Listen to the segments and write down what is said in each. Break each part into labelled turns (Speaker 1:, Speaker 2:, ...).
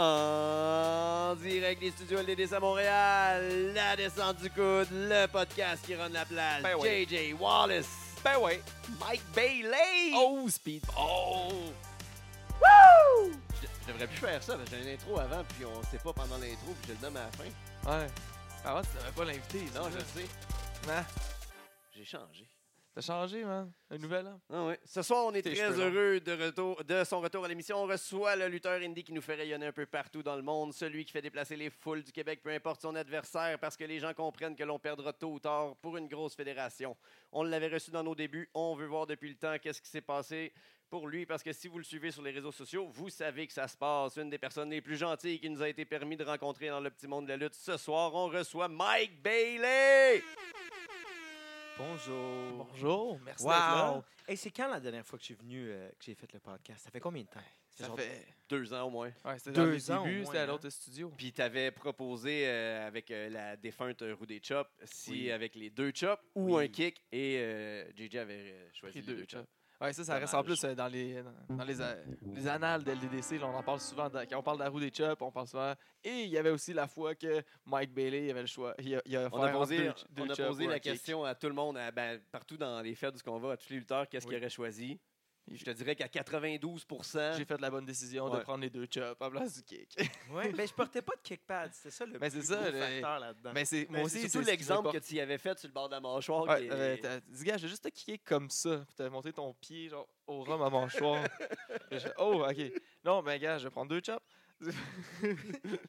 Speaker 1: En direct des studios LDDC à Montréal, La descente du coude, le podcast qui rend la place.
Speaker 2: Ben oui.
Speaker 1: JJ Wallace,
Speaker 2: Ben ouais.
Speaker 1: Mike Bailey.
Speaker 2: Oh, speed. Oh!
Speaker 1: Je, je devrais plus faire ça, parce que j'ai une intro avant, puis on sait pas pendant l'intro, puis je le nomme à la fin.
Speaker 2: Ouais. Avant, tu n'avais pas l'invité.
Speaker 1: Non,
Speaker 2: Ah. c'est
Speaker 1: je
Speaker 2: ça.
Speaker 1: sais,
Speaker 2: Man,
Speaker 1: j'ai changé.
Speaker 2: T'as changé, man. Un nouvel an.
Speaker 1: Ah oui. Ce soir, on est
Speaker 2: Tes
Speaker 1: très
Speaker 2: cheveux longs.
Speaker 1: heureux de, retour, de son retour à l'émission. On reçoit le lutteur indie qui nous fait rayonner un peu partout dans le monde, celui qui fait déplacer les foules du Québec, peu importe son adversaire, parce que les gens comprennent que l'on perdra tôt ou tard pour une grosse fédération. On l'avait reçu dans nos débuts. On veut voir depuis le temps qu'est-ce qui s'est passé pour lui, parce que si vous le suivez sur les réseaux sociaux, vous savez que ça se passe. Une des personnes les plus gentilles qui nous a été permis de rencontrer dans le petit monde de la lutte ce soir, on reçoit Mike Bailey.
Speaker 3: Bonjour.
Speaker 2: Bonjour. Merci d'être
Speaker 3: Wow.
Speaker 2: là.
Speaker 3: Hey, c'est quand la dernière fois que je suis venu euh, que j'ai fait le podcast? Ça fait combien de temps? C'est genre
Speaker 2: fait
Speaker 1: Deux ans au moins.
Speaker 2: ouais, c'était
Speaker 3: Deux
Speaker 2: dans les
Speaker 3: ans au
Speaker 2: débuts,
Speaker 3: moins,
Speaker 2: c'était à
Speaker 3: hein.
Speaker 2: l'autre studio.
Speaker 1: Puis t'avais proposé euh, avec euh, la défunte Roux des Chops, si
Speaker 3: Oui.
Speaker 1: avec les deux chops ou
Speaker 3: Oui.
Speaker 1: un kick, et euh, JJ avait euh, choisi
Speaker 2: Pris
Speaker 1: les deux,
Speaker 2: deux
Speaker 1: chops.
Speaker 2: Ouais, ça, ça reste en
Speaker 1: Dommage.
Speaker 2: plus euh, dans les, dans, dans les, euh, les annales de LDDC. là, on en parle souvent. dans- quand on parle de la roue des chops, on parle souvent. Et il y avait aussi la fois que Mike Bailey il avait le choix. Il a, il a
Speaker 1: On
Speaker 2: offert
Speaker 1: a
Speaker 2: entre
Speaker 1: posé,
Speaker 2: deux- deux
Speaker 1: on a
Speaker 2: chops
Speaker 1: posé
Speaker 2: ou un
Speaker 1: la
Speaker 2: kick.
Speaker 1: question à tout le monde, à- ben, partout dans les fêtes du combat, à tous les lutteurs, qu'est-ce
Speaker 2: Oui.
Speaker 1: qu'ils auraient choisi.
Speaker 2: Et
Speaker 1: Je te dirais qu'à 92
Speaker 2: J'ai fait la bonne décision de
Speaker 1: hein. Ouais.
Speaker 2: prendre les deux chops à place du kick.
Speaker 3: Ouais, ben, je portais pas de kickpad. C'était ça
Speaker 2: Mais
Speaker 3: le plus
Speaker 2: Ben, c'est ça,
Speaker 3: gros
Speaker 2: le-
Speaker 3: facteur là-dedans.
Speaker 2: Mais c'est moi
Speaker 1: Mais
Speaker 2: aussi
Speaker 1: Ben, c'est surtout
Speaker 2: ce qui
Speaker 1: l'exemple
Speaker 2: m'importe.
Speaker 1: que tu y avais fait sur le bord de la mâchoire.
Speaker 2: Ouais,
Speaker 1: qui est-
Speaker 2: euh, t'as dit, gars, j'ai juste te kické comme ça. Puis t'as monté ton pied genre, au rhum à mâchoire. Puis j'ai- oh, OK. Non, ben, gars, je vais prendre deux chops.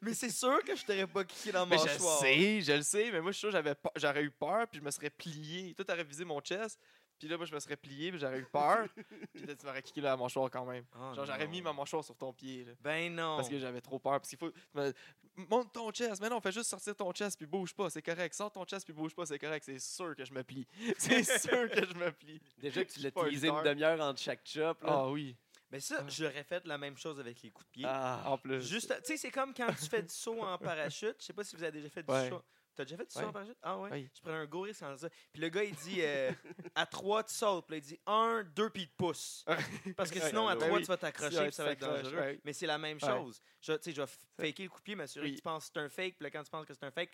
Speaker 3: Mais c'est sûr que je t'aurais pas kické dans
Speaker 2: Mais
Speaker 3: mon
Speaker 2: je sais, je le sais. Mais moi, je suis sûr j'avais pe- j'aurais eu peur, puis je me serais plié. Toi, t'aurais visé mon chest. Puis là, moi, je me serais plié, puis j'aurais eu peur. puis là, tu m'aurais kické la mâchoire quand même. Genre, j'aurais mis ma mâchoire sur ton pied. là,
Speaker 3: Oh, Ben non.
Speaker 2: Parce que j'avais trop peur. Parce qu'il faut. tu m'as- Monte ton chest. Mais non, fais juste sortir ton chest, puis bouge pas. C'est correct. Sors ton chest, puis bouge pas. C'est correct. C'est sûr que je me plie. C'est sûr que je me plie.
Speaker 1: Déjà que tu
Speaker 2: je
Speaker 1: l'as
Speaker 2: suis pas un
Speaker 1: utilisé une
Speaker 2: lutteur.
Speaker 1: demi-heure entre chaque chop. là.
Speaker 2: Ah oui.
Speaker 3: Mais Ben, ça, j'aurais fait la même chose avec les coups de pied.
Speaker 1: Ah.
Speaker 2: En plus.
Speaker 3: Juste, tu sais, c'est comme quand tu fais du saut en parachute. Je sais pas si vous avez déjà fait du
Speaker 2: Ouais.
Speaker 3: saut. T'as déjà fait du saut
Speaker 2: Ouais.
Speaker 3: en parachute? Ah ouais?
Speaker 2: Oui.
Speaker 3: Je prenais un gros risque en disant. Puis le gars, il dit euh, à trois, tu sautes. Puis là, il dit un, deux, puis il te pousse. Parce que
Speaker 2: Ouais,
Speaker 3: sinon, à
Speaker 2: ben
Speaker 3: trois,
Speaker 2: oui.
Speaker 3: tu vas t'accrocher,
Speaker 2: ouais,
Speaker 3: puis ça va être
Speaker 2: tu t'accroches,
Speaker 3: dangereux.
Speaker 2: ouais.
Speaker 3: Mais c'est la même
Speaker 2: Ouais.
Speaker 3: chose. Je, tu sais, je vais f- faker le coup de pied, m'assurer
Speaker 2: Oui.
Speaker 3: que tu penses que c'est un fake. Puis là, quand tu penses que c'est un fake,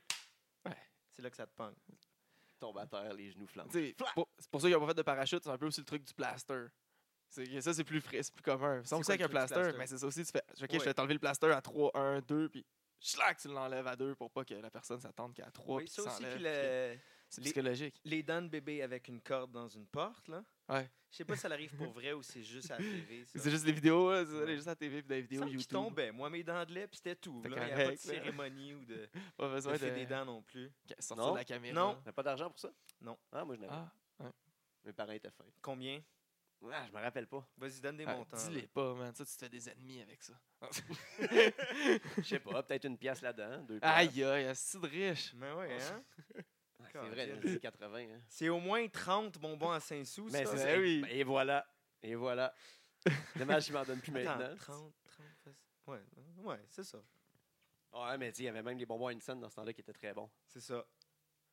Speaker 2: Ouais.
Speaker 3: c'est là que ça te pogne.
Speaker 1: Tombe à terre, les genoux flambent.
Speaker 2: Tu sais, pour- C'est pour ça qu'ils n'ont pas fait de parachute, c'est un peu aussi le truc du plaster. C'est que Ça, c'est plus frais, c'est plus commun. Ça me
Speaker 3: quoi
Speaker 2: avec un
Speaker 3: le truc du
Speaker 2: plaster,
Speaker 3: plaster?
Speaker 2: mais c'est ça aussi, tu fais, OK,
Speaker 3: Ouais.
Speaker 2: je vais t'enlever le plaster à 3, 1, 2, puis schlac, tu l'enlèves à 2 pour pas que la personne s'attende qu'à 3,
Speaker 3: Oui,
Speaker 2: puis
Speaker 3: ça
Speaker 2: ça
Speaker 3: aussi, puis le-
Speaker 2: C'est
Speaker 3: les-
Speaker 2: psychologique.
Speaker 3: les dents de bébé avec une corde dans une porte, là.
Speaker 2: Ouais.
Speaker 3: Je sais pas si ça arrive pour vrai ou c'est juste à la TV. ça.
Speaker 2: C'est juste les vidéos, là, c'est
Speaker 3: Ouais.
Speaker 2: juste à la TV, puis dans les
Speaker 3: Il
Speaker 2: vidéos
Speaker 3: semble
Speaker 2: YouTube.
Speaker 3: qu'ils tombaient. Moi, mes dents de lait, puis c'était tout.
Speaker 2: C'était
Speaker 3: là. Il n'y avait pas de
Speaker 2: correct, là.
Speaker 3: cérémonie ou de,
Speaker 2: Pas
Speaker 3: de
Speaker 2: besoin de,
Speaker 3: fait des dents non plus.
Speaker 2: sortir
Speaker 1: Non.
Speaker 2: de la caméra.
Speaker 3: Non.
Speaker 1: T'as pas d'argent pour ça?
Speaker 3: Non.
Speaker 1: Ah, moi, je n'avais.
Speaker 2: Ah,
Speaker 1: Mes parents étaient fins.
Speaker 3: Combien?
Speaker 1: Ah, je me rappelle pas.
Speaker 3: Vas-y, donne des
Speaker 2: ah,
Speaker 3: montants. là.
Speaker 2: dis-les pas, man. Ça, tu te fais des ennemis avec ça.
Speaker 1: Je sais pas, peut-être une pièce là-dedans, deux pièces.
Speaker 2: Aïe, aïe, c'est de riche.
Speaker 3: Mais ouais, hein?
Speaker 1: Ah, C'est vrai,
Speaker 3: Caliste.
Speaker 1: les années 80. hein.
Speaker 3: C'est au moins 30 bonbons à Saint-Sous,
Speaker 1: Mais
Speaker 3: ça.
Speaker 1: c'est
Speaker 2: Ben
Speaker 1: ça.
Speaker 2: oui.
Speaker 1: Et voilà. Et voilà. Dommage qu'il m'en donne plus
Speaker 3: Attends,
Speaker 1: maintenant.
Speaker 3: 30, 30, facile. Ouais, ouais c'est ça.
Speaker 1: Ouais, mais tu sais, il y avait même des bonbons Einstein dans ce temps-là qui étaient très bons.
Speaker 3: C'est ça.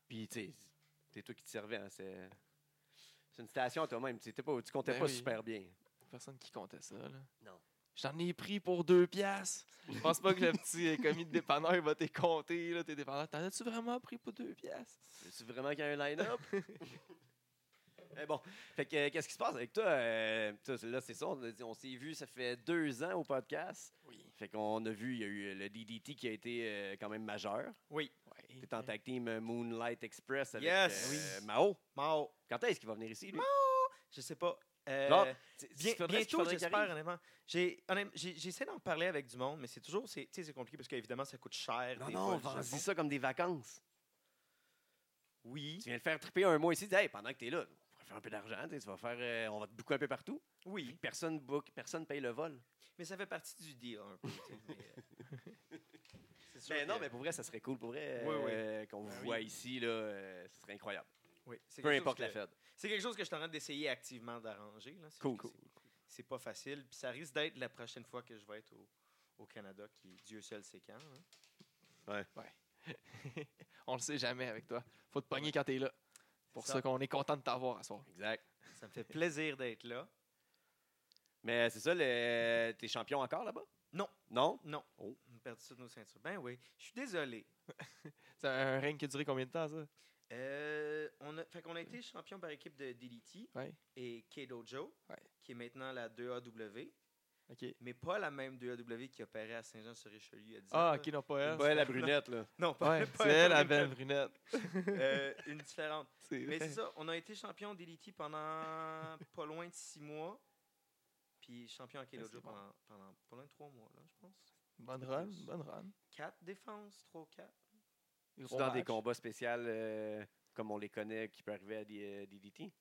Speaker 1: Puis, tu sais, c'est toi qui te servais. hein, C'est c'est une station à toi-même. Tu sais, t'es pas- tu comptais
Speaker 2: Ben
Speaker 1: pas
Speaker 2: oui.
Speaker 1: super bien.
Speaker 2: Personne qui comptait ça, là.
Speaker 1: Non.
Speaker 2: J'en ai pris pour deux piastres. Je pense pas que le petit euh, commis de dépanneur il va t'es compter, là, tes dépanneurs. T'en as-tu vraiment pris pour deux piastres?
Speaker 1: C'est vraiment qu'il y a un line-up. Mais bon, fait que, euh, qu'est-ce qui se passe avec toi? euh, toi, là, c'est ça, on, a dit- on s'est vu, ça fait deux ans au podcast.
Speaker 2: Oui.
Speaker 1: Fait qu'on a vu, il y a eu le DDT qui a été euh, quand même majeur.
Speaker 3: Oui.
Speaker 1: T'es en tag team euh, Moonlight Express avec
Speaker 3: Yes!
Speaker 1: euh,
Speaker 3: Oui.
Speaker 1: Mao.
Speaker 3: Mao.
Speaker 1: Quand est-ce qu'il va venir ici, lui?
Speaker 3: Je sais pas. Euh,
Speaker 1: Genre, C'est-
Speaker 3: bien-
Speaker 1: il faudrait- il
Speaker 3: bientôt,
Speaker 1: faudrait qu'il
Speaker 3: j'espère,
Speaker 1: arrive.
Speaker 3: honnêtement. J'ai- honnêtement, j'ai- J'essaie d'en parler avec du monde, mais c'est toujours, c'est tu sais, c'est compliqué parce qu'évidemment, ça coûte cher.
Speaker 1: Non,
Speaker 3: des
Speaker 1: non,
Speaker 3: fois, le
Speaker 1: vendis
Speaker 3: Japon.
Speaker 1: ça comme des vacances.
Speaker 3: Oui.
Speaker 1: Tu viens le faire triper un mois ici, dis, hey, pendant que t'es là, on va faire un peu d'argent, tu sais, tu vas faire, euh, on va te bouquer un peu partout.
Speaker 3: Oui.
Speaker 1: Personne book, personne paye le vol.
Speaker 3: Mais ça fait partie du deal un peu. tu sais, mais, euh, c'est sûr
Speaker 1: Mais Ben non,
Speaker 3: que-
Speaker 1: mais pour vrai, ça serait cool. Pour vrai,
Speaker 3: Oui, oui.
Speaker 1: euh, qu'on vous
Speaker 3: Ben
Speaker 1: voit ici, là, euh, ce serait incroyable.
Speaker 3: Oui, c'est
Speaker 1: Peu
Speaker 3: quelque
Speaker 1: importe
Speaker 3: chose
Speaker 1: la
Speaker 3: que-
Speaker 1: fête.
Speaker 3: C'est quelque chose que je suis en train d'essayer activement d'arranger. là. C'est
Speaker 1: Cool,
Speaker 3: juste que c'est- C'est pas facile. Puis ça risque d'être la prochaine fois que je vais être au, au Canada, qui Dieu seul sait quand. hein.
Speaker 2: On le sait jamais avec toi. Faut te pogner quand t'es là. Pour
Speaker 3: ça.
Speaker 2: ça, qu'on est content de t'avoir à soir.
Speaker 1: Exact.
Speaker 3: Ça me fait plaisir d'être là.
Speaker 1: Mais c'est ça, le... t'es euh, champion encore là-bas?
Speaker 3: Non.
Speaker 1: Non?
Speaker 3: Non.
Speaker 1: Oh.
Speaker 3: perdu toutes nos ceintures. Ben oui, je suis désolé.
Speaker 2: C'est un règne qui a duré combien de temps, ça?
Speaker 3: Euh, on, a, fait qu'on a été champion par équipe de DDT
Speaker 2: Ouais.
Speaker 3: et Keido Joe,
Speaker 2: Ouais.
Speaker 3: qui est maintenant la 2AW,
Speaker 2: OK.
Speaker 3: mais pas la même 2AW qui opérait à Saint-Jean-sur-Richelieu à 10
Speaker 2: Ah, OK, non, pas elle.
Speaker 1: Ben, la brunette, là.
Speaker 3: Non, pas,
Speaker 2: Ouais,
Speaker 3: pas
Speaker 2: c'est elle, la
Speaker 3: la
Speaker 2: belle
Speaker 3: même.
Speaker 2: brunette.
Speaker 3: Euh, une différente.
Speaker 2: C'est
Speaker 3: Mais
Speaker 2: vrai.
Speaker 3: c'est ça, on a été champion d'Elity pendant pas loin de six mois, puis champion à Keido
Speaker 2: Ouais, c'est
Speaker 3: Joe
Speaker 2: bon.
Speaker 3: pendant, pendant pas loin de trois mois, là, je pense.
Speaker 2: Bonne run, bonne run.
Speaker 3: Quatre défenses, trois ou quatre.
Speaker 1: C'est dans des combats spéciaux euh, comme on les connaît qui peut arriver à des- euh, DDT.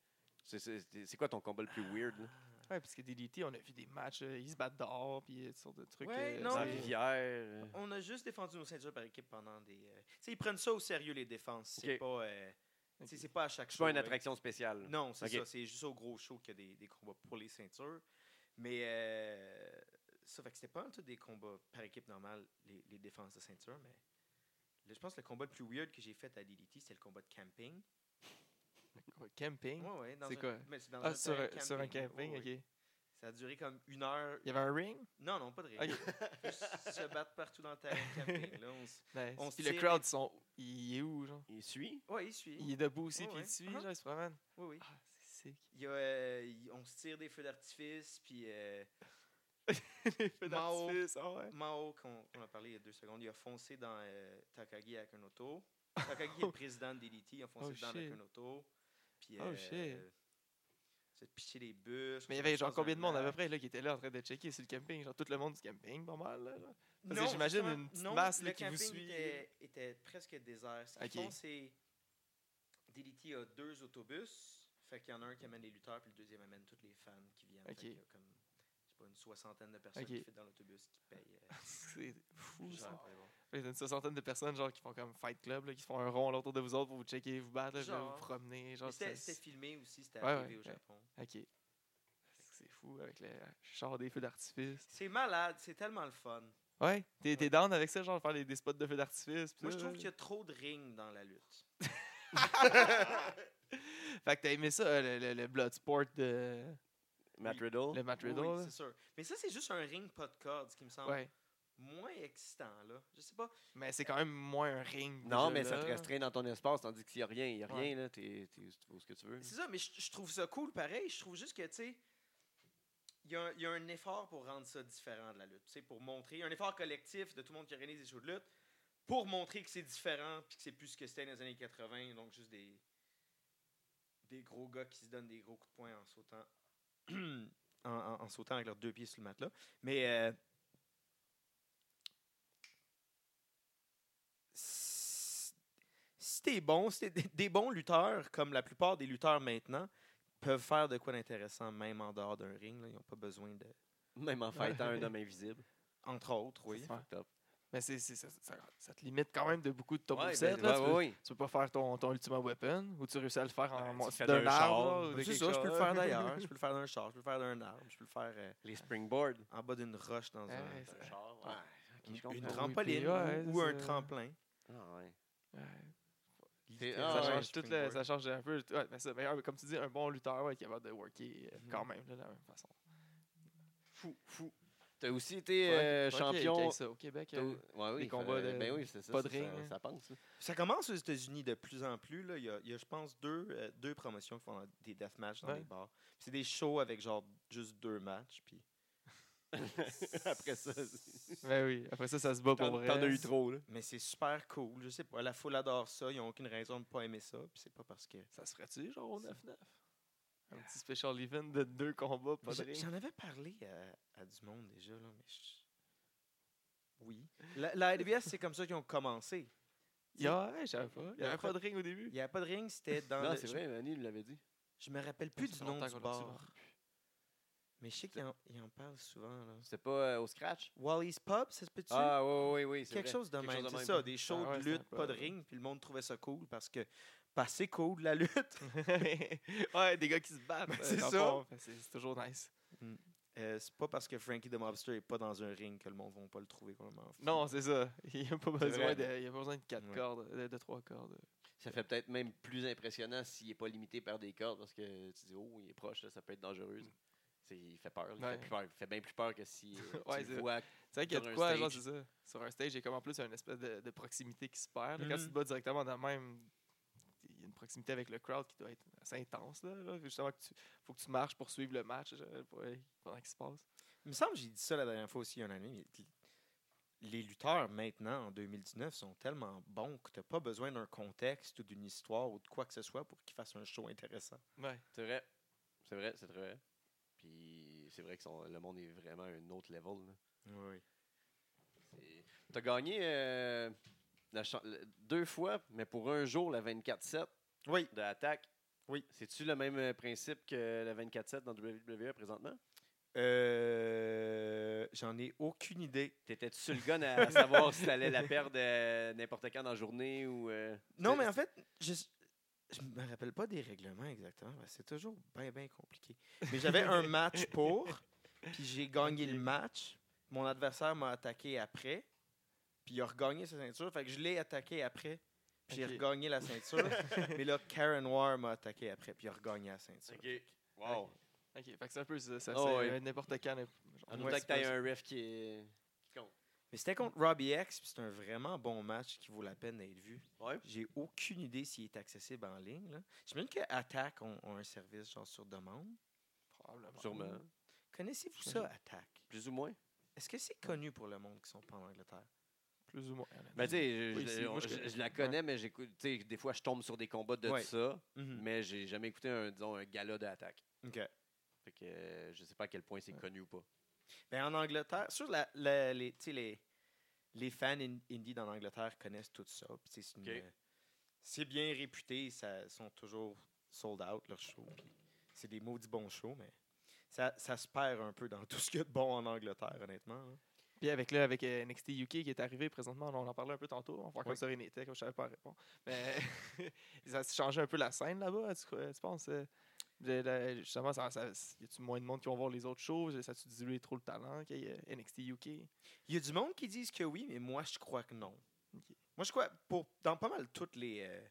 Speaker 1: C'est- C'est c'est quoi ton combat le plus weird? là?
Speaker 2: Ouais, parce que DDT, on a vu des matchs, euh, ils se battent dehors, puis euh, toutes sortes de trucs.
Speaker 3: Ouais,
Speaker 2: euh,
Speaker 3: non,
Speaker 1: Dans la
Speaker 2: c'est-
Speaker 3: mais-
Speaker 1: rivière. euh,
Speaker 3: On a juste défendu nos ceintures par équipe pendant des. euh, Tu sais, ils prennent ça au sérieux, les défenses. C'est
Speaker 1: Ok.
Speaker 3: pas. euh, tu sais,
Speaker 2: Ok.
Speaker 3: c'est pas à chaque
Speaker 1: C'est
Speaker 3: show.
Speaker 1: pas une
Speaker 3: hein.
Speaker 1: attraction spéciale.
Speaker 3: Non, c'est
Speaker 1: Ok.
Speaker 3: ça. C'est juste au gros show qu'il y a des, des combats pour les ceintures. Mais euh, ça fait que c'était pas en tout des combats par équipe normale, les, les défenses de ceinture. Mais là, je pense que le combat le plus weird que j'ai fait à DDT, c'était le combat de camping.
Speaker 2: Ouais, Camping.
Speaker 3: Ouais, ouais, dans
Speaker 2: C'est
Speaker 3: un-
Speaker 2: quoi?
Speaker 3: mais c'est dans
Speaker 2: Ah, sur,
Speaker 3: terrain
Speaker 2: un- sur un camping,
Speaker 3: Ouais, ouais.
Speaker 2: OK.
Speaker 3: Ça a duré comme une heure.
Speaker 2: Il y avait un ring?
Speaker 3: Non, non, pas de rien. Juste se battre partout dans le terrain de camping. Là, on s-
Speaker 2: Nice.
Speaker 3: On se
Speaker 2: Puis le
Speaker 3: tire
Speaker 2: crowd, ils sont... il est où, genre?
Speaker 1: Il suit.
Speaker 3: Ouais, il suit.
Speaker 2: Il est debout aussi,
Speaker 3: Ouais,
Speaker 2: puis
Speaker 3: ouais.
Speaker 2: il suit,
Speaker 3: Uh-huh.
Speaker 2: genre, il se promène.
Speaker 3: Oui, oui.
Speaker 2: Ah, c'est sick.
Speaker 3: Il y a, euh, il- on se tire des feux d'artifice, puis euh,
Speaker 2: Les feux
Speaker 3: Mao.
Speaker 2: d'artifice, ah ouais.
Speaker 3: Mao, qu'on qu'on a parlé il y a deux secondes, il a foncé dans euh, Takagi avec un auto. Takagi est le président de DDT, il a foncé
Speaker 2: Oh,
Speaker 3: dedans avec
Speaker 2: shit.
Speaker 3: un auto. Puis,
Speaker 2: Oh,
Speaker 3: euh,
Speaker 2: shit.
Speaker 3: s'est pitché des bûches.
Speaker 2: Mais il y
Speaker 3: on
Speaker 2: avait
Speaker 3: se
Speaker 2: genre
Speaker 3: passe dans
Speaker 2: combien de
Speaker 3: le
Speaker 2: monde à peu
Speaker 3: lac.
Speaker 2: près là, qui était là en train de checker sur le camping? Genre tout le monde du camping, pas mal. Là, genre. Parce que
Speaker 3: Non,
Speaker 2: j'imagine
Speaker 3: justement,
Speaker 2: une petite
Speaker 3: non,
Speaker 2: masse, là,
Speaker 3: le
Speaker 2: qui vous
Speaker 3: camping
Speaker 2: suit.
Speaker 3: Était, était presque désert. Ce qu'ils
Speaker 2: Ok.
Speaker 3: font, c'est. DDT a deux autobus. Fait qu'il y en a un qui amène les lutteurs, puis le deuxième amène tous les fans qui viennent. Fait
Speaker 2: Ok.
Speaker 3: qu'il y a comme, je sais pas, une soixantaine de personnes
Speaker 2: Ok.
Speaker 3: qui fit dans l'autobus qui payent. euh,
Speaker 2: C'est fou ça.
Speaker 3: genre, mais bon.
Speaker 2: Il y a une soixantaine de personnes genre qui font comme Fight Club, là, qui se font un rond là, autour de vous autres pour vous checker, vous battre, là, puis là,
Speaker 3: Genre.
Speaker 2: vous promener.
Speaker 3: Mais
Speaker 2: Genre,
Speaker 3: C'était
Speaker 2: c'est-
Speaker 3: c'était filmé aussi, c'était
Speaker 2: Ouais,
Speaker 3: à la TV
Speaker 2: ouais,
Speaker 3: au
Speaker 2: ouais.
Speaker 3: Japon.
Speaker 2: Ok. C'est fou avec le char des feux d'artifice.
Speaker 3: C'est malade, c'est tellement le fun.
Speaker 2: Ouais, t'es
Speaker 3: Ouais.
Speaker 2: t'es down avec ça, genre faire des, des spots de feux d'artifice. puis
Speaker 3: Moi,
Speaker 2: tout,
Speaker 3: je trouve
Speaker 2: là?
Speaker 3: qu'il y a trop de rings dans la lutte.
Speaker 2: Fait que t'as aimé ça, le, le, le Bloodsport de
Speaker 1: Matt
Speaker 3: Oui.
Speaker 1: Riddle.
Speaker 2: le Matt
Speaker 3: Oui,
Speaker 2: Riddle.
Speaker 3: oui,
Speaker 2: là.
Speaker 3: c'est sûr. Mais ça, c'est juste un ring pas de corde, ce qui me semble
Speaker 2: ouais.
Speaker 3: moins excitant, là. Je sais pas.
Speaker 2: Mais c'est quand même moins un ring.
Speaker 1: Non,
Speaker 2: déjà,
Speaker 1: mais ça
Speaker 2: là.
Speaker 1: te restreint dans ton espace, tandis que s'il n'y a rien, il n'y a
Speaker 2: Ouais.
Speaker 1: rien, là. T'es, t'es- tu fais ce que tu veux.
Speaker 3: C'est ça, mais je, je trouve ça cool pareil. Je trouve juste que, tu sais, il y, a un- il y a un effort pour rendre ça différent de la lutte. Tu sais, pour montrer. Un effort collectif de tout le monde qui organise des shows de lutte pour montrer que c'est différent puis que c'est plus ce que c'était dans les années 80. Donc, juste des, des gros gars qui se donnent des gros coups de poing en sautant. en, en- en sautant avec leurs deux pieds sur le matelas. Mais. euh, si- si t'es bon, si t'es des, des bons lutteurs, comme la plupart des lutteurs maintenant, peuvent faire de quoi d'intéressant, même en dehors d'un ring. là. Ils n'ont pas besoin de.
Speaker 1: Même en fightant un homme invisible.
Speaker 3: Entre autres, oui.
Speaker 2: Ouais.
Speaker 1: Top.
Speaker 2: Mais c'est c'est- ça, ça- ça te limite quand même de beaucoup de ton
Speaker 1: Ouais,
Speaker 2: moveset,
Speaker 1: ben,
Speaker 2: là,
Speaker 1: ouais,
Speaker 2: tu,
Speaker 1: ouais,
Speaker 2: peux,
Speaker 1: ouais.
Speaker 2: tu peux pas faire ton, ton Ultima Weapon ou tu réussis à le faire en
Speaker 1: Ouais,
Speaker 2: mo-
Speaker 1: tu fais
Speaker 2: d'un
Speaker 1: d'un
Speaker 2: arbre.
Speaker 1: char. Ben,
Speaker 2: là, ou de
Speaker 3: Ah, C'est
Speaker 2: quelque
Speaker 3: ça, je peux le
Speaker 2: chose.
Speaker 3: faire d'ailleurs. Je peux le faire d'un char, je peux le faire d'un arbre, je peux le faire euh,
Speaker 1: Les springboards.
Speaker 3: en bas d'une roche
Speaker 1: hein.
Speaker 3: dans
Speaker 2: Ouais,
Speaker 3: un,
Speaker 2: Ah, c'est-
Speaker 3: un char.
Speaker 1: ouais.
Speaker 3: Une-
Speaker 1: je comprends.
Speaker 3: Une
Speaker 1: Oui,
Speaker 2: puis,
Speaker 3: trampoline
Speaker 2: ouais,
Speaker 3: ou, ou
Speaker 2: c'est
Speaker 3: un
Speaker 2: ça.
Speaker 3: tremplin.
Speaker 1: Ah, ouais.
Speaker 2: Ouais.
Speaker 1: C'est-
Speaker 3: Ah,
Speaker 2: ça,
Speaker 1: ouais,
Speaker 2: change tout, là,
Speaker 3: springboard.
Speaker 2: ça change un peu. Ouais, mais ça, mais, euh, comme tu dis, un bon lutteur ouais, qui est capable de worker euh,
Speaker 3: Mhm.
Speaker 2: quand même là, de la même façon.
Speaker 1: Fou, fou. T'as aussi été
Speaker 2: Faudrait-
Speaker 1: euh,
Speaker 2: faudrait qu'il y ait-
Speaker 1: champion.
Speaker 2: qu'il y ait ça au Québec.
Speaker 1: t'as-
Speaker 2: euh,
Speaker 1: ouais, oui,
Speaker 2: des combats
Speaker 1: fait-
Speaker 2: de-
Speaker 1: ben oui, c'est ça,
Speaker 2: pas
Speaker 1: ça,
Speaker 2: de ring,
Speaker 1: ça,
Speaker 2: hein.
Speaker 1: ça pense. là.
Speaker 3: Ça commence aux États-Unis de plus en plus. Là. Il, y a, il y a, je pense, deux, euh, deux promotions qui font des deathmatchs dans
Speaker 2: Ouais.
Speaker 3: les bars. Puis C'est des shows avec genre juste deux matchs. Puis
Speaker 1: Après ça,
Speaker 2: ben oui, après ça, ça se bat pour
Speaker 1: t'en
Speaker 2: vrai.
Speaker 1: t'en as eu trop. Là.
Speaker 3: Mais c'est super cool. Je sais pas, la foule adore ça. Ils n'ont aucune raison de ne pas aimer ça. Puis c'est pas parce que.
Speaker 2: Ça se ferait-tu, genre, au 9-9? Un petit special event de deux combats, pas de
Speaker 3: J'-
Speaker 2: ring.
Speaker 3: J'en avais parlé à, à du monde déjà, là, mais. je- Oui. La, la LBS, c'est comme ça qu'ils ont commencé.
Speaker 2: Il y a, ouais, j'avais pas. Il y
Speaker 3: y a
Speaker 2: avait pas
Speaker 3: pas-
Speaker 2: de ring au début.
Speaker 3: Il n'y avait pas de ring, c'était dans.
Speaker 1: non,
Speaker 3: le-
Speaker 1: c'est
Speaker 3: je-
Speaker 1: vrai, Annie nous l'avait dit.
Speaker 3: Je me rappelle plus
Speaker 2: Ça
Speaker 3: du
Speaker 2: fait
Speaker 3: nom
Speaker 2: longtemps
Speaker 3: du
Speaker 2: qu'on l'a reçu,
Speaker 3: bar. Mais je sais qu'ils en, ils en parlent souvent, là.
Speaker 1: C'était pas euh, au scratch?
Speaker 3: Wally's Pub, ça se peut-tu?
Speaker 1: Ah, oui, oui, oui. c'est
Speaker 3: Quelque
Speaker 1: vrai.
Speaker 3: chose de
Speaker 1: Quelque
Speaker 3: même.
Speaker 1: chose de
Speaker 3: C'est
Speaker 1: même.
Speaker 3: ça, des shows
Speaker 2: Ah ouais,
Speaker 3: de
Speaker 2: c'est
Speaker 3: lutte,
Speaker 2: un
Speaker 3: pas de
Speaker 2: peu-
Speaker 3: ring, puis le monde trouvait ça cool parce que. Pas c'est cool, la lutte.
Speaker 2: ouais, des gars qui se battent.
Speaker 3: Ben,
Speaker 2: euh,
Speaker 3: c'est
Speaker 2: dans le
Speaker 3: ça.
Speaker 2: fond. Fait que C'est c'est toujours nice.
Speaker 3: Euh, c'est pas parce que Frankie the Mobster est pas dans un ring que le monde va pas le trouver complètement fou.
Speaker 2: Non, c'est ça. Il n'y a pas
Speaker 1: C'est
Speaker 2: besoin
Speaker 1: vrai.
Speaker 2: de, il y a pas besoin de quatre
Speaker 3: Ouais.
Speaker 2: cordes, de, de trois cordes.
Speaker 1: Ça fait peut-être même plus impressionnant s'il n'est pas limité par des cordes parce que tu dis, oh, il est proche, là, ça peut être dangereux. ça. t'sais, il fait peur. là. Il,
Speaker 2: Ouais.
Speaker 1: fait plus peur. il fait bien plus peur que si euh,
Speaker 2: Ouais,
Speaker 1: tu
Speaker 2: c'est-
Speaker 1: le vois.
Speaker 2: C'est vrai qu'il y a
Speaker 1: Sur
Speaker 2: de
Speaker 1: un
Speaker 2: quoi, genre, c'est
Speaker 1: stage.
Speaker 2: ça. Sur un stage, il y a comme en plus une espèce de, de proximité qui se perd. là. Quand tu
Speaker 3: Mhm.
Speaker 2: te bats directement dans le même. Il y a une proximité avec le crowd qui doit être assez intense. Là, là. Justement, que tu, faut que tu marches pour suivre le match genre, pour- euh, pendant qu'il se passe.
Speaker 3: Il me semble que j'ai dit ça la dernière fois aussi, il y a un an et demi, mais Les lutteurs maintenant, en 2019, sont tellement bons que tu n'as pas besoin d'un contexte ou d'une histoire ou de quoi que ce soit pour qu'ils fassent un show intéressant.
Speaker 2: Ouais.
Speaker 1: C'est vrai. C'est vrai, c'est très vrai. Puis c'est vrai que son- le monde est vraiment à un autre level. là.
Speaker 3: Oui.
Speaker 1: C'est- T'as gagné euh, la cha- le- deux fois, mais pour un jour, la 24-7
Speaker 3: Oui.
Speaker 1: de attaque.
Speaker 3: Oui.
Speaker 1: C'est-tu le même euh, principe que la 24-7 dans WWE présentement?
Speaker 3: Euh, J'en ai aucune idée.
Speaker 1: T'étais-tu sur le gun à savoir si t'allais la perdre euh, n'importe quand dans la journée ou. euh,
Speaker 3: Non,
Speaker 1: c'est-
Speaker 3: mais en fait, je je me rappelle pas des règlements exactement. parce que C'est toujours bien, bien compliqué. Mais j'avais un match pour, puis j'ai gagné le match. Mon adversaire m'a attaqué après, puis il a regagné sa ceinture. Fait que je l'ai attaqué après, puis j'ai
Speaker 2: Ok.
Speaker 3: regagné la ceinture. mais là, Karen War m'a attaqué après, puis il a regagné la ceinture.
Speaker 1: Ok. Wow.
Speaker 2: Ok, fait que c'est un peu ça. ça
Speaker 1: Oh,
Speaker 2: c'est
Speaker 1: ouais.
Speaker 2: euh, n'importe quand. n'importe- genre,
Speaker 1: En
Speaker 3: Ouais,
Speaker 1: autant
Speaker 3: c'est
Speaker 1: que t'as
Speaker 3: pas ça.
Speaker 1: un ref qui, est- qui compte.
Speaker 3: Mais c'était contre Robbie X, puis c'est un vraiment bon match qui vaut la peine d'être vu.
Speaker 1: Ouais.
Speaker 3: J'ai aucune idée s'il est accessible en ligne. là. J'imagine que Attack ont, ont un service genre sur demande.
Speaker 2: probablement.
Speaker 1: Sûrement.
Speaker 3: Connaissez-vous
Speaker 2: J'imagine.
Speaker 3: ça, Attack?
Speaker 1: Plus ou moins.
Speaker 3: Est-ce que c'est connu pour le monde qui sont pas en Angleterre?
Speaker 2: Plus ou moins.
Speaker 1: Ben, tu sais, je,
Speaker 2: Oui,
Speaker 1: je-
Speaker 2: si, moi,
Speaker 1: je-
Speaker 2: je connais.
Speaker 1: je la connais, mais j'écoute. Tu sais, des fois, je tombe sur des combats de
Speaker 3: Ouais.
Speaker 1: ça, mais j'ai jamais écouté un, disons, un gala de attaque.
Speaker 3: OK.
Speaker 1: Fait que euh, je sais pas à quel point c'est
Speaker 2: Ouais.
Speaker 1: connu ou pas.
Speaker 3: Ben, en Angleterre, sur la, la- les, tu sais, les, les fans in- indie dans l'Angleterre connaissent tout ça. puis tu sais, C'est une,
Speaker 1: OK.
Speaker 3: euh, c'est bien réputé, ça sont toujours sold out leurs shows. puis C'est des maudits bons shows, mais ça, ça se perd un peu dans tout ce qu'il y a de bon en Angleterre, honnêtement. hein. là.
Speaker 2: Puis avec, là, avec euh, NXT UK qui est arrivé présentement, on en parlait un peu tantôt, on va voir
Speaker 3: Oui.
Speaker 2: comme ça il était, comme je savais pas répondre. Mais ça a changé un peu la scène là-bas, tu, crois- tu penses? euh, de- de- justement, ça, ça- y a-tu moins de monde qui vont voir les autres choses? Ça a-tu dilué trop le talent qu'il y ait, euh, NXT UK?
Speaker 3: Il y a du monde qui disent que oui, mais moi, je crois que non.
Speaker 2: Ok.
Speaker 3: Moi, je crois, pour, dans pas mal toutes les... euh,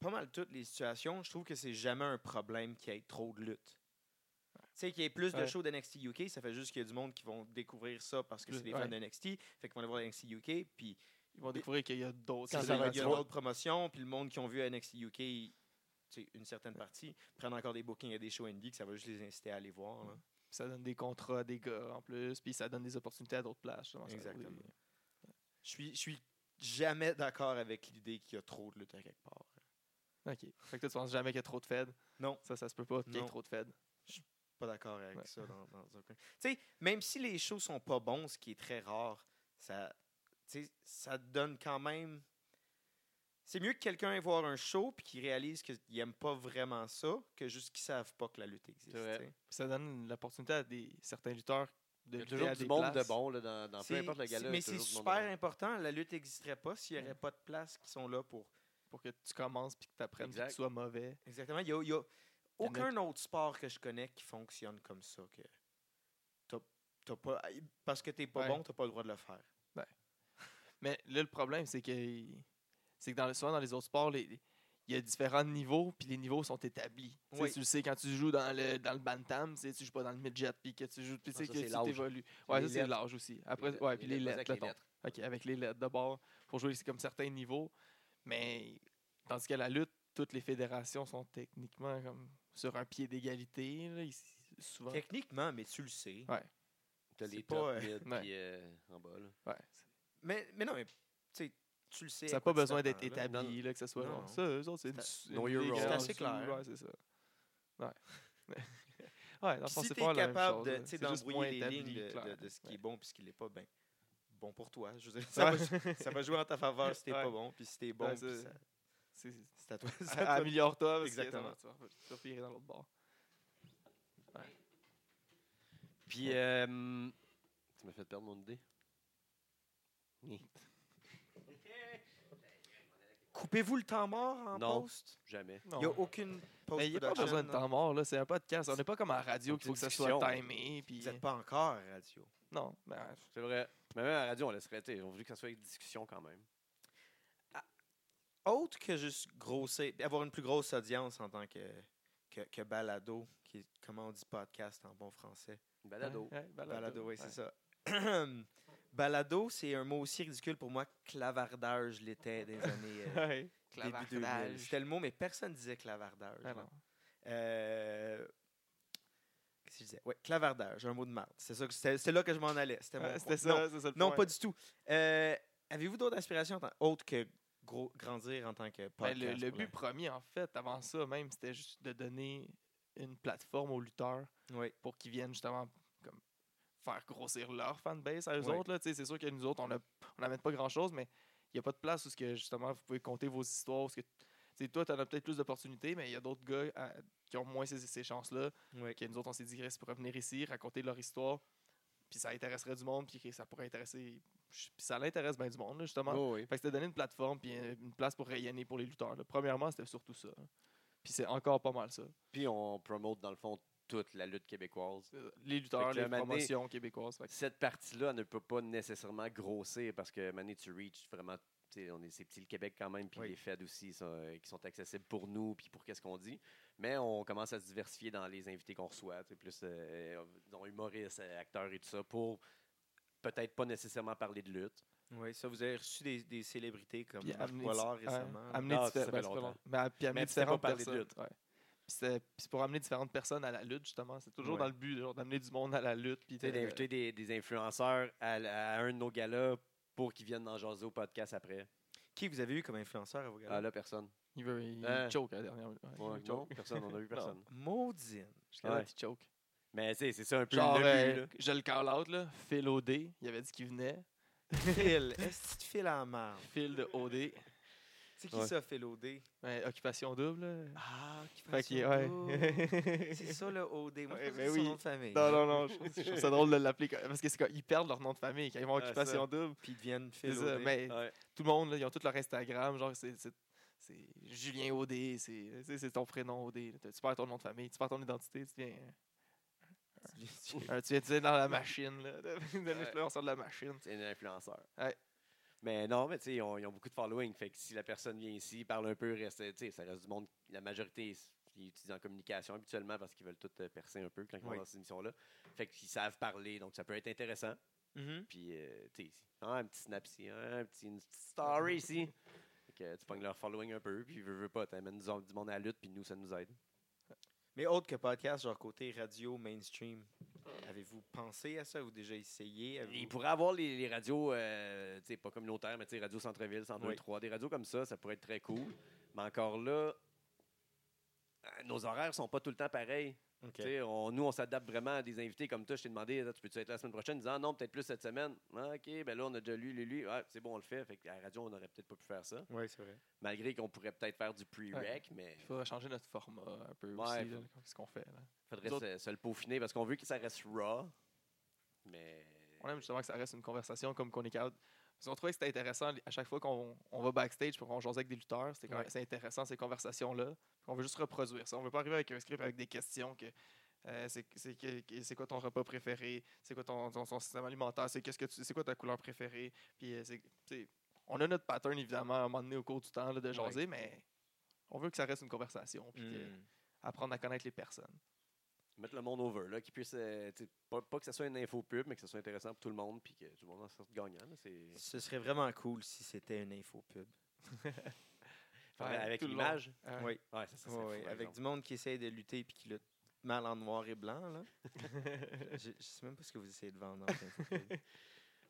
Speaker 3: pas mal toutes les situations, je trouve que c'est jamais un problème qu'il y ait trop de lutte. Tu sais, qu'il y ait plus de
Speaker 2: Ouais.
Speaker 3: shows d'NXT UK, ça fait juste qu'il y a du monde qui vont découvrir ça parce que c'est
Speaker 2: Plus-
Speaker 3: des fans
Speaker 2: ouais.
Speaker 3: de NXT, fait qu'ils vont aller voir NXT UK, puis
Speaker 2: Ils vont découvrir qu'il y a d'autres.
Speaker 3: quand
Speaker 2: c'est
Speaker 3: ça
Speaker 2: là,
Speaker 3: va
Speaker 2: ils
Speaker 3: être
Speaker 2: vont-
Speaker 3: d'autres promotions, puis le monde qui ont vu NXT UK, tu sais, une certaine partie, prennent encore des bookings et des shows indie, que ça va juste les inciter à aller voir. là.
Speaker 2: Ça donne des contrats à des gars en plus, puis ça donne des opportunités à d'autres places. justement, ça-
Speaker 3: Exactement. Je suis, je suis jamais d'accord avec l'idée qu'il y a trop de lutte à quelque part.
Speaker 2: Ok. Fait que toi, tu penses jamais qu'il y a trop de Fed?
Speaker 3: Non.
Speaker 2: Ça, ça se peut pas qu'il y ait
Speaker 3: Non.
Speaker 2: trop de Fed.
Speaker 3: Pas d'accord avec
Speaker 2: Ouais.
Speaker 3: ça dans, dans aucun- Tu sais, même si les shows sont pas bons, ce qui est très rare, ça, tu sais, ça donne quand même. C'est mieux que quelqu'un aille voir un show puis qu'il réalise qu'il aime pas vraiment ça que juste qu'ils savent pas que la lutte existe.
Speaker 1: C'est vrai.
Speaker 3: tu sais.
Speaker 2: Puis ça donne l'opportunité à des, certains lutteurs
Speaker 1: Il
Speaker 2: de
Speaker 1: y a
Speaker 2: lutter
Speaker 1: toujours
Speaker 2: à
Speaker 1: du
Speaker 2: des
Speaker 1: monde de
Speaker 2: places.
Speaker 1: bon là, dans, dans peu
Speaker 3: C'est-
Speaker 1: importe le
Speaker 3: c'est-
Speaker 1: gala.
Speaker 3: mais
Speaker 1: il y a
Speaker 3: c'est
Speaker 1: toujours du monde
Speaker 3: super
Speaker 1: de
Speaker 2: hein,
Speaker 1: bon.
Speaker 3: important. La lutte n'existerait pas s'il n'y
Speaker 2: Ouais.
Speaker 3: aurait pas de places qui sont là pour.
Speaker 2: pour que tu commences puis que tu apprennes que
Speaker 1: Exact.
Speaker 2: tu sois mauvais.
Speaker 3: Exactement. Il y a, il y a
Speaker 2: Il y en a
Speaker 3: aucun autre sport que je connais qui fonctionne comme ça. Que t'as- t'as pas, parce que t'es pas
Speaker 2: Ouais.
Speaker 3: bon, t'as pas le droit de le faire.
Speaker 2: Mais là, le problème, c'est que, c'est que dans, le- souvent dans les autres sports, les- les- il y a différents niveaux, puis les niveaux sont établis. Tu sais,
Speaker 3: Oui.
Speaker 2: Tu le sais, quand tu joues dans le, dans le bantam, tu sais, tu joues pas dans le midget, puis que tu joues, puis
Speaker 1: Ah,
Speaker 2: tu sais
Speaker 1: ça,
Speaker 2: que
Speaker 1: c'est
Speaker 2: tu
Speaker 1: l'âge.
Speaker 2: t'évolues. Ouais,
Speaker 1: les
Speaker 2: ça, c'est
Speaker 1: lettres.
Speaker 2: l'âge aussi. Après, ouais, puis les
Speaker 1: lettres,
Speaker 2: lettres,
Speaker 1: avec
Speaker 2: mettons.
Speaker 1: lettres.
Speaker 2: OK, avec les lettres d'abord, pour jouer c'est comme certains niveaux. Mais tandis que la lutte, toutes les fédérations sont techniquement comme sur un pied d'égalité, là, ici, souvent.
Speaker 3: Techniquement, mais tu le sais.
Speaker 2: Ouais.
Speaker 1: T'as
Speaker 3: C'est
Speaker 1: les
Speaker 3: pas,
Speaker 1: top
Speaker 3: euh,
Speaker 1: mid,
Speaker 2: ouais.
Speaker 1: puis, euh, en bas. là.
Speaker 2: Ouais.
Speaker 3: Mais, mais non, mais tu sais, tu le sais.
Speaker 2: Ça
Speaker 3: à
Speaker 2: n'a
Speaker 3: quoi
Speaker 2: pas
Speaker 3: tu
Speaker 2: besoin d'être
Speaker 3: t'attends, là.
Speaker 2: établi, là, que ce soit
Speaker 3: Non,
Speaker 2: genre
Speaker 3: non.
Speaker 2: ça. Eux autres, c'est
Speaker 3: C'est-
Speaker 2: une-
Speaker 1: Know
Speaker 2: une
Speaker 1: your
Speaker 2: ligue
Speaker 1: role.
Speaker 2: en
Speaker 1: C'est
Speaker 3: assez
Speaker 2: dessous,
Speaker 3: clair.
Speaker 2: Ouais, c'est ça. Ouais. ouais, dans le
Speaker 3: Puis
Speaker 2: fond,
Speaker 3: Si
Speaker 2: c'est
Speaker 3: t'es
Speaker 2: pas la même
Speaker 3: capable
Speaker 2: chose,
Speaker 3: de,
Speaker 2: là.
Speaker 3: tu sais,
Speaker 2: C'est juste moins
Speaker 3: d'embrouiller les
Speaker 2: établi,
Speaker 3: lignes de,
Speaker 2: clair.
Speaker 3: de- de ce qui
Speaker 2: Ouais.
Speaker 3: est bon puis ce qui l'est pas, ben, bon pour toi. Je veux dire, ça, va,
Speaker 2: Ouais.
Speaker 3: ça va jouer en ta faveur si t'es pas
Speaker 2: Ouais.
Speaker 3: bon, puis si t'es bon,
Speaker 2: Ouais,
Speaker 3: puis
Speaker 2: c'est-
Speaker 3: ça-
Speaker 2: c'est-
Speaker 3: c'est à toi. c'est à
Speaker 2: a-
Speaker 3: toi.
Speaker 2: Améliore-toi, parce
Speaker 3: Exactement.
Speaker 2: que tu vas- tu vas virer dans l'autre bord.
Speaker 1: Puis, euh, tu m'as fait perdre mon idée.
Speaker 3: Coupez-vous le temps mort en
Speaker 1: Non.
Speaker 3: post?
Speaker 1: Jamais.
Speaker 2: Non.
Speaker 3: Il n'y a aucune post
Speaker 2: Mais il n'y a pas besoin de temps mort, là. C'est un podcast. On n'est pas comme en radio
Speaker 1: Faut
Speaker 2: qu'il faut que
Speaker 1: qu'il y ait
Speaker 2: ça
Speaker 1: une
Speaker 2: soit
Speaker 1: discussion.
Speaker 2: timé. Puis...
Speaker 3: Vous n'êtes pas encore à radio.
Speaker 2: Non, Ben, mais ouais,
Speaker 1: C'est vrai. Mais même à la radio, on laisserait. tu sais, On voulait que ça soit une discussion quand même.
Speaker 3: Autre que juste grossir, avoir une plus grosse audience en tant que, que, que balado, qui est- comment on dit podcast en bon français.
Speaker 1: Balado.
Speaker 2: Ouais, ouais, balado.
Speaker 3: Balado, oui,
Speaker 2: ouais.
Speaker 3: c'est ça. balado, c'est un mot aussi ridicule pour moi que clavardage l'était des années euh,
Speaker 2: Ouais.
Speaker 3: début 2000. C'était le mot, mais personne disait clavardage.
Speaker 2: Ah
Speaker 3: moi.
Speaker 2: non.
Speaker 3: Euh, Qu'est-ce que je disais? Ouais, clavardage, un mot de marde. C'est ça que- c'était- c'est là que je m'en allais. C'était mon
Speaker 2: Ouais,
Speaker 3: point.
Speaker 2: Ah, C'était ça,
Speaker 3: Non,
Speaker 2: c'est ça le
Speaker 3: non,
Speaker 2: point.
Speaker 3: pas du tout. Euh, Avez-vous d'autres aspirations en tant- autres que gros, grandir en tant que
Speaker 2: Ben,
Speaker 3: podcast?
Speaker 2: le, le
Speaker 3: pour
Speaker 2: but premier, en fait, avant ça même, c'était juste de donner une plateforme aux lutteurs
Speaker 3: la- Oui.
Speaker 2: pour qu'ils viennent justement comme, faire grossir leur fanbase à eux
Speaker 3: Ouais.
Speaker 2: autres. là. Tu sais, C'est sûr que nous autres, on a- on n'amène pas grand-chose, mais il n'y a pas de place où ce que, justement vous pouvez compter vos histoires. où ce que, tu sais, toi, tu en as peut-être plus d'opportunités, mais il y a d'autres gars à- qui ont moins ces, ces chances-là.
Speaker 3: oui.
Speaker 2: Que nous autres, on s'est dit, Chris, ils pourraient venir ici, raconter leur histoire, puis ça intéresserait du monde, puis que ça pourrait intéresser. Puis ça l'intéresse bien du monde, là, justement. Fait que c'était donner une plateforme puis euh, une place pour rayonner pour les lutteurs. là. Premièrement, c'était surtout ça. hein. Puis c'est encore pas mal ça.
Speaker 1: Puis on promote, dans le fond, toute la lutte québécoise.
Speaker 2: Euh, Les lutteurs,
Speaker 1: Fait que là,
Speaker 2: les
Speaker 1: à un moment donné-
Speaker 2: promotions québécoises. fait que-
Speaker 1: Cette partie-là ne peut pas nécessairement grossir parce que Mané, tu reach vraiment. tu sais, On est ces petits le Québec quand même, puis
Speaker 3: Oui.
Speaker 1: les Fed aussi ça, euh, qui sont accessibles pour nous, puis pour qu'est-ce qu'on dit. Mais on commence à se diversifier dans les invités qu'on reçoit, tu sais, plus euh, dont humoristes, euh, acteurs et tout ça, pour peut-être pas nécessairement parler de lutte.
Speaker 3: Oui, ça, vous avez reçu des, des célébrités comme
Speaker 2: Puis
Speaker 3: Marc
Speaker 2: amener- hein,
Speaker 3: Pollard
Speaker 2: ouais,
Speaker 3: récemment.
Speaker 2: amener
Speaker 1: Ah,
Speaker 2: diffé-
Speaker 1: ça fait
Speaker 2: ben, c'est pas
Speaker 1: longtemps.
Speaker 2: long. Mais, puis amener
Speaker 1: Mais c'était pas
Speaker 2: différentes
Speaker 1: parler de
Speaker 2: personnes.
Speaker 1: lutte.
Speaker 2: ouais. Puis c'est puis c'est pour amener différentes personnes à la lutte, justement. C'est toujours
Speaker 3: Ouais.
Speaker 2: dans le but genre, d'amener du monde à la lutte. Puis
Speaker 1: Tu sais,
Speaker 2: de-
Speaker 1: d'inviter des, des influenceurs à, l- à un de nos galas pour qu'ils viennent en jaser au podcast après.
Speaker 3: Qui vous avez eu comme influenceur à vos
Speaker 1: Ah
Speaker 3: gars?
Speaker 1: là, personne.
Speaker 2: Il veut il
Speaker 1: Hein.
Speaker 2: choke à la dernière minute. Ouais, il
Speaker 1: Ouais,
Speaker 2: veut
Speaker 1: non,
Speaker 2: choke.
Speaker 1: personne. On a eu personne.
Speaker 3: Maudine.
Speaker 2: Jusqu'à là,
Speaker 1: Ouais.
Speaker 2: il choke.
Speaker 1: Mais tu sais, c'est ça un peu
Speaker 2: Genre,
Speaker 1: le but,
Speaker 2: euh, je le call out, là. Phil OD, il avait dit qu'il venait.
Speaker 3: Phil, est-ce que tu files en marde?
Speaker 2: Phil de OD.
Speaker 3: C'est qui
Speaker 1: Ouais.
Speaker 3: ça, Phil OD?
Speaker 2: Ouais, occupation double. là.
Speaker 3: Ah, qui
Speaker 2: Fait qu'il- ouais.
Speaker 3: C'est ça le OD. Moi,
Speaker 2: Ouais,
Speaker 3: je pensais
Speaker 2: ben
Speaker 3: que c'est son
Speaker 2: oui.
Speaker 3: nom de famille.
Speaker 2: Non, non, non, je trouve, je trouve ça drôle de l'appeler comme- parce que c'est quand ils perdent leur nom de famille, quand ils vont en
Speaker 1: Ah, ça.
Speaker 2: occupation double.
Speaker 3: Puis ils deviennent
Speaker 2: C'est
Speaker 3: Phil
Speaker 2: ça,
Speaker 3: OD.
Speaker 2: mais
Speaker 1: là. Ouais.
Speaker 2: tout le monde, là, ils ont tout leur Instagram, genre c'est c'est- c'est Julien Odé, c'est tu sais, c'est ton prénom Odé. là. Tu perds ton nom de famille, tu perds ton identité, tu viens, euh, tu viens, tu viens dans la machine. Là, Là, on sort de la machine.
Speaker 1: C'est un influenceur.
Speaker 2: Ouais.
Speaker 1: Mais non, mais tu sais, ils ont, ils ont beaucoup de following. Fait que si la personne vient ici, parle un peu, reste, tu sais, ça reste du monde. La majorité s- ils utilisent en communication habituellement parce qu'ils veulent tout euh, percer un peu quand ils
Speaker 3: Oui.
Speaker 1: vont dans ces émissions-là. Fait qu'ils savent parler, donc ça peut être intéressant.
Speaker 3: Mhm.
Speaker 1: Puis, euh, tu sais, ah, un petit snap ici, ah, un petit, une petite story ici. Fait que tu pognes leur following un peu, puis veux, veux pas, t'amènes du du monde à la lutte, puis nous, ça nous aide.
Speaker 3: Mais autre que podcast, genre côté radio, mainstream, avez-vous pensé à ça? Avez-vous déjà essayé? Avez-vous-
Speaker 1: Il pourrait avoir les, les radios, euh, tu sais, pas communautaires, mais tu sais, radio centre-ville, 102,
Speaker 3: Oui.
Speaker 1: 3, des radios comme ça, ça pourrait être très cool. Mais encore là, euh, nos horaires sont pas tout le temps pareils.
Speaker 3: Ok.
Speaker 1: Tu sais, On, nous, on s'adapte vraiment à des invités comme toi. Je t'ai demandé, Ah, tu peux-tu être là la semaine prochaine? Ils disent, Ah non, peut-être plus cette semaine. Ah, OK, ben là, on a déjà lu, lu, lu. Ah, c'est bon, on le fait. Fait que à la radio, on n'aurait peut-être pas pu faire ça.
Speaker 3: Oui, c'est vrai.
Speaker 1: Malgré qu'on pourrait peut-être faire du pre-rec, mais
Speaker 2: Il faudrait changer notre format un peu
Speaker 1: Ouais,
Speaker 2: aussi,
Speaker 1: faut-
Speaker 2: là, comme ce qu'on fait. là.
Speaker 1: faudrait
Speaker 2: Nous autres-
Speaker 1: se, se le peaufiner parce qu'on veut que ça reste raw. Mais.
Speaker 2: On aime justement que ça reste une conversation comme qu'on est capable. Parce qu'on trouvait que c'était intéressant à chaque fois qu'on on va backstage pour qu'on jase avec des lutteurs. C'était quand
Speaker 3: Ouais.
Speaker 2: même- c'est intéressant ces conversations-là. On veut juste reproduire ça. On veut pas arriver avec un script avec des questions que euh, c'est- c'est que- que- c'est quoi ton repas préféré, c'est quoi ton, ton- ton système alimentaire, c'est qu'est-ce que tu- c'est quoi ta couleur préférée. Puis euh, c'est- tu sais, on a notre pattern évidemment à un moment donné au cours du temps là, de jaser, mais on veut que ça reste une conversation puis que-
Speaker 3: Mm.
Speaker 1: Hmm.
Speaker 2: apprendre à connaître les personnes.
Speaker 1: mettre le monde over, là, qui puisse, euh, tu sais, pas, pas que ce soit une info pub, mais que ce soit intéressant pour tout le monde, puis que tout le monde en sorte gagnant. là, c'est...
Speaker 3: Ce serait vraiment cool si c'était une info pub.
Speaker 1: Enfin,
Speaker 2: Ouais,
Speaker 1: avec
Speaker 2: tout le
Speaker 1: l'image,
Speaker 2: Euh,
Speaker 3: Oui,
Speaker 1: ouais, ça, ça serait
Speaker 3: oui,
Speaker 1: fou,
Speaker 3: oui,
Speaker 1: par
Speaker 3: avec
Speaker 1: exemple.
Speaker 3: du monde qui essaye de lutter puis qui lutte mal en noir et blanc. Là. je, je sais même pas ce que vous essayez de vendre. dans cette info pub.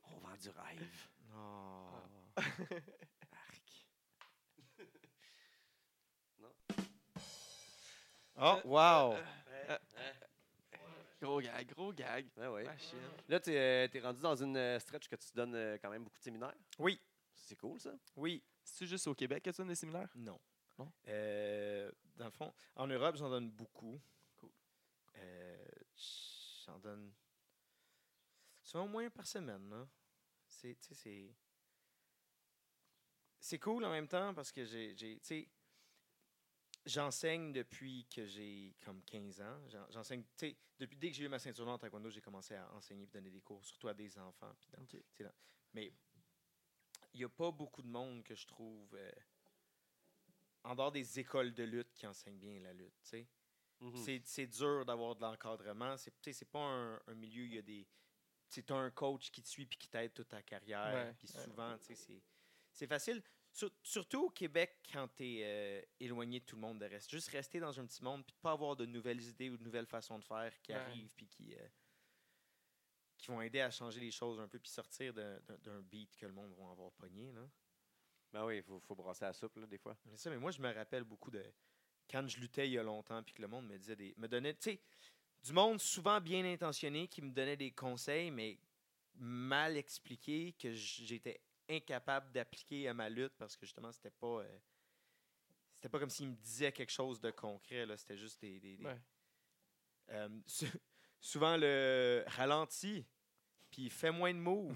Speaker 1: On vend du rêve.
Speaker 3: Oh.
Speaker 1: Arc.
Speaker 3: Oh, wow!
Speaker 2: Gros gag, gros gag.
Speaker 1: Ouais, Ah ouais.
Speaker 2: Machine.
Speaker 1: Là, tu es, rendu dans une euh, stretch que tu donnes euh, quand même beaucoup de séminaires.
Speaker 3: Oui,
Speaker 1: C'est cool, ça.
Speaker 3: oui,
Speaker 2: C'est juste au Québec que tu donnes des séminaires?
Speaker 3: non.
Speaker 2: Non?
Speaker 3: Euh, dans le fond, en Europe, j'en donne beaucoup.
Speaker 2: Cool.
Speaker 3: Euh, j'en donne souvent au moins un par semaine. là. C'est, tu sais, c'est... c'est cool en même temps parce que j'ai, j'ai- tu sais, j'enseigne depuis que j'ai comme 15 ans. J'en- J'enseigne, tu sais, depuis dès que j'ai eu ma ceinture noire en taekwondo, j'ai commencé à enseigner et donner des cours, surtout à des enfants. puis dans-
Speaker 2: Ok.
Speaker 3: tu sais, dans- mais il n'y a pas beaucoup de monde que je trouve euh, en dehors des écoles de lutte qui enseignent bien la lutte. tu sais.
Speaker 1: Mhm.
Speaker 3: C'est c'est dur d'avoir de l'encadrement. C'est tu sais, c'est pas un, un milieu, il y a des. C'est un coach qui te suit puis qui t'aide toute ta carrière.
Speaker 2: Ouais,
Speaker 3: puis
Speaker 2: ouais.
Speaker 3: souvent, tu sais, c'est- c'est facile. Sur- surtout au Québec, quand tu es éloigné de tout le monde, de reste. Juste rester dans un petit monde puis de pas avoir de nouvelles idées ou de nouvelles façons de faire qui
Speaker 2: Ouais.
Speaker 3: arrivent puis qui, euh, qui vont aider à changer les choses un peu puis sortir d'un- d'un d'un beat que le monde va avoir pogné. Là.
Speaker 1: Ben oui, il faut, faut brasser la soupe, là, des fois.
Speaker 3: Mais ça, mais moi, je me rappelle beaucoup de quand je luttais il y a longtemps, puis que le monde me disait des. me donnait, tu sais, du monde souvent bien intentionné qui me donnait des conseils, mais mal expliqués, que j- j'étais incapable d'appliquer à ma lutte parce que justement, c'était pas. euh, c'était pas comme s'il me disait quelque chose de concret, là. C'était juste des. des- des-
Speaker 2: Ouais.
Speaker 3: Euh, sou- souvent le ralenti, puis fais moins de moves.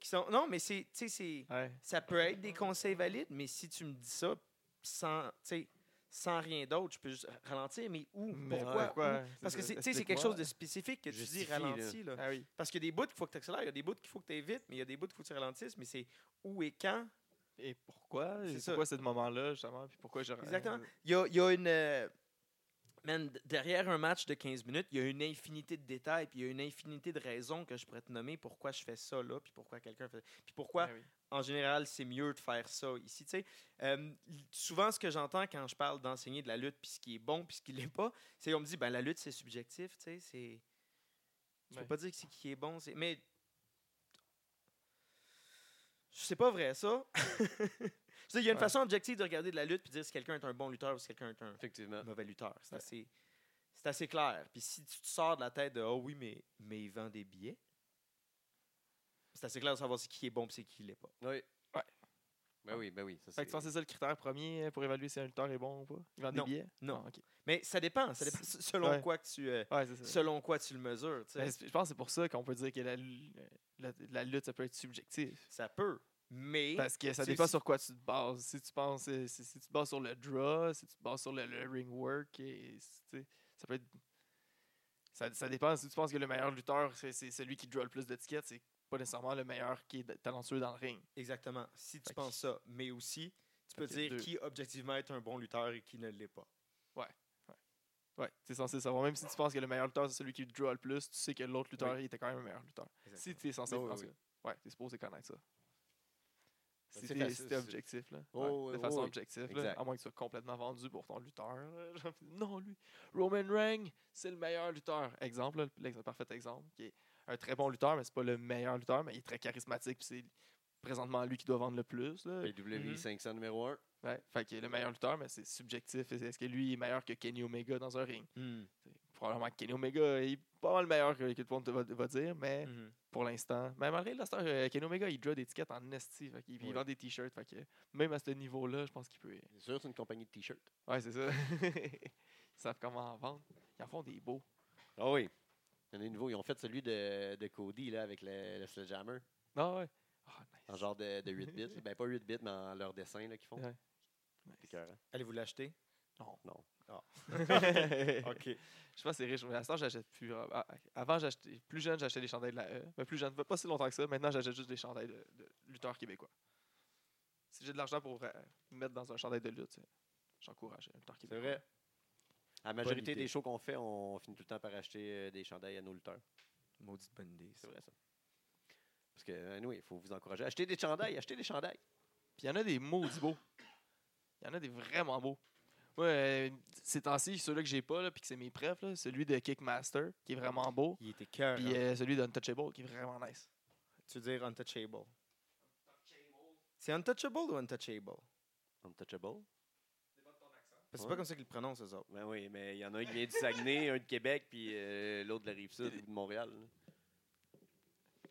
Speaker 3: qui sont... Non, mais c'est. Tu sais, c'est
Speaker 2: ouais.
Speaker 3: ça peut être des conseils valides, mais si tu me dis ça sans, tu sais, sans rien d'autre, je peux juste ralentir, mais où?
Speaker 2: Mais
Speaker 3: pourquoi? où?
Speaker 2: pourquoi?
Speaker 3: Parce que
Speaker 2: ça,
Speaker 3: c'est tu sais, c'est quelque
Speaker 2: explique-moi.
Speaker 3: chose de spécifique que tu dis
Speaker 1: Justifie,
Speaker 3: ralenti. Là.
Speaker 2: Ah oui.
Speaker 3: Parce qu'il y a des bouts qu'il faut que tu accélères, il y a des bouts qu'il faut que tu évites, mais il y a des bouts qu'il faut que tu ralentisses, mais c'est où et quand.
Speaker 2: Et pourquoi?
Speaker 3: C'est
Speaker 2: Et
Speaker 3: ça.
Speaker 2: pourquoi c'est de moment-là, justement? Puis pourquoi j'aurais.
Speaker 3: Exactement. Il y a, il y a une. euh, man, d- derrière un match de 15 minutes, il y a une infinité de détails, puis il y a une infinité de raisons que je pourrais te nommer pourquoi je fais ça là, puis pourquoi quelqu'un fait. Puis pourquoi
Speaker 2: Ah oui.
Speaker 3: en général, c'est mieux de faire ça ici. tu sais. Euh, souvent, ce que j'entends quand je parle d'enseigner de la lutte, puis ce qui est bon, puis ce qui l'est pas, c'est on me dit, ben la lutte, c'est subjectif, tu sais, c'est... Tu
Speaker 2: Ouais.
Speaker 3: peux pas dire que c'est qui est bon, c'est... Mais... C'est pas vrai, ça. Je veux dire, Il y a une
Speaker 2: Ouais.
Speaker 3: façon objective de regarder de la lutte puis dire si quelqu'un est un bon lutteur ou si quelqu'un est un
Speaker 1: Effectivement.
Speaker 3: mauvais lutteur. C'est
Speaker 2: Ouais.
Speaker 3: assez, c'est assez clair. Puis si tu te sors de la tête de Ah oui, mais, mais il vend des billets, c'est assez clair de savoir c'est qui est bon et c'est qui l'est pas.
Speaker 1: Oui.
Speaker 2: Ouais.
Speaker 1: Ben oui, ben oui. Ça,
Speaker 2: Fait que tu penses
Speaker 1: c'est-
Speaker 2: que c'est ça le critère premier pour évaluer si un lutteur est bon ou pas? Il vend des
Speaker 3: Non.
Speaker 2: billets?
Speaker 3: Non.
Speaker 2: Ah, ok.
Speaker 3: Mais ça dépend. Ça dépend s- selon,
Speaker 2: Ouais.
Speaker 3: quoi que tu, euh,
Speaker 2: Ouais, c'est ça.
Speaker 3: selon quoi tu le mesures. tu sais.
Speaker 2: Ben, c'est- je pense que c'est pour ça qu'on peut dire que la, lu- la, la lutte, ça peut être subjectif.
Speaker 3: Ça peut. Mais.
Speaker 2: Parce que ça
Speaker 3: c'est
Speaker 2: dépend
Speaker 3: aussi-
Speaker 2: sur quoi tu te bases. Si tu penses, euh, si, si tu te bases sur le draw, si tu te bases sur le, le ring work, et, si- tu sais, ça peut être. Ça, ça dépend. Si tu penses que le meilleur lutteur, c'est c'est celui qui draw le plus de tickets, c'est pas nécessairement le meilleur qui est d- talentueux dans le ring.
Speaker 3: Exactement. Si tu
Speaker 2: Fait que-
Speaker 3: penses ça, mais aussi, tu peux
Speaker 2: qu'il y a
Speaker 3: dire
Speaker 2: deux.
Speaker 3: qui objectivement est un bon lutteur et qui ne l'est pas.
Speaker 2: Ouais, tu es censé savoir. Même si tu penses que le meilleur lutteur, c'est celui qui draw le plus, tu sais que l'autre lutteur, il était quand même le meilleur lutteur. Si tu es censé
Speaker 1: Ah Oui, oui,
Speaker 2: faire
Speaker 1: oui. Ben,
Speaker 2: ça. Ouais, tu es supposé connaître ça. Si
Speaker 1: c'est
Speaker 2: t'es
Speaker 1: facile,
Speaker 2: si t'es
Speaker 1: c'est-
Speaker 2: objectif, là.
Speaker 1: Oh,
Speaker 2: Ouais,
Speaker 1: oui,
Speaker 2: de
Speaker 1: oui,
Speaker 2: façon
Speaker 1: oui.
Speaker 2: objective, là,
Speaker 1: Exact.
Speaker 2: À moins que tu sois complètement vendu pour ton lutteur. là. Genre, non, lui. Roman Reigns, c'est le meilleur lutteur. Exemple, là, l'ex- le parfait exemple. Qui est un très bon lutteur, mais c'est pas le meilleur lutteur, mais il est très charismatique. Puis c'est présentement lui qui doit vendre le plus. Là.
Speaker 1: PWI 500 numéro 1.
Speaker 2: Ouais, fait que le meilleur lutteur, mais c'est subjectif. Est- Est-ce que lui il est meilleur que Kenny Omega dans un ring?
Speaker 3: Hmm.
Speaker 2: Probablement que Kenny Omega il est pas mal meilleur que, que tout le monde va, va dire, mais
Speaker 1: Mm.
Speaker 3: Mhm.
Speaker 2: pour l'instant. Mais malgré la star, euh, Kenny Omega, il draw des tickets en esti. Fait qu'il- il
Speaker 1: Ouais.
Speaker 2: vend des t-shirts. Fait que même à ce niveau-là, je pense qu'il peut.
Speaker 1: C'est sûr, c'est une compagnie de t-shirts.
Speaker 2: Ouais, c'est ça. Ils savent comment en vendre. Ils en font des beaux.
Speaker 1: Ah oui. Il y en a des nouveaux. Ils ont fait celui de, de Cody, là, avec le, le Sledgehammer.
Speaker 2: Ah ouais. Ah, nice.
Speaker 1: En genre de, de 8 bits. Ben, pas 8 bits, mais en leur dessin, là, qu'ils font.
Speaker 2: Ouais.
Speaker 1: Ah, C'est écœurant.
Speaker 3: Allez-vous l'acheter?
Speaker 2: ok. Je sais pas, c'est riche. Mais à ce temps, j'achète plus. Ah, ah, Avant, j'achetais. Plus jeune, j'achetais des chandails de la E. Mais plus jeune, pas si longtemps que ça. Maintenant, j'achète juste des chandails de, de lutteurs québécois. Si j'ai de l'argent pour euh, mettre dans un chandail de lutte, euh, j'encourage un lutteur québécois.
Speaker 1: vrai. La majorité
Speaker 3: idée.
Speaker 1: des shows qu'on fait, on finit tout le temps par acheter euh, des chandails à nos lutteurs.
Speaker 3: Maudite bonne idée.
Speaker 1: C'est vrai, ça. Parce que, anyway, il faut vous encourager. Achetez des chandails, achetez des chandails.
Speaker 2: Puis il y en a des maudits beaux. Il y en a des vraiment beaux. Ouais, euh, ces temps-ci, ceux-là que j'ai pas, là, puis que c'est mes prefs, là, celui de Kickmaster, qui est vraiment beau,
Speaker 3: Il était cœur. hein.
Speaker 2: puis euh, celui d'Untouchable, qui est vraiment nice.
Speaker 3: Tu veux dire untouchable. C'est untouchable ou untouchable?
Speaker 1: Untouchable.
Speaker 3: Parce que c'est
Speaker 1: Ouais.
Speaker 3: pas comme ça qu'ils le prononcent, eux autres.
Speaker 1: Ben oui, mais il y en a un qui vient du Saguenay, un de Québec, puis euh, l'autre de la Rive-Sud ou de Montréal. là.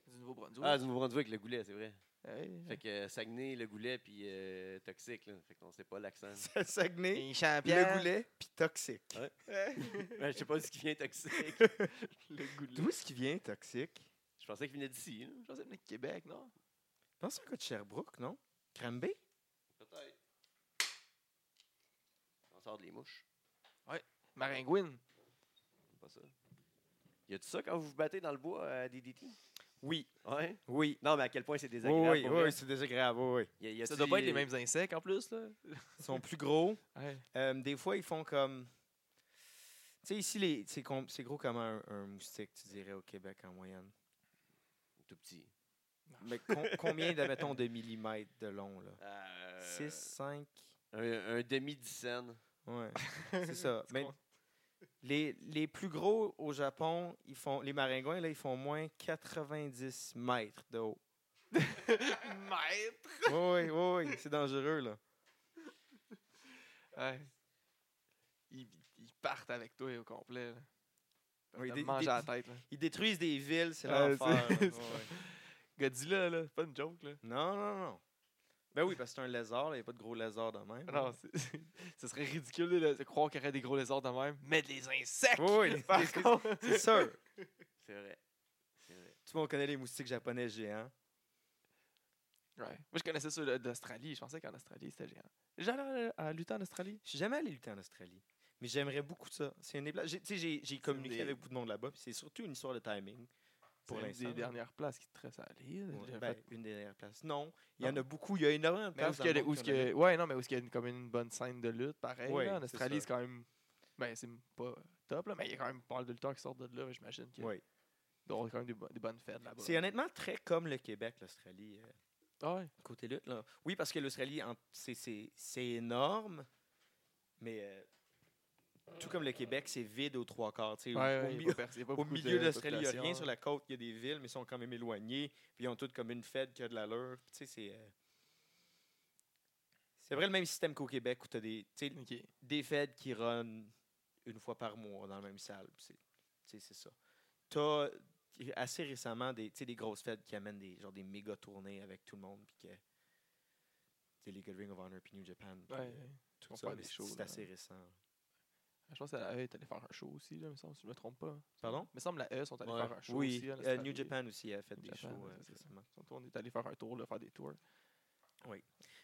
Speaker 2: Du Nouveau-Brunswick.
Speaker 1: Ah, du Nouveau-Brunswick, le goulet, c'est vrai.
Speaker 2: Ouais.
Speaker 1: Fait que euh, Saguenay, le goulet, puis euh, toxique, là. Fait qu'on sait pas l'accent.
Speaker 3: C'est Saguenay,
Speaker 2: Les
Speaker 3: le
Speaker 2: champions.
Speaker 3: goulet, puis toxique.
Speaker 1: Ben, je sais pas d'où ce qui vient toxique.
Speaker 2: Le goulet.
Speaker 3: D'où est-ce qui vient, toxique?
Speaker 1: Je pensais qu'il venait d'ici, là.
Speaker 2: Je pensais venir de Québec, non?
Speaker 3: Non, c'est un gars de Sherbrooke, non? Cranby?
Speaker 1: Peut-être. On sort de les mouches.
Speaker 2: Maringouine.
Speaker 1: C'est pas ça. Y a-tu ça quand vous vous battez dans le bois euh, à DDT?
Speaker 3: Oui.
Speaker 1: Ouais.
Speaker 3: Oui.
Speaker 1: Non, mais à quel point c'est
Speaker 3: Oui,
Speaker 1: désagréable.
Speaker 3: oui,
Speaker 1: pour
Speaker 3: oui,
Speaker 1: vrai.
Speaker 3: c'est désagréable, oui, oui.
Speaker 1: Y a- y
Speaker 2: Ça
Speaker 1: a-tu-
Speaker 2: doit pas être les mêmes insectes en plus, là.
Speaker 3: Ils sont plus gros.
Speaker 2: Ouais.
Speaker 3: Euh, des fois, ils font comme... sais, ici, les- c'est com- c'est gros comme un, un moustique, tu dirais, au Québec en moyenne.
Speaker 1: euh, Tout petit.
Speaker 3: Mais com- combien, de, mettons, de millimètres de long, là?
Speaker 1: Euh,
Speaker 3: 6, 5?
Speaker 1: Un, un demi-dizaine.
Speaker 3: Ouais, c'est ça.
Speaker 2: Tu
Speaker 3: Mais
Speaker 2: comprends?
Speaker 3: les, les plus gros au Japon, ils font, les maringouins, là, ils font moins 90 mètres de haut.
Speaker 2: Maître!
Speaker 3: Oui, oui, oui, oui, c'est dangereux, là.
Speaker 2: Ouais. Ils, ils partent avec toi au complet. Là.
Speaker 3: Oui,
Speaker 2: Oui,
Speaker 3: des-
Speaker 2: manger
Speaker 3: des-
Speaker 2: à la tête. Là.
Speaker 3: Ils détruisent des villes, c'est
Speaker 2: Ah,
Speaker 3: l'enfer.
Speaker 2: c'est-
Speaker 3: là.
Speaker 2: c'est pas-
Speaker 3: Ouais, ouais.
Speaker 2: Godzilla, là, c'est pas une joke. Là.
Speaker 3: Non, non, non. Ben oui, parce que c'est un lézard, là, il n'y a pas de gros lézard de même. là.
Speaker 2: Non, c'est- ce serait ridicule là, de croire qu'il y aurait des gros lézards de même. Mais des insectes!
Speaker 3: Oui, oui,
Speaker 2: par
Speaker 3: des- des-
Speaker 2: contre.
Speaker 3: C'est sûr.
Speaker 1: C'est vrai. C'est vrai.
Speaker 3: Tout le monde connaît les moustiques japonais géants.
Speaker 2: Ouais. Moi, je connaissais ceux de- d'Australie. Je pensais qu'en Australie, c'était géant. J'allais à, à lutter en Australie.
Speaker 3: Je suis jamais allé lutter en Australie. Mais j'aimerais beaucoup ça. C'est une des places- j'ai- Tu sais, j'ai- j'ai communiqué
Speaker 2: des-
Speaker 3: avec beaucoup de monde là-bas. puis C'est surtout une histoire de timing. Pour
Speaker 2: C'est une
Speaker 3: l'instant.
Speaker 2: des dernières places qui te restent à aller.
Speaker 3: Ouais,
Speaker 2: J'avais
Speaker 3: ben,
Speaker 2: fait-
Speaker 3: une des dernières places. Non, il y
Speaker 2: Non.
Speaker 3: en a beaucoup. Il y a énormément de
Speaker 2: Mais où
Speaker 3: places.
Speaker 2: est-ce qu'il y a,
Speaker 3: dans
Speaker 2: des-
Speaker 3: le
Speaker 2: où
Speaker 3: monde
Speaker 2: est-ce
Speaker 3: qu'on a-
Speaker 2: que- ouais, non, mais où est-ce qu'il y a une, comme une bonne scène de lutte, pareil.
Speaker 3: Ouais,
Speaker 2: là, en
Speaker 3: c'est
Speaker 2: Australie,
Speaker 3: ça.
Speaker 2: c'est quand même. Ben, c'est pas top, là, mais il y a quand même pas mal de lutteurs qui sortent de là. mais J'imagine qu'il
Speaker 3: Ouais.
Speaker 2: doit y avoir quand même des, bo- des bonnes fêtes là-bas.
Speaker 3: C'est honnêtement très comme le Québec, l'Australie. euh,
Speaker 2: Ah ouais.
Speaker 3: Côté lutte, là. Oui, parce que l'Australie, en- c'est- c'est c'est énorme, mais euh, tout comme le Québec, c'est vide aux trois quarts. tu sais, au- au
Speaker 2: Ouais, ouais, il y
Speaker 3: milieu-
Speaker 2: a pas pers- il y a pas
Speaker 3: au
Speaker 2: beaucoup
Speaker 3: milieu de l'Australie, il n'y a
Speaker 2: population,
Speaker 3: rien sur la côte. Il y a des villes, mais ils sont quand même éloignées. Puis ils ont toutes comme une fête qui a de l'allure. Puis, Tu sais, c'est. euh, C'est vrai le même système qu'au Québec où tu as des, tu sais,
Speaker 2: là. Ok.
Speaker 3: des fêtes qui run une fois par mois dans la même salle. puis C'est tu sais, c'est ça. Tu as assez récemment des, tu sais, des grosses fêtes qui amènent des, genre des méga tournées avec tout le monde. Puis que. tu sais, les Good Ring of Honor puis New Japan. puis,
Speaker 2: Ouais,
Speaker 3: euh,
Speaker 2: ouais.
Speaker 3: tout
Speaker 2: vont
Speaker 3: ça,
Speaker 2: faire
Speaker 3: mais
Speaker 2: des
Speaker 3: c'est-
Speaker 2: shows,
Speaker 3: C'est
Speaker 2: là.
Speaker 3: assez récent.
Speaker 2: Je pense que la E est allée faire un show aussi, là, me semble, si je me trompe pas.
Speaker 3: Pardon?
Speaker 2: Il me semble que la E sont allés
Speaker 3: Ouais.
Speaker 2: faire un show
Speaker 3: oui,
Speaker 2: aussi. en
Speaker 3: euh,
Speaker 2: Australie.
Speaker 3: New Japan aussi a fait
Speaker 2: New
Speaker 3: des
Speaker 2: Japan,
Speaker 3: shows
Speaker 2: ouais,
Speaker 3: euh,
Speaker 2: c'est ça.
Speaker 3: récemment.
Speaker 2: Surtout, On est allé faire un tour, là, faire des tours.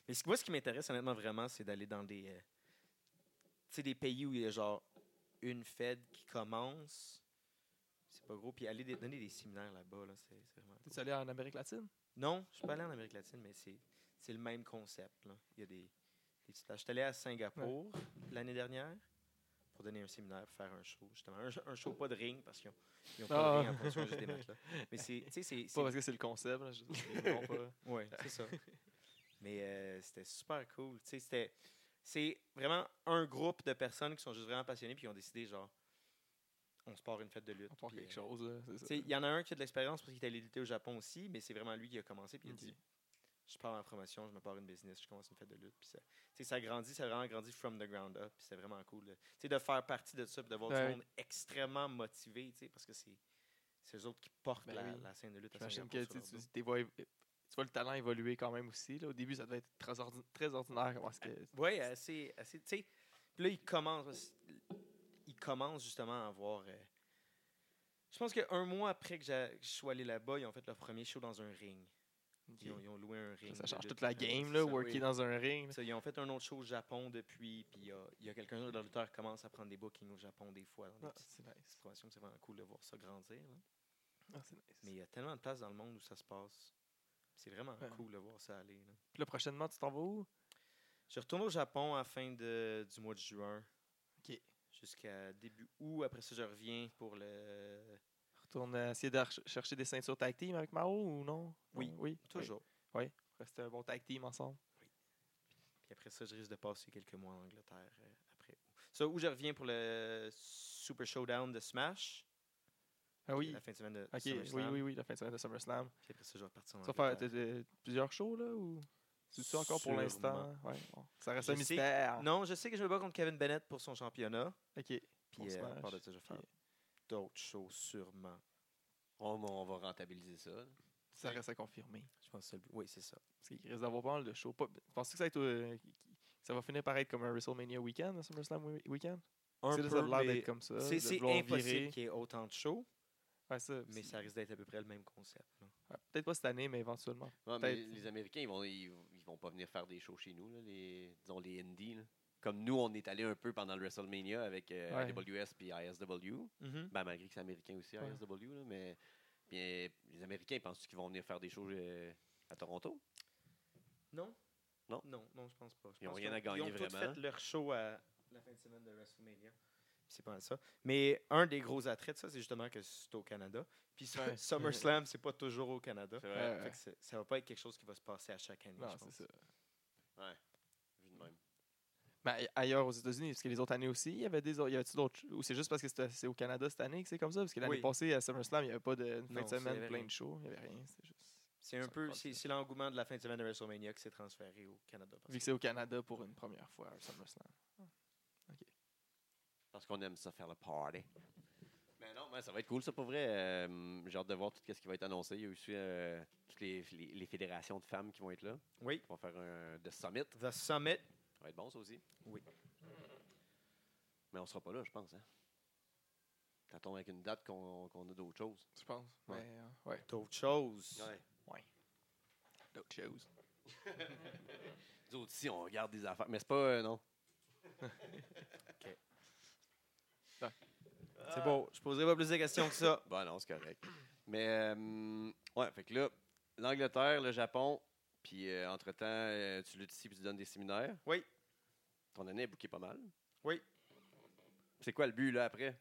Speaker 3: Mais ce- moi, ce qui m'intéresse honnêtement vraiment, c'est d'aller dans des, euh, tu sais, des pays où il y a genre une Fed qui commence. C'est pas gros. Puis aller des- donner des séminaires là-bas, là, c'est c'est vraiment.
Speaker 2: Tu
Speaker 3: cool.
Speaker 2: es allé en Amérique latine?
Speaker 3: Non, je suis pas allé en Amérique latine, mais c'est c'est le même concept. là. Il y a des, des petites places. Je suis allé à Singapour l'année dernière pour donner un séminaire, pour faire un show, justement. Un, un show pas de ring, parce qu'ils ont, ils ont pas de
Speaker 2: Ah.
Speaker 3: ring en production, juste des matchs là. Mais c'est, tu sais, c'est- c'est
Speaker 2: Pas parce que c'est le concept. Là, je- je comprends pas.
Speaker 3: oui, c'est ça. Mais euh, c'était super cool. Tu sais, c'était- C'est vraiment un groupe de personnes qui sont juste vraiment passionnées puis qui ont décidé, genre, on se part une fête de lutte.
Speaker 2: On part
Speaker 3: puis,
Speaker 2: quelque
Speaker 3: euh,
Speaker 2: chose. là, c'est
Speaker 3: tu
Speaker 2: ça.
Speaker 3: sais, Il y en a un qui a de l'expérience parce qu'il est allé lutter au Japon aussi, mais c'est vraiment lui qui a commencé. Puis il a
Speaker 2: Ok.
Speaker 3: dit Je pars en promotion, je me pars une business, je commence une fête de lutte. Puis ça, tu sais, ça a grandi, ça a vraiment grandi from the ground up. Puis c'est vraiment cool. là. Tu sais, de faire partie de ça, puis de voir
Speaker 2: Ouais.
Speaker 3: du monde extrêmement motivé, tu sais, parce que c'est c'est eux autres qui portent
Speaker 2: Ben
Speaker 3: la,
Speaker 2: oui.
Speaker 3: la scène de lutte à
Speaker 2: J'imagine
Speaker 3: Singapour
Speaker 2: que
Speaker 3: sur
Speaker 2: tu,
Speaker 3: leur dos.
Speaker 2: tu- t'es vois- tu vois le talent évoluer quand même aussi. Là. Au début, ça devait être très, ordi- très ordinaire. Comment est-ce que...
Speaker 3: Oui, assez. assez tu sais, puis là, il commence. parce- Il commence justement à avoir. euh, je pense qu'un mois après que j'a- que je sois allé là-bas, ils ont fait leur premier show dans un ring. Ils ont, ils ont loué un ring.
Speaker 2: Ça
Speaker 3: de
Speaker 2: change
Speaker 3: lutte,
Speaker 2: toute la
Speaker 3: puis, euh,
Speaker 2: game,
Speaker 3: c'est
Speaker 2: là,
Speaker 3: ça,
Speaker 2: worker
Speaker 3: oui.
Speaker 2: dans un ring. là.
Speaker 3: Ça, ils ont fait un autre show au Japon depuis, puis il y a, il y a quelqu'un d'autre, leur lutteur commence à prendre des bookings au Japon des fois, dans des
Speaker 2: Ah,
Speaker 3: petites
Speaker 2: c'est nice.
Speaker 3: situations. C'est vraiment cool de voir ça grandir. là.
Speaker 2: Ah, c'est nice.
Speaker 3: Mais il y a tellement de places dans le monde où ça se passe. C'est vraiment
Speaker 2: Ouais.
Speaker 3: cool de voir ça aller. là.
Speaker 2: Puis là, prochainement, tu t'en vas où?
Speaker 3: Je retourne au Japon à la fin de- du mois de juin.
Speaker 2: Ok.
Speaker 3: Jusqu'à début août. Après ça, je reviens pour le.
Speaker 2: Retourne euh, essayer de re- chercher des ceintures tag team avec Mao ou non?
Speaker 3: Oui,
Speaker 2: Non? oui.
Speaker 3: Toujours.
Speaker 2: Rester un bon tag team ensemble.
Speaker 3: Puis après ça, je risque de passer quelques mois en Angleterre euh, après août. Ça, où je reviens pour le Super Showdown de Smash.
Speaker 2: Ah oui.
Speaker 3: La fin de semaine de
Speaker 2: Ok, oui,
Speaker 3: SummerSlam.
Speaker 2: oui, oui, la fin de semaine de SummerSlam.
Speaker 3: Puis après ça, je vais repartir en
Speaker 2: Tu vas faire
Speaker 3: Angleterre.
Speaker 2: t'as- t'as plusieurs shows, là, ou... C'est ça encore pour
Speaker 3: Sûrement.
Speaker 2: l'instant? Ouais, bon. Ça reste
Speaker 3: Je
Speaker 2: un
Speaker 3: sais-
Speaker 2: mystère.
Speaker 3: Non, je sais que je me bats contre Kevin Bennett pour son championnat.
Speaker 2: OK.
Speaker 3: Puis
Speaker 2: Pour
Speaker 3: euh, à part de
Speaker 2: Smash,
Speaker 3: ça, je vais faire
Speaker 2: puis-
Speaker 3: d'autres choses sûrement.
Speaker 1: On, Oh, on va rentabiliser ça.
Speaker 2: Ça reste à confirmer.
Speaker 3: Je pense que c'est le but. Oui, c'est ça.
Speaker 2: Parce qu'il risque d'avoir pas mal de shows. Pas... Penses-tu que ça va, être, euh, qui- qui- ça va finir par être comme un WrestleMania week-end, un SummerSlam we- week-end?
Speaker 3: Un
Speaker 2: Tu sais, là, ça a l'air
Speaker 3: mais
Speaker 2: d'être comme ça.
Speaker 3: c'est
Speaker 2: de
Speaker 3: c'est
Speaker 2: vouloir
Speaker 3: impossible
Speaker 2: virer.
Speaker 3: qu'il y ait autant de shows,
Speaker 2: Ouais, ça,
Speaker 3: mais
Speaker 2: c'est-
Speaker 3: ça risque d'être à peu près le même concept. là.
Speaker 2: ouais, Peut-être pas cette année, mais éventuellement.
Speaker 1: Ouais, mais
Speaker 2: Peut-être.
Speaker 1: les Américains, ils vont, ils, ils vont pas venir faire des shows chez nous, là, les, disons les indies. là. Comme nous, on est allé un peu pendant le WrestleMania avec euh,
Speaker 2: Ouais.
Speaker 1: AWS puis ISW. Ben, malgré que c'est américain aussi,
Speaker 2: Ouais.
Speaker 1: ISW, là, mais puis, euh, les Américains, pensent qu'ils vont venir faire des shows euh, à Toronto?
Speaker 3: Non?
Speaker 1: Non?
Speaker 3: Non, non, je pense pas. Je
Speaker 1: Ils ont
Speaker 3: pense
Speaker 1: rien
Speaker 3: qu'ils
Speaker 1: à gagner
Speaker 3: Ils ont tous
Speaker 1: vraiment.
Speaker 3: fait leur show à la fin de semaine de WrestleMania. c'est pas mal ça. Mais un des gros attraits de ça, c'est justement que c'est au Canada. Puis ça,
Speaker 2: Ouais.
Speaker 3: SummerSlam, c'est pas toujours au Canada.
Speaker 1: C'est
Speaker 2: Ouais,
Speaker 1: vrai.
Speaker 2: ouais.
Speaker 3: Fait que c'est- ça va pas être quelque chose qui va se passer à chaque année,
Speaker 2: Euh, Non,
Speaker 3: je
Speaker 2: c'est
Speaker 3: pense.
Speaker 2: ça.
Speaker 1: Vu de même.
Speaker 2: Mais ai- Ben, ailleurs aux États-Unis, parce que les autres années aussi, il y avait des autres. il Y avait d'autres ch- Ou c'est juste parce que c'était- c'est au Canada cette année que c'est comme ça? Parce que l'année
Speaker 3: Oui.
Speaker 2: passée, à SummerSlam, il n'y avait pas de une fin
Speaker 3: Non,
Speaker 2: de
Speaker 3: ça, il y
Speaker 2: semaine
Speaker 3: avait
Speaker 2: plein
Speaker 3: rien.
Speaker 2: de shows. Il n'y avait rien. C'était juste.
Speaker 3: C'est un
Speaker 2: Ça
Speaker 3: peu
Speaker 2: passe,
Speaker 3: c'est
Speaker 2: là.
Speaker 3: c'est l'engouement de la fin de semaine de WrestleMania qui s'est transféré au Canada.
Speaker 2: Vu que c'est au Canada pour une première fois à SummerSlam.
Speaker 1: Parce qu'on aime ça faire le party. Mais non, mais ça va être cool, ça, pour vrai. Euh, J'ai hâte de voir tout ce qui va être annoncé. Il y a aussi euh, toutes les, les- les fédérations de femmes qui vont être là.
Speaker 3: Oui.
Speaker 1: Qui vont faire un de summit.
Speaker 3: The Summit.
Speaker 1: Ça va être bon, ça aussi.
Speaker 3: Oui.
Speaker 1: Mais on sera pas là, je pense. Hein? Ça tombe avec une date qu'on qu'on a d'autres choses.
Speaker 2: Je pense.
Speaker 1: Ouais.
Speaker 2: Mais, euh, ouais.
Speaker 3: D'autres choses.
Speaker 2: D'autres choses.
Speaker 1: Nous autres, ici, on regarde des affaires. Mais c'est pas. euh, non.
Speaker 3: C'est beau. Je poserai pas plus de questions que ça.
Speaker 1: Bon, non, c'est correct. Mais, euh, ouais, fait que là, l'Angleterre, le Japon, puis euh, entre-temps, euh, tu luttes ici puis tu donnes des séminaires.
Speaker 3: Oui.
Speaker 1: Ton année est bouquée pas mal.
Speaker 3: Oui.
Speaker 1: C'est quoi le but, là, après?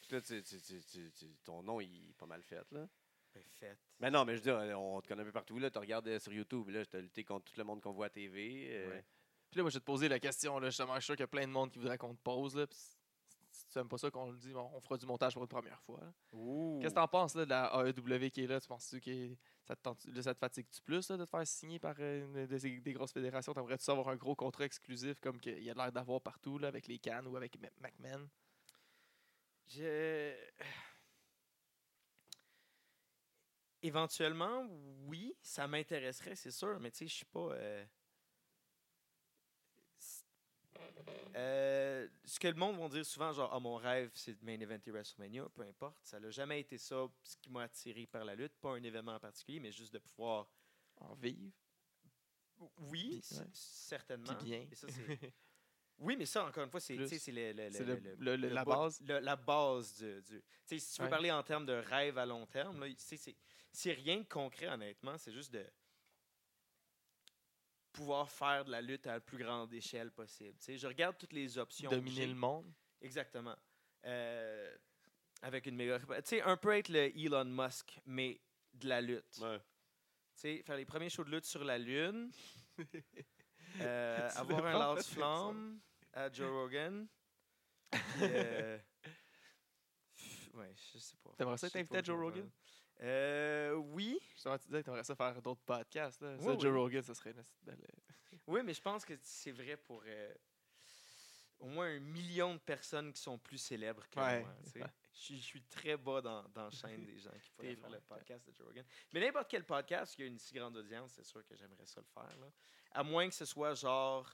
Speaker 1: Parce que là, tu- tu- tu- tu- tu- ton nom, il est pas mal fait, là.
Speaker 3: Mais faites.
Speaker 1: Ben non, mais je veux dire, on te connaît un peu partout, là. Tu regardes euh, sur YouTube, là, tu as lutté contre tout le monde qu'on voit à TV. euh,
Speaker 3: Ouais.
Speaker 2: Puis là, moi, je vais te poser la question. Là, justement, je suis sûr qu'il y a plein de monde qui voudrait qu'on te pose. Là, puis si- si tu n'aimes pas ça qu'on le dit, bon, on fera du montage pour une première fois. là.
Speaker 3: Ouh.
Speaker 2: Qu'est-ce que t'en penses là, de la AEW qui est là? Tu penses-tu que ça te, tente- là, ça te fatigue-tu plus là, de te faire signer par euh, une- des, des grosses fédérations? T'aimerais-tu avoir un gros contrat exclusif comme qu'il y a l'air d'avoir partout là, avec les Cannes ou avec Ma- McMahon?
Speaker 3: Je- Éventuellement, oui, ça m'intéresserait, c'est sûr, mais tu sais, je suis pas. euh, s- euh, ce que le monde va dire souvent, genre, ah, mon rêve, c'est de main eventer WrestleMania, peu importe, ça n'a jamais été ça, ce qui m'a attiré par la lutte, pas un événement en particulier, mais juste de pouvoir.
Speaker 2: En vivre?
Speaker 3: Oui,
Speaker 2: Puis-
Speaker 3: c-
Speaker 2: ouais.
Speaker 3: certainement.
Speaker 2: Puis bien.
Speaker 3: Et ça, c'est- oui, mais ça, encore une fois, c'est tu sais,
Speaker 2: Plus.
Speaker 3: c'est le- le- le-
Speaker 2: C'est
Speaker 3: le-
Speaker 2: le-
Speaker 3: le-
Speaker 2: le- le-
Speaker 3: le
Speaker 2: la
Speaker 3: bas-
Speaker 2: base.
Speaker 3: le- la base du. du- tu sais, si tu veux
Speaker 2: Ouais.
Speaker 3: parler en termes de rêve à long terme, là, tu sais, c'est, c'est rien de concret, honnêtement. C'est juste de pouvoir faire de la lutte à la plus grande échelle possible. Tu sais, je regarde toutes les options. que
Speaker 2: Dominer
Speaker 3: j'ai.
Speaker 2: le monde?
Speaker 3: Exactement. Euh, avec une méga. Tu sais, un peu être le Elon Musk, mais de la lutte.
Speaker 1: Ouais.
Speaker 3: Tu sais, faire les premiers shows de lutte sur la Lune. Euh,
Speaker 2: C'est
Speaker 3: avoir un
Speaker 2: vraiment
Speaker 3: lance-flamme à Joe Rogan. Puis, euh, pff, ouais, je sais pas.
Speaker 2: T'aimerais ça
Speaker 3: Je sais
Speaker 2: être invité à
Speaker 3: pas,
Speaker 2: Joe Rogan?
Speaker 3: Euh, oui.
Speaker 2: Justement, tu disais que t'aimerais ça faire d'autres podcasts. Là.
Speaker 3: Oui,
Speaker 2: ça, Joe
Speaker 3: oui.
Speaker 2: Rogan, ça serait une astuce belle, euh,
Speaker 3: Oui, mais je pense que c'est vrai pour euh, au moins un million de personnes qui sont plus célèbres que
Speaker 2: Ouais.
Speaker 3: moi. tu sais. Je suis- je suis très bas dans, dans la chaîne des gens qui pourraient
Speaker 2: T'es
Speaker 3: faire
Speaker 2: loin,
Speaker 3: le
Speaker 2: toi.
Speaker 3: podcast de Joe Rogan. Mais n'importe quel podcast qui a une si grande audience, c'est sûr que j'aimerais ça le faire. là. À moins que ce soit genre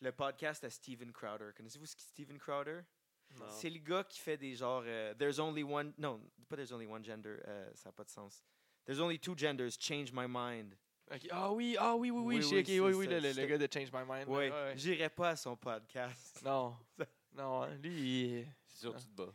Speaker 3: le podcast à Steven Crowder. Connaissez-vous ce- Steven Crowder?
Speaker 1: Non.
Speaker 3: C'est le gars qui fait des genres. euh, there's only one. Non, pas There's only one gender. euh, ça n'a pas de sens. There's only two genders. Change my mind.
Speaker 2: ok. Ah oui, ah oui, oui, oui,
Speaker 3: Oui,
Speaker 2: je
Speaker 3: oui,
Speaker 2: sais, ok,
Speaker 3: c'est
Speaker 2: oui, oui,
Speaker 3: ça,
Speaker 2: le, le- le
Speaker 3: c'était-
Speaker 2: gars de Change My Mind. là, ouais,
Speaker 3: Ouais,
Speaker 2: ouais.
Speaker 3: j'irai pas à son podcast.
Speaker 2: Non, non, hein, lui, il...
Speaker 1: C'est sûr que tu te bats.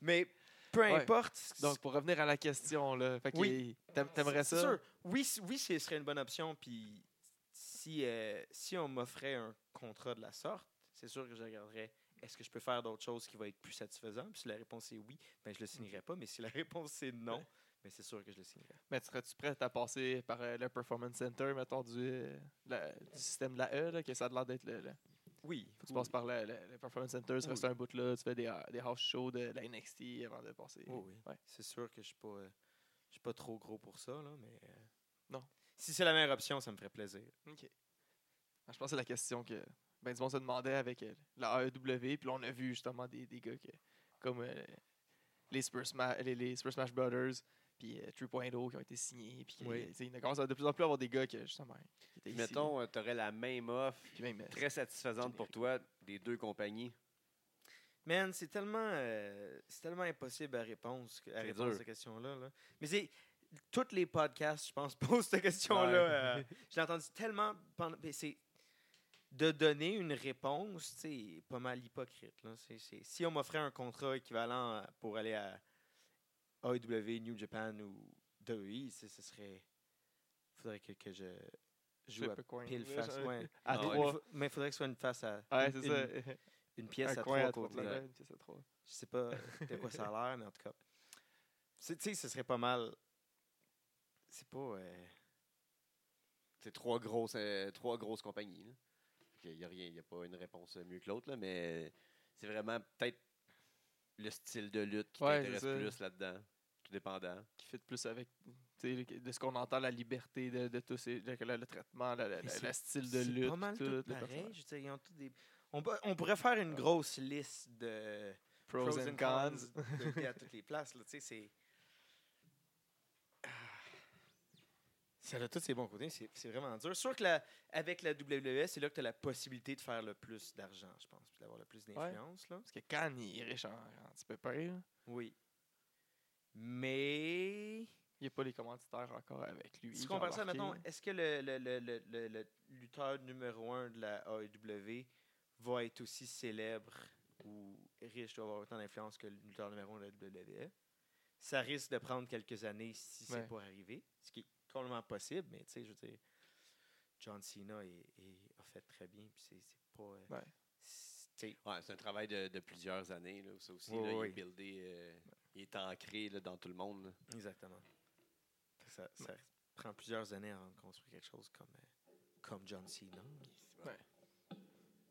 Speaker 3: Mais peu
Speaker 2: Ouais.
Speaker 3: importe.
Speaker 2: Donc, pour revenir à la question, là, fait que
Speaker 3: Oui.
Speaker 2: t'aim- t'aimerais
Speaker 3: C'est
Speaker 2: ça?
Speaker 3: sûr. Oui, c- oui, ce serait une bonne option. Puis si, euh, si on m'offrait un contrat de la sorte, c'est sûr que je regarderais est-ce que je peux faire d'autres choses qui vont être plus satisfaisantes. Puis si la réponse est oui, ben je le signerai pas. Mais si la réponse est non,
Speaker 2: Ouais.
Speaker 3: ben c'est sûr que je le signerai.
Speaker 2: Mais serais-tu prête à passer par euh, le Performance Center, mettons, du, euh, la- du système de la E, là, que ça a l'air d'être le, le-
Speaker 3: Oui.
Speaker 2: Faut que tu passes par le, le- le Performance Center, tu restes un bout là, tu fais des, euh, des house shows de la NXT avant de passer.
Speaker 3: Oui, oui.
Speaker 2: Ouais.
Speaker 3: C'est sûr que je suis pas, euh, je suis pas trop gros pour ça, là, mais. euh,
Speaker 2: Non.
Speaker 3: Si c'est la meilleure option, ça me ferait plaisir.
Speaker 2: Ah, Je pense que c'est la question que ben, du monde se demandait avec euh, la AEW, puis là, on a vu justement des, des gars que, comme euh, les, Super Sma- les, les Super Smash Brothers, puis euh, 3.0 qui ont été signés, puis que,
Speaker 3: Oui.
Speaker 2: tu sais, il commence à de plus en plus avoir des gars que, justement, qui étaient
Speaker 1: Puis
Speaker 2: ici,
Speaker 1: mettons, tu aurais la même offre
Speaker 2: puis même, euh,
Speaker 1: très satisfaisante pour toi des deux compagnies.
Speaker 3: Man, c'est tellement, euh, c'est tellement impossible à répondre, ce que-
Speaker 1: C'est
Speaker 3: à, répondre à
Speaker 1: dur.
Speaker 3: cette question-là. là. Mais c'est. Tous les podcasts, je pense, posent cette question-là. euh, je l'ai entendu tellement. pendant- mais c'est. De donner une réponse, tu sais, pas mal hypocrite. là. C'est- c'est- si on m'offrait un contrat équivalent à- pour aller à AEW, New Japan ou WWE, c'est- ce serait. faudrait que, que je joue à
Speaker 2: Flip a coin,
Speaker 3: pile
Speaker 2: là,
Speaker 3: face.
Speaker 2: genre.
Speaker 3: ouais.
Speaker 2: à
Speaker 1: Ah
Speaker 3: Mais
Speaker 1: ouais.
Speaker 2: trois.
Speaker 3: faut- Mais il faudrait que ce soit une face à.
Speaker 2: Ouais,
Speaker 3: une-
Speaker 2: c'est
Speaker 3: une-
Speaker 2: ça.
Speaker 3: Une pièce
Speaker 2: un
Speaker 3: à
Speaker 2: coin
Speaker 3: trois
Speaker 2: à trois
Speaker 3: côtés.
Speaker 2: plats,
Speaker 3: Ouais.
Speaker 2: une pièce à trois.
Speaker 3: Je sais pas de quoi ça a l'air, mais en tout cas. C'est- Tu sais, ce serait pas mal. C'est pas. euh,
Speaker 1: C'est trois grosses, euh, trois grosses compagnies. là. Fait qu'il y a rien, il n'y a pas une réponse euh, mieux que l'autre, là, mais c'est vraiment peut-être le style de lutte qui
Speaker 2: Ouais,
Speaker 1: t'intéresse
Speaker 2: c'est ça.
Speaker 1: plus là-dedans, tout dépendant.
Speaker 2: Qui fit plus avec tu sais, de ce qu'on entend, la liberté de, de tous ces- le, le- le traitement, la- la- la-
Speaker 3: c'est-
Speaker 2: le style de
Speaker 3: c'est
Speaker 2: lutte.
Speaker 3: Pas mal
Speaker 2: tout,
Speaker 3: tout
Speaker 2: le
Speaker 3: pareil.
Speaker 2: personnage.
Speaker 3: Je veux dire, ils ont tous des- on, peut- on pourrait faire une grosse liste de
Speaker 2: Pros, and cons.
Speaker 3: de lutter à toutes les places. Là, tu sais, c'est. Ah. Ça a tous ses bons côtés, c'est c'est vraiment dur. Sûr que la, avec la WWE, c'est là que tu as la possibilité de faire le plus d'argent, je pense, puis d'avoir le plus d'influence. là.
Speaker 2: Parce que Khan, il est riche en, en petit peu pareil, là.
Speaker 3: Oui. Mais.
Speaker 2: Il n'y a pas les commanditaires encore avec lui.
Speaker 3: Si on
Speaker 2: genre
Speaker 3: compare ça,
Speaker 2: embarqués,
Speaker 3: mettons,
Speaker 2: là.
Speaker 3: est-ce que le, le- le- le- le- le lutteur numéro un de la AEW va être aussi célèbre ou riche ou avoir autant d'influence que le lutteur numéro un de la WWE? Ça risque de prendre quelques années si
Speaker 2: Ouais.
Speaker 3: c'est pas arrivé, ce qui est complètement possible, mais tu sais, je veux dire, John Cena est, est- a fait très bien, puis c'est c'est pas. euh,
Speaker 2: Ouais.
Speaker 3: c'est- tu sais,
Speaker 1: Ouais, c'est un travail de, de plusieurs années. Là, ça aussi,
Speaker 3: Oui,
Speaker 1: là,
Speaker 3: oui.
Speaker 1: il est buildé, euh, il est ancré là, dans tout le monde. là.
Speaker 3: Exactement. Ça, ça prend plusieurs années avant de construire quelque chose comme, euh, comme John Cena.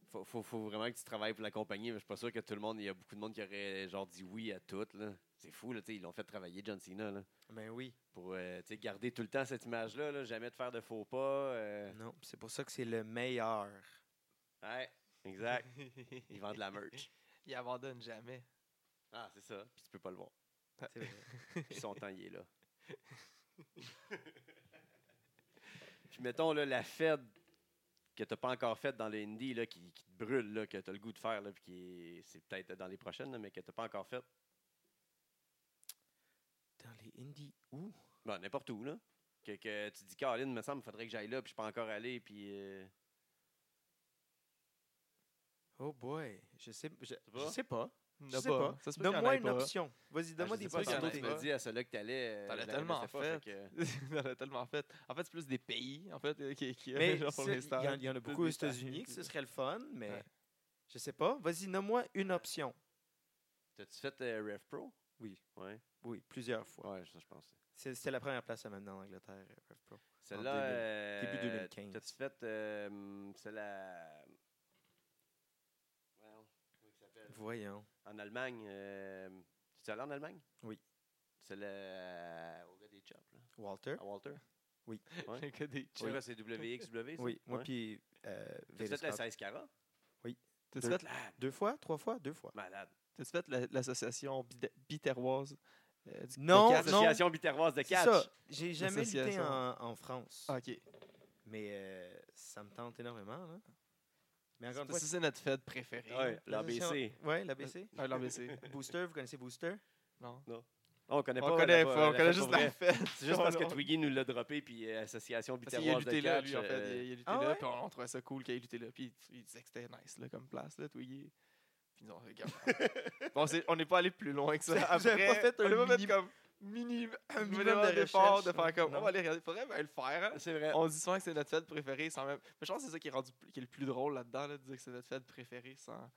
Speaker 1: Faut, faut, faut vraiment que tu travailles pour la compagnie. mais Je suis pas sûr que tout le monde, il y a beaucoup de monde qui aurait genre dit oui à tout. là. C'est fou, là, tu sais, ils l'ont fait travailler John Cena là,
Speaker 3: Mais Ben oui.
Speaker 1: pour euh, tu sais, garder tout le temps cette image-là, là, jamais de faire de faux pas. euh.
Speaker 3: Non, c'est pour ça que c'est le meilleur.
Speaker 1: Ouais, exact. Ils vendent de la merch.
Speaker 2: Il abandonne jamais.
Speaker 1: Ah, c'est ça. Puis tu peux pas le voir.
Speaker 3: C'est vrai.
Speaker 1: Puis son temps, il est là. Puis mettons là, la fête que t'as pas encore faite dans le indie, là, qui, qui te brûle, là, que t'as le goût de faire, là, puis qui est- c'est peut-être dans les prochaines, là, mais que t'as pas encore faite.
Speaker 3: Dans les indies, où?
Speaker 1: Bon, Ben, n'importe où, là. Que, que tu dis, Caroline, me semble, faudrait que j'aille là, puis je suis pas encore allé, puis. euh,
Speaker 3: Oh boy, je sais, je,
Speaker 1: pas?
Speaker 3: je sais pas.
Speaker 2: Il
Speaker 3: Je
Speaker 2: n'a
Speaker 3: sais pas.
Speaker 2: Ça se peut qu'il y en
Speaker 3: Donne-moi
Speaker 2: ait
Speaker 3: une
Speaker 2: pas.
Speaker 3: option. Vas-y, donne-moi
Speaker 1: ah, je
Speaker 3: des
Speaker 1: sais pas, tantôt, tu
Speaker 2: possibilités.
Speaker 1: m'as dit à celle-là que t'allais. euh,
Speaker 2: T'en as
Speaker 1: je la
Speaker 2: tellement
Speaker 1: connaissais
Speaker 2: fait.
Speaker 1: que-
Speaker 2: Il y en a tellement fait. En fait, c'est plus des pays, en fait, euh, qui, qui
Speaker 3: Mais
Speaker 2: genre, pour
Speaker 3: ça, il
Speaker 2: l'instant.
Speaker 3: y en- il y, en a beaucoup aux
Speaker 2: des stars.
Speaker 3: États-Unis que ce serait le fun, mais
Speaker 2: Ouais.
Speaker 3: je sais pas. Vas-y, nomme-moi une option.
Speaker 1: T'as-tu fait euh, Ref Pro?
Speaker 3: Oui.
Speaker 1: Ouais.
Speaker 3: Oui, plusieurs fois.
Speaker 1: Ouais, ça, je pense.
Speaker 3: C'est- C'était la première place à mener en Angleterre, euh, Rev Pro.
Speaker 1: Celle-là.
Speaker 3: En
Speaker 1: euh,
Speaker 3: début 2015.
Speaker 1: T'as-tu fait. euh, celle à. Voyons, comment il s'appelle?
Speaker 3: Voyons.
Speaker 1: En Allemagne. euh, T'es-tu allé en Allemagne?
Speaker 3: Oui.
Speaker 1: Celle à. Au gars des chops, là.
Speaker 3: Walter?
Speaker 1: À Walter. Ouais.
Speaker 2: Que des
Speaker 1: Oui,
Speaker 2: chips.
Speaker 1: c'est WXW. ça?
Speaker 3: Oui, moi
Speaker 1: Ouais.
Speaker 3: puis euh,
Speaker 1: T'as-tu
Speaker 3: Vader
Speaker 1: fait la
Speaker 3: Scott.
Speaker 1: 16 carats?
Speaker 2: T'as-tu
Speaker 3: deux.
Speaker 2: fait,
Speaker 3: Deux fois? Trois fois? Deux fois.
Speaker 1: Malade.
Speaker 2: t'as-tu fait la- l'association bida- biterroise euh, du- de
Speaker 3: Non,
Speaker 2: catch?
Speaker 3: non.
Speaker 1: Association biterroise de
Speaker 3: C'est
Speaker 1: catch.
Speaker 3: ça. J'ai jamais lutté
Speaker 2: L'association.
Speaker 3: en, en France.
Speaker 2: Ah, OK.
Speaker 3: Mais euh, ça me tente énormément. Là. Mais encore
Speaker 2: C'est
Speaker 3: une fois,
Speaker 2: parce que c'est notre fête préférée.
Speaker 1: Ouais,
Speaker 3: la session-
Speaker 1: l'ABC.
Speaker 3: Ouais, l'ABC.
Speaker 2: Ah, l'ABC.
Speaker 3: Booster, vous connaissez Booster?
Speaker 2: Non.
Speaker 1: On connaît pas.
Speaker 2: On connaît
Speaker 1: la-
Speaker 2: pas, on
Speaker 1: la
Speaker 2: connaît
Speaker 1: fête
Speaker 2: juste
Speaker 1: pour vrai.
Speaker 2: la fête.
Speaker 1: C'est juste parce que
Speaker 2: Non, non.
Speaker 1: Twiggy nous l'a droppé, puis euh, Association
Speaker 2: Parce qu'il a
Speaker 1: Biterroise de
Speaker 2: lutté là,
Speaker 1: catch.
Speaker 2: lui, en fait.
Speaker 1: euh,
Speaker 2: Il a lutté
Speaker 3: Ah
Speaker 2: là,
Speaker 3: ouais?
Speaker 2: puis on trouvait ça cool qu'il ait lutté là. Puis il disait que c'était nice, là, comme place, là, Twiggy. Puis ils ont regarde. ah. bon, c'est- on n'est pas allé plus loin que ça.
Speaker 3: Vous avez
Speaker 2: Après,
Speaker 3: pas fait
Speaker 2: on
Speaker 3: un
Speaker 2: n'a pas fait
Speaker 3: mini-
Speaker 2: comme minimum, un
Speaker 3: minimum
Speaker 2: minimum
Speaker 3: de
Speaker 2: d'effort de
Speaker 3: recherche,
Speaker 2: faire comme.
Speaker 3: non?
Speaker 2: On va aller regarder. Faudrait bien le faire. hein.
Speaker 1: C'est vrai.
Speaker 2: On dit souvent que c'est notre fête préférée sans même. Mais je pense que c'est ça qui est, rendu, qui est le plus drôle là-dedans, là, de dire que c'est notre fête préférée sans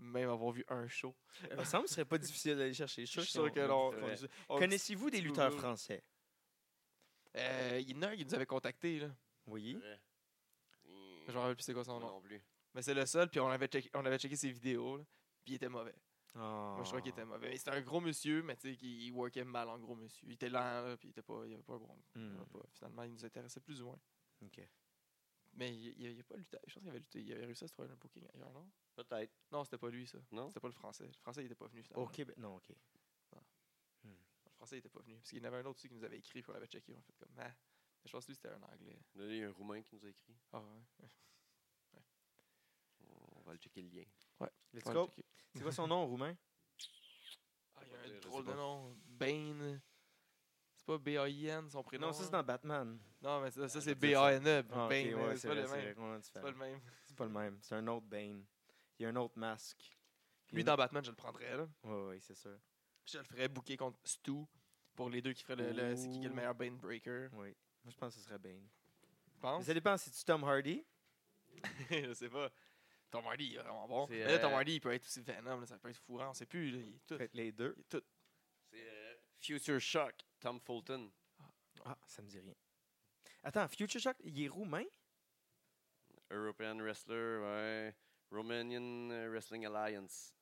Speaker 2: même avoir vu un show.
Speaker 3: Il me semble que ce serait pas difficile d'aller chercher. Je suis
Speaker 2: suis
Speaker 3: sûr
Speaker 2: sûr
Speaker 3: que
Speaker 2: que l'on-
Speaker 3: l'on-
Speaker 1: Ouais.
Speaker 2: On-
Speaker 3: Connaissez-vous des lutteurs
Speaker 2: Google.
Speaker 3: français?
Speaker 2: Euh, il y en a un qui nous avait contacté, là.
Speaker 3: Oui.
Speaker 2: Euh, Je me rappelle plus c'est quoi son
Speaker 1: Moi
Speaker 2: nom.
Speaker 1: non plus.
Speaker 2: Mais c'est le seul, puis on avait checké, on avait checké ses vidéos, là, puis il était mauvais.
Speaker 3: Ah.
Speaker 2: Moi, je crois qu'il était mauvais. Mais C'était un gros monsieur, mais tu sais, qu'il- il workait mal en gros monsieur. Il était lent, là, puis il était pas, il avait pas un bon.
Speaker 3: Hmm,
Speaker 2: pas- Finalement, il nous intéressait plus ou moins.
Speaker 3: ok.
Speaker 2: Mais il, il, il a pas lutté. Je pense qu'il avait lutté. Il avait réussi à se trouver un booking ailleurs, non
Speaker 1: Peut-être.
Speaker 2: Non, c'était pas lui, ça.
Speaker 1: Non?
Speaker 2: C'était pas le français. Le français, il était pas venu finalement.
Speaker 3: Au Québec? Non, ok.
Speaker 2: Le français, il était pas venu. Parce qu'il y en avait un autre aussi qui nous avait écrit, puis on l'avait checké. On a fait comme, ah. Mais Je pense que lui, c'était un anglais.
Speaker 1: Là, Il y a un Roumain qui nous a écrit.
Speaker 2: Ah ouais.
Speaker 1: On va le checker le lien.
Speaker 3: Let's
Speaker 2: On l'a
Speaker 3: go.
Speaker 2: checké.
Speaker 3: C'est quoi son nom en roumain?
Speaker 2: Ah, il y
Speaker 1: Je
Speaker 2: a
Speaker 1: sais
Speaker 2: un drôle
Speaker 1: pas.
Speaker 2: de nom. Bane. C'est pas B-A-I-N son prénom.
Speaker 3: Non, ça c'est
Speaker 2: hein?
Speaker 3: dans Batman.
Speaker 2: Non, mais ça, ça,
Speaker 1: Ah,
Speaker 2: c'est
Speaker 1: je vais dire ça.
Speaker 2: B-A-N-E. E, Bane.
Speaker 3: Ah, ok, ouais,
Speaker 2: mais c'est
Speaker 3: c'est
Speaker 2: pas
Speaker 3: vrai,
Speaker 2: le
Speaker 3: c'est
Speaker 2: même.
Speaker 3: vrai, complètement
Speaker 2: C'est pas le
Speaker 3: différent.
Speaker 2: même.
Speaker 3: C'est pas le même. C'est un autre Bane. Il y a un autre masque.
Speaker 2: Lui, dans Batman, je le prendrais. Là.
Speaker 3: Oui, oui, c'est sûr.
Speaker 2: Je le ferais booker contre Stu pour les deux qui feraient le. le- c'est qui qui est le
Speaker 3: Ouh.
Speaker 2: meilleur Bane Breaker
Speaker 3: Oui. Moi, je pense que ce serait Bane.
Speaker 2: Je pense.
Speaker 3: Mais ça dépend, c'est-tu Tom Hardy?
Speaker 2: je sais pas. Tom Hardy, il est vraiment bon.
Speaker 1: C'est,
Speaker 2: Mais là, Tom
Speaker 1: euh,
Speaker 2: Hardy, il peut être aussi Venom, là, ça peut être fourrant, on sait plus. Là, il est tout.
Speaker 3: Peut-être les deux.
Speaker 2: il est tout.
Speaker 1: C'est euh, Future Shock, Tom Fulton.
Speaker 3: Ah, ça me dit rien. Attends, Future Shock, il est roumain?
Speaker 1: European Wrestler, ouais. Romanian euh, Wrestling Alliance.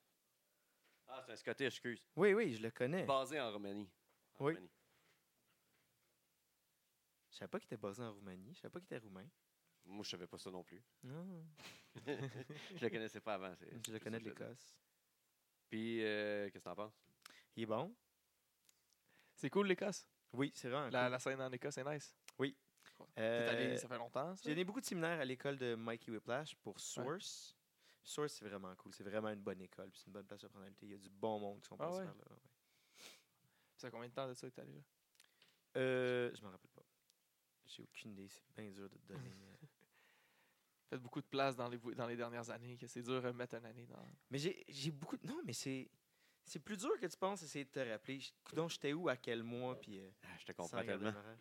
Speaker 1: Ah, c'est un Scottish, excuse.
Speaker 3: Oui, oui, je le connais.
Speaker 1: Basé en Roumanie. En
Speaker 3: Oui.
Speaker 1: Roumanie.
Speaker 3: Je savais pas qu'il était basé en Roumanie. Je savais pas qu'il était roumain.
Speaker 1: Moi, je savais pas ça non plus.
Speaker 3: Non,
Speaker 1: je le connaissais pas avant. c'est- c'est
Speaker 3: je le
Speaker 1: plus
Speaker 3: connais
Speaker 1: ça
Speaker 3: de
Speaker 1: que je le dis.
Speaker 3: l'Écosse.
Speaker 1: Puis, euh, qu'est-ce que t'en penses?
Speaker 3: Il est bon?
Speaker 2: C'est cool, l'Écosse.
Speaker 3: Oui, c'est vraiment
Speaker 2: La,
Speaker 3: Ah, cool.
Speaker 2: la scène en Écosse est nice. T'es
Speaker 3: Euh,
Speaker 2: allé, ça fait longtemps, ça?
Speaker 3: J'ai donné beaucoup de séminaires à l'école de Mikey Whiplash pour Source. Source, c'est vraiment cool. C'est vraiment une bonne école. puis C'est une bonne place de prendre Il y a du bon monde qui sont
Speaker 2: Ah
Speaker 3: passés
Speaker 2: ouais?
Speaker 3: par là. ouais.
Speaker 2: Ça fait combien de temps de ça que t'es allé là?
Speaker 3: Euh, je m'en rappelle pas. J'ai aucune idée. C'est bien dur de te donner. euh.
Speaker 2: Fait beaucoup de place dans les, bou- dans les dernières années, que c'est dur de mettre une année dans.
Speaker 3: mais j'ai j'ai beaucoup. de- Non, mais c'est. C'est plus dur que tu penses essayer de te rappeler. Je- Coudon, j'étais où, à quel mois, puis. euh,
Speaker 1: Ah, je te
Speaker 3: sans
Speaker 1: comprends
Speaker 3: regarder
Speaker 1: tellement.
Speaker 3: mon horaire.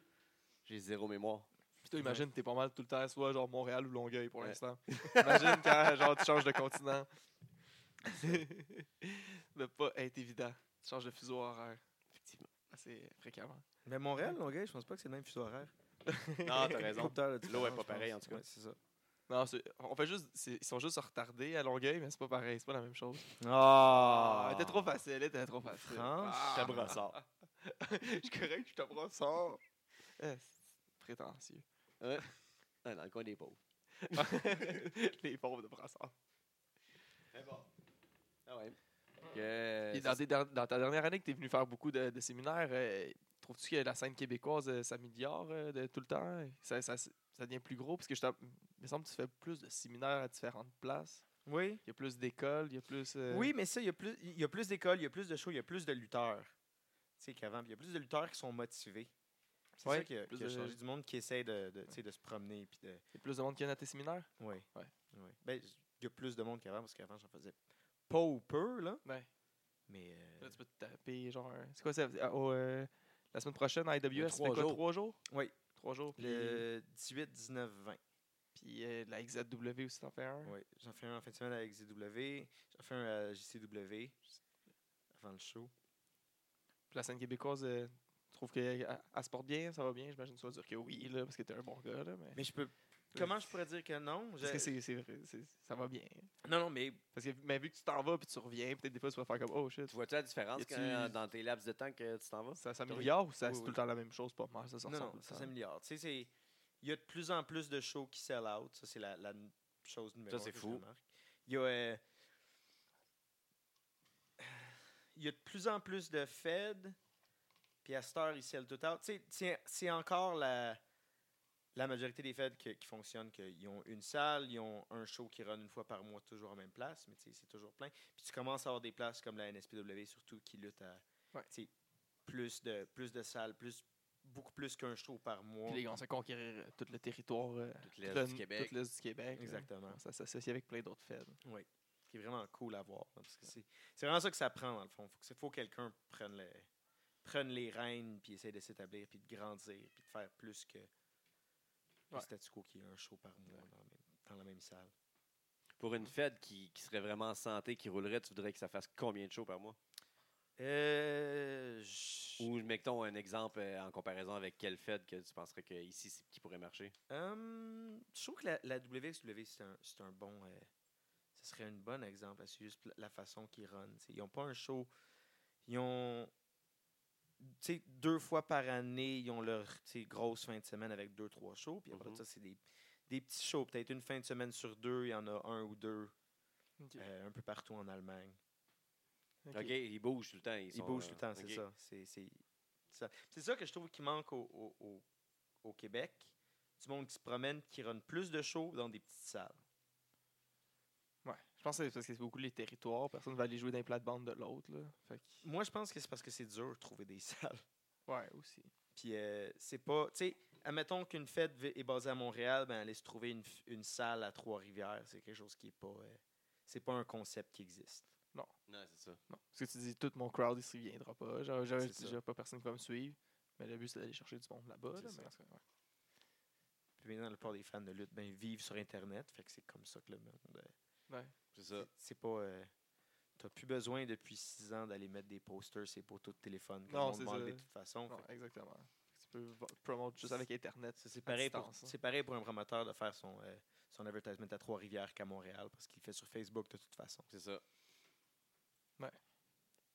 Speaker 1: J'ai zéro mémoire.
Speaker 2: Puis toi, imagine, t'es pas mal tout le temps, soit genre Montréal ou Longueuil pour
Speaker 1: Ouais.
Speaker 2: l'instant. imagine quand genre tu changes de continent. de pas être évident. Tu changes de fuseau horaire
Speaker 1: Effectivement.
Speaker 2: assez fréquemment.
Speaker 3: Mais Montréal, Longueuil, je pense pas que c'est le même fuseau horaire.
Speaker 1: Non, t'as raison.
Speaker 3: Coupe d'heure de
Speaker 1: L'eau est
Speaker 3: différence,
Speaker 1: pas
Speaker 3: je
Speaker 1: pareille, en
Speaker 3: pense.
Speaker 1: tout cas.
Speaker 3: Ouais, c'est ça.
Speaker 2: Non, c'est- on fait juste. c'est- Ils sont juste retardés à Longueuil, mais c'est pas pareil, c'est pas la même chose.
Speaker 3: Ah!
Speaker 2: Ah, elle était trop facile, elle était trop facile. Ah.
Speaker 3: France,
Speaker 1: Ça brossard.
Speaker 2: je suis correct, je te brossard. Eh, c'est prétentieux.
Speaker 1: Ah, dans le coin des pauvres.
Speaker 2: les pauvres de brassard.
Speaker 1: Mais bon. Ah ouais. Que-
Speaker 2: Et Euh, dans, tes der- dans ta dernière année que tu es venu faire beaucoup de, de séminaires, euh, trouves-tu que la scène québécoise euh, s'améliore euh, de tout le temps? Ça, ça, ça devient plus gros? Parce que je t'en- il me semble que tu fais plus de séminaires à différentes places.
Speaker 3: Oui.
Speaker 2: Il y a plus d'écoles, il y a plus... euh,
Speaker 3: Oui, mais ça, il y a plus, il y a plus d'écoles, il y a plus de shows, il y a plus de lutteurs. Tu sais, qu'avant, puis il y a plus de lutteurs qui sont motivés. C'est
Speaker 2: Ouais,
Speaker 3: ça qui a,
Speaker 2: plus
Speaker 3: qui a
Speaker 2: de-
Speaker 3: changé du monde qui essaie de, de, tu sais, de se promener. Puis de...
Speaker 2: il y a plus de monde qui vient à tes séminaires.
Speaker 3: ouais.
Speaker 2: Ouais.
Speaker 3: Ouais. Ben, j- il y a plus de monde qu'avant, parce qu'avant, j'en faisais pas ou peu, là.
Speaker 2: Ouais.
Speaker 3: Mais euh,
Speaker 2: Là, tu peux te taper, genre... un- C'est quoi ça? Ah, oh, euh, la semaine prochaine, à IWS, c'est
Speaker 1: trois
Speaker 2: quoi,
Speaker 1: jours.
Speaker 2: Euh, trois jours?
Speaker 3: Oui.
Speaker 2: Trois jours, puis, euh,
Speaker 3: le 18, 19, 20.
Speaker 2: puis euh, la XZW aussi, t'en fais un.
Speaker 3: Oui, j'en fais un en fin de semaine avec ZW. J'en fais un à JCW avant le show.
Speaker 2: Puis la scène québécoise, euh, tu trouves qu'elle elle- elle se porte bien, ça va bien? J'imagine que tu vas dire que oui, là, parce que t'es un bon gars, là, mais...
Speaker 3: Mais je peux. Euh, Comment je pourrais dire que non?
Speaker 2: Parce
Speaker 3: Je-
Speaker 2: que c'est, c'est vrai, c'est- ça va bien.
Speaker 3: Non, non, mais
Speaker 2: Parce que mais vu que tu t'en vas puis tu reviens, peut-être des fois tu vas faire comme oh shit.
Speaker 1: Tu vois-tu la différence
Speaker 2: Y a-tu-
Speaker 1: quand- dans tes laps de temps que tu t'en vas?
Speaker 2: Ça s'améliore ou ça,
Speaker 3: Oui,
Speaker 2: c'est
Speaker 3: oui.
Speaker 2: tout le temps la même chose, pas mal, ça, ça
Speaker 3: Non,
Speaker 2: ressemble
Speaker 3: non,
Speaker 2: tout
Speaker 3: ça
Speaker 2: le temps.
Speaker 3: s'améliore. Tu sais, c'est- il y a de plus en plus de shows qui sell out. Ça, c'est la, la n- chose numéro
Speaker 1: Ça, c'est
Speaker 3: un que je
Speaker 1: fou.
Speaker 3: remarque. Il y a. euh, il y a de plus en plus de Fed, puis à cette heure, ils sell tout out. Tu sais, c'est- c'est encore la, la majorité des Fed qui fonctionnent, qu'ils ont une salle, ils ont un show qui run une fois par mois, toujours à la même place, mais tu sais, c'est toujours plein. Puis tu commences à avoir des places comme la NSPW, surtout, qui lutte à
Speaker 2: Ouais.
Speaker 3: tu sais, plus, de, plus de salles, plus, beaucoup plus qu'un show par mois.
Speaker 2: Puis les gars, on sait conquérir euh, tout le territoire, euh,
Speaker 1: Toute
Speaker 2: tout
Speaker 1: l'Est
Speaker 2: le-
Speaker 1: du Québec.
Speaker 2: tout l'Est du Québec. là.
Speaker 3: Exactement.
Speaker 2: Ça s'associe avec plein d'autres fêtes.
Speaker 3: Ce qui est vraiment cool à voir. là, parce que c'est c'est vraiment ça que ça prend, dans le fond. Il faut que, c'est- faut que quelqu'un prenne, le, prenne les rênes, puis essaie de s'établir, puis de grandir, puis de faire plus que le
Speaker 2: Ouais.
Speaker 3: statu quo qui est un show par mois dans, la même, dans la même salle.
Speaker 1: Pour une Fed qui, qui serait vraiment en santé, qui roulerait, tu voudrais que ça fasse combien de shows par mois?
Speaker 3: Euh, je-
Speaker 1: Ou mettons un exemple euh, en comparaison avec quelle Fed que tu penserais que ici c'est- qui pourrait marcher?
Speaker 3: Hum, je trouve que la, la WXW, c'est un, c'est un bon. euh, ce serait un bon exemple. là, C'est juste la- la façon qu'ils run. t'sais. Ils n'ont pas un show. Ils ont. Tu sais, deux fois par année, ils ont leur t'sais, grosse fin de semaine avec deux, trois shows. Puis après
Speaker 1: Mhm.
Speaker 3: ça, c'est des, des petits shows. Peut-être une fin de semaine sur deux, il y en a un ou deux euh, un peu partout en Allemagne.
Speaker 1: OK, ils bougent tout le temps. Ils,
Speaker 3: Ils
Speaker 1: sont,
Speaker 3: bougent
Speaker 1: euh,
Speaker 3: tout le temps, c'est
Speaker 1: ok.
Speaker 3: ça. C'est- C'est ça. C'est ça que je trouve qui manque au, au- au- au Québec. Du monde qui se promène, qui run plus de shows dans des petites salles.
Speaker 2: Ouais. Je pense que c'est parce que c'est beaucoup les territoires. Personne ne va aller jouer d'un plate-bande de l'autre. Là. Fait que-
Speaker 3: Moi, je pense que c'est parce que c'est dur de trouver des salles.
Speaker 2: Ouais, aussi.
Speaker 3: Puis euh, c'est pas. Tu sais, admettons qu'une fête vi- est basée à Montréal, ben aller se trouver une, f- une salle à Trois-Rivières, c'est quelque chose qui est pas. euh, c'est pas un concept qui existe.
Speaker 1: Non, c'est ça.
Speaker 2: Non. Parce que tu dis, tout mon crowd, il ne viendra pas. Genre, j'avais
Speaker 3: C'est ça.
Speaker 2: déjà pas personne qui va me suivre. Mais le but, c'est d'aller chercher du monde là-bas.
Speaker 3: C'est
Speaker 2: là,
Speaker 3: ça.
Speaker 2: mais en tout cas, ouais.
Speaker 3: Puis maintenant, la plupart des fans de lutte ben, ils vivent sur Internet, fait que c'est comme ça que le monde euh,
Speaker 1: C'est ça.
Speaker 3: C'est pas. euh, T'as plus besoin depuis 6 ans d'aller mettre des posters, c'est pour tout téléphone. que
Speaker 2: Non,
Speaker 3: le
Speaker 2: c'est
Speaker 3: monde va
Speaker 2: ça.
Speaker 3: enlever de toute façon.
Speaker 2: Non,
Speaker 3: Fait que
Speaker 2: exactement. Tu peux v- promote juste avec Internet.
Speaker 3: ça, c'est pareil, pour,
Speaker 2: distance, hein.
Speaker 3: c'est pareil pour un promoteur de faire son, euh, son advertisement à Trois-Rivières qu'à Montréal parce qu'il le fait sur Facebook de toute façon.
Speaker 1: C'est ça.
Speaker 2: Ouais.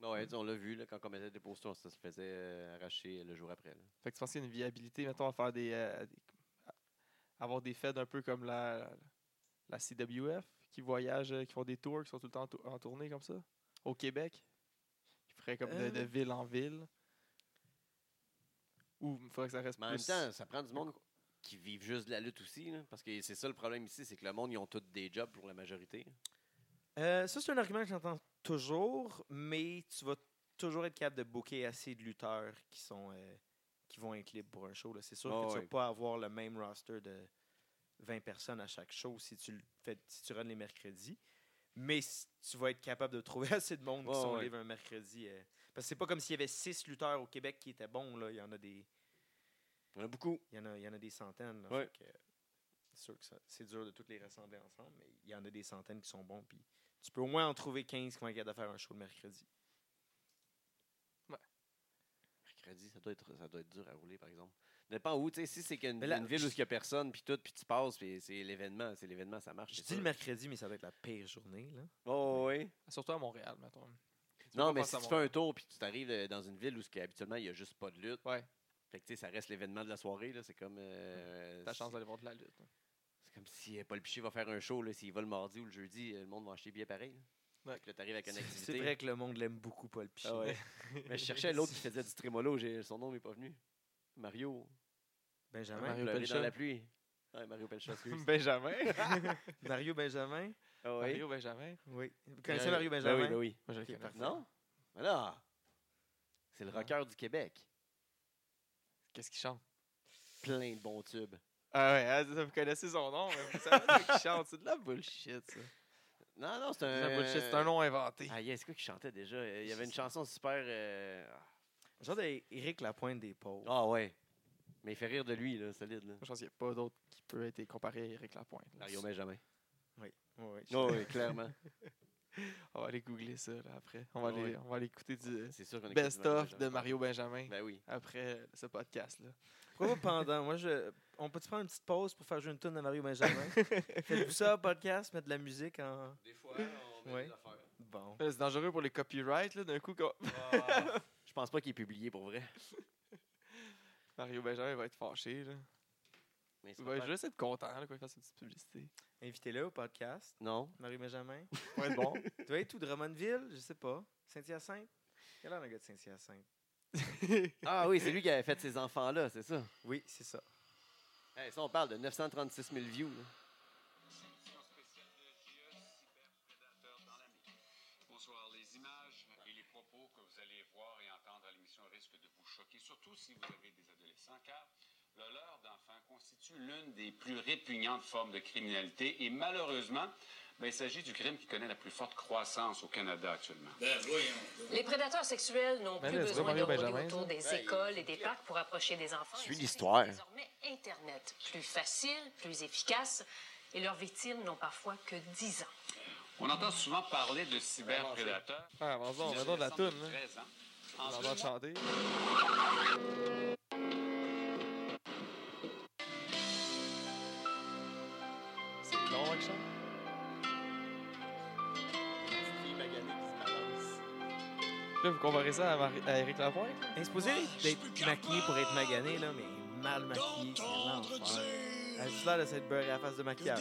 Speaker 1: Ben ouais, tu sais, on l'a vu, là, quand on mettait des posters, ça se faisait euh, arracher le jour après. là.
Speaker 2: Fait que tu penses qu'il y a une viabilité, mettons, à faire des. euh, des- à- avoir des fêtes un peu comme la, la CWF qui voyage, euh, qui font des tours, qui sont tout le temps en tou- en tournée comme ça, au Québec. Qui ferait comme de- de,
Speaker 4: Euh.
Speaker 2: ville en ville. Ou il faudrait que ça reste
Speaker 1: Mais en même
Speaker 2: plus.
Speaker 1: temps, ça prend du monde qui vivent juste de la lutte aussi. là, parce que c'est ça le problème ici, c'est que le monde, ils ont tous des jobs pour la majorité.
Speaker 3: Euh, ça, c'est un argument que j'entends toujours, mais tu vas toujours être capable de booker assez de lutteurs qui sont euh, qui vont être libres pour un show. là. C'est sûr
Speaker 1: Ah
Speaker 3: que tu
Speaker 1: ouais.
Speaker 3: vas pas avoir le même roster de 20 personnes à chaque show si tu le fais si tu runs les mercredis. Mais si- tu vas être capable de trouver assez de monde
Speaker 1: Ouais,
Speaker 3: qui sont
Speaker 1: ouais.
Speaker 3: libres un mercredi. euh. parce que c'est pas comme s'il y avait six lutteurs au Québec qui étaient bons. Là. Il y en a des.
Speaker 1: Il y en a beaucoup.
Speaker 3: Il y en a, il y en a des centaines. là.
Speaker 1: Ouais.
Speaker 3: Fait que, c'est sûr que ça- c'est dur de toutes les rassembler ensemble, mais il y en a des centaines qui sont bons. Puis tu peux au moins en trouver 15 qui vont être capables de faire un show le mercredi.
Speaker 1: Mercredi, ça doit, être, ça doit être dur à rouler, par exemple. Ça dépend où, tu sais, si c'est qu'une
Speaker 3: Mais là-
Speaker 1: une ville où il n'y a personne, puis tout, puis tu passes, puis c'est l'événement, c'est l'événement, ça marche.
Speaker 3: Je
Speaker 1: c'est
Speaker 3: dis le
Speaker 1: sûr.
Speaker 3: mercredi, mais ça doit être la pire journée. Là.
Speaker 1: Oh, oui.
Speaker 2: Surtout à Montréal, mettons. peux
Speaker 1: Non,
Speaker 2: pas
Speaker 1: mais
Speaker 2: penser
Speaker 1: si
Speaker 2: à
Speaker 1: tu fais
Speaker 2: Montréal.
Speaker 1: un tour, puis tu arrives euh, dans une ville où ce que, habituellement, il n'y a juste pas de lutte.
Speaker 2: Ouais.
Speaker 1: Fait que, tu sais, ça reste l'événement de la soirée, là. C'est comme. euh,
Speaker 2: T'as
Speaker 1: si-
Speaker 2: chance d'aller voir de la lutte. hein.
Speaker 1: C'est comme si euh, Paul Piché va faire un show, là, s'il va le mardi ou le jeudi, euh, le monde va acheter bien pareil. Là.
Speaker 2: Ouais.
Speaker 1: Fait que là, t'arrives avec une activité.
Speaker 3: C'est vrai que le monde l'aime beaucoup, Paul Pichet.
Speaker 1: Ah ouais. Mais je cherchais l'autre qui faisait du trémolo, j'ai- son nom n'est pas venu. Mario.
Speaker 3: Benjamin.
Speaker 2: Mario
Speaker 1: Mario dans
Speaker 2: Pelcha.
Speaker 1: la pluie. Ouais, Mario Pelcha, excuse.
Speaker 2: Benjamin.
Speaker 3: Mario Benjamin.
Speaker 1: Ah oui.
Speaker 2: Mario Benjamin.
Speaker 3: Oui. Vous
Speaker 2: Euh,
Speaker 3: connaissez Mario
Speaker 1: Ben
Speaker 3: Benjamin?
Speaker 1: oui, ben oui.
Speaker 2: Moi, je le
Speaker 3: Ok,
Speaker 2: connais.
Speaker 3: parfait.
Speaker 1: Non? Mais non. C'est le
Speaker 2: Non.
Speaker 1: rocker du Québec.
Speaker 2: Qu'est-ce qu'il chante?
Speaker 1: Plein de bons tubes.
Speaker 2: Ah ouais, ah, vous connaissez son nom, mais vous savez pas qui chante. C'est de la bullshit, ça.
Speaker 1: Non, non, c'est
Speaker 2: C'est
Speaker 1: un.
Speaker 2: de la bullshit, c'est un nom inventé.
Speaker 1: Ah, yeah, c'est quoi qui chantait déjà? Euh, Il y avait une chanson super. euh,
Speaker 3: Genre d'Éric Lapointe des pauvres.
Speaker 1: Ah ouais. Mais il fait rire de lui, là, solide. Là.
Speaker 2: Je pense qu'il n'y a pas d'autre qui peut être comparé à Eric Lapointe. là.
Speaker 1: Mario Benjamin.
Speaker 3: Ouais, Ah, ouais.
Speaker 1: Oh, oui, clairement.
Speaker 2: On va aller googler ça là, après. On va,
Speaker 1: Ouais.
Speaker 2: aller, Ah on va aller écouter du
Speaker 1: C'est sûr qu'on écoute du Mario
Speaker 2: best-of de
Speaker 1: Benjamin.
Speaker 2: Mario Benjamin
Speaker 1: Ben oui.
Speaker 2: après euh, ce podcast-là.
Speaker 3: Pourquoi pas pendant? Moi, je... on peut-tu prendre une petite pause pour faire jouer une tune de Mario Benjamin? Faites-vous ça, au podcast, mettre de la musique en...
Speaker 1: Des fois,
Speaker 3: met Ouais. des
Speaker 1: affaires.
Speaker 3: Bon.
Speaker 2: Là, C'est dangereux pour les copyrights, là, d'un coup. quand-
Speaker 1: Ah. Je pense pas qu'il est publié pour vrai.
Speaker 2: Mario Benjamin va être fâché. Là.
Speaker 1: Mais c'est pas
Speaker 2: Il va
Speaker 1: grave.
Speaker 2: Ben, juste être content là, quand il fasse une petite publicité.
Speaker 3: Invitez-le au podcast.
Speaker 1: Non.
Speaker 3: Mario Benjamin.
Speaker 2: Ça va être bon.
Speaker 3: Tu dois être où? Drummondville? Je sais pas. Saint-Hyacinthe? Quel est le gars de Saint-Hyacinthe?
Speaker 1: Ah oui, c'est lui qui avait fait ces enfants-là, c'est ça.
Speaker 3: Oui, c'est ça.
Speaker 1: Hey, ça, on parle de 936 000 views. là.
Speaker 5: Bonsoir. Les images et les propos que vous allez voir et entendre à l'émission risquent de vous choquer, surtout si vous avez des adolescents, car le leurre d'enfants constitue l'une des plus répugnantes formes de criminalité et malheureusement, ben, il s'agit du crime qui connaît la plus forte croissance au Canada actuellement.
Speaker 6: Les prédateurs sexuels n'ont
Speaker 2: Ben
Speaker 6: plus
Speaker 2: là, c'est
Speaker 6: besoin de
Speaker 2: Mario
Speaker 6: rouler
Speaker 2: Benjamin,
Speaker 6: autour
Speaker 2: ça.
Speaker 6: des écoles et des parcs pour approcher des enfants.
Speaker 1: Suis
Speaker 6: Ils utilisent
Speaker 1: l'histoire.
Speaker 6: Désormais Internet, plus facile, plus efficace, et leurs victimes n'ont parfois que 10 ans.
Speaker 5: On entend souvent parler de cyberprédateurs.
Speaker 2: ah, avançons, mettons de la
Speaker 5: Adolescents
Speaker 2: toune. hein. Là.
Speaker 5: 13 ans.
Speaker 2: On
Speaker 5: En
Speaker 2: va
Speaker 5: deux
Speaker 2: entendre chanter. C'est bon, ouais, qui chante. Là, vous comparez ça à, Mari- à Éric Lapointe? là?
Speaker 3: Elle est supposée d'être maquillée pour être maganée, là, mais mal maquillée, c'est l'enfer. Elle a juste l'air de s'être beurrée à la face de maquillage.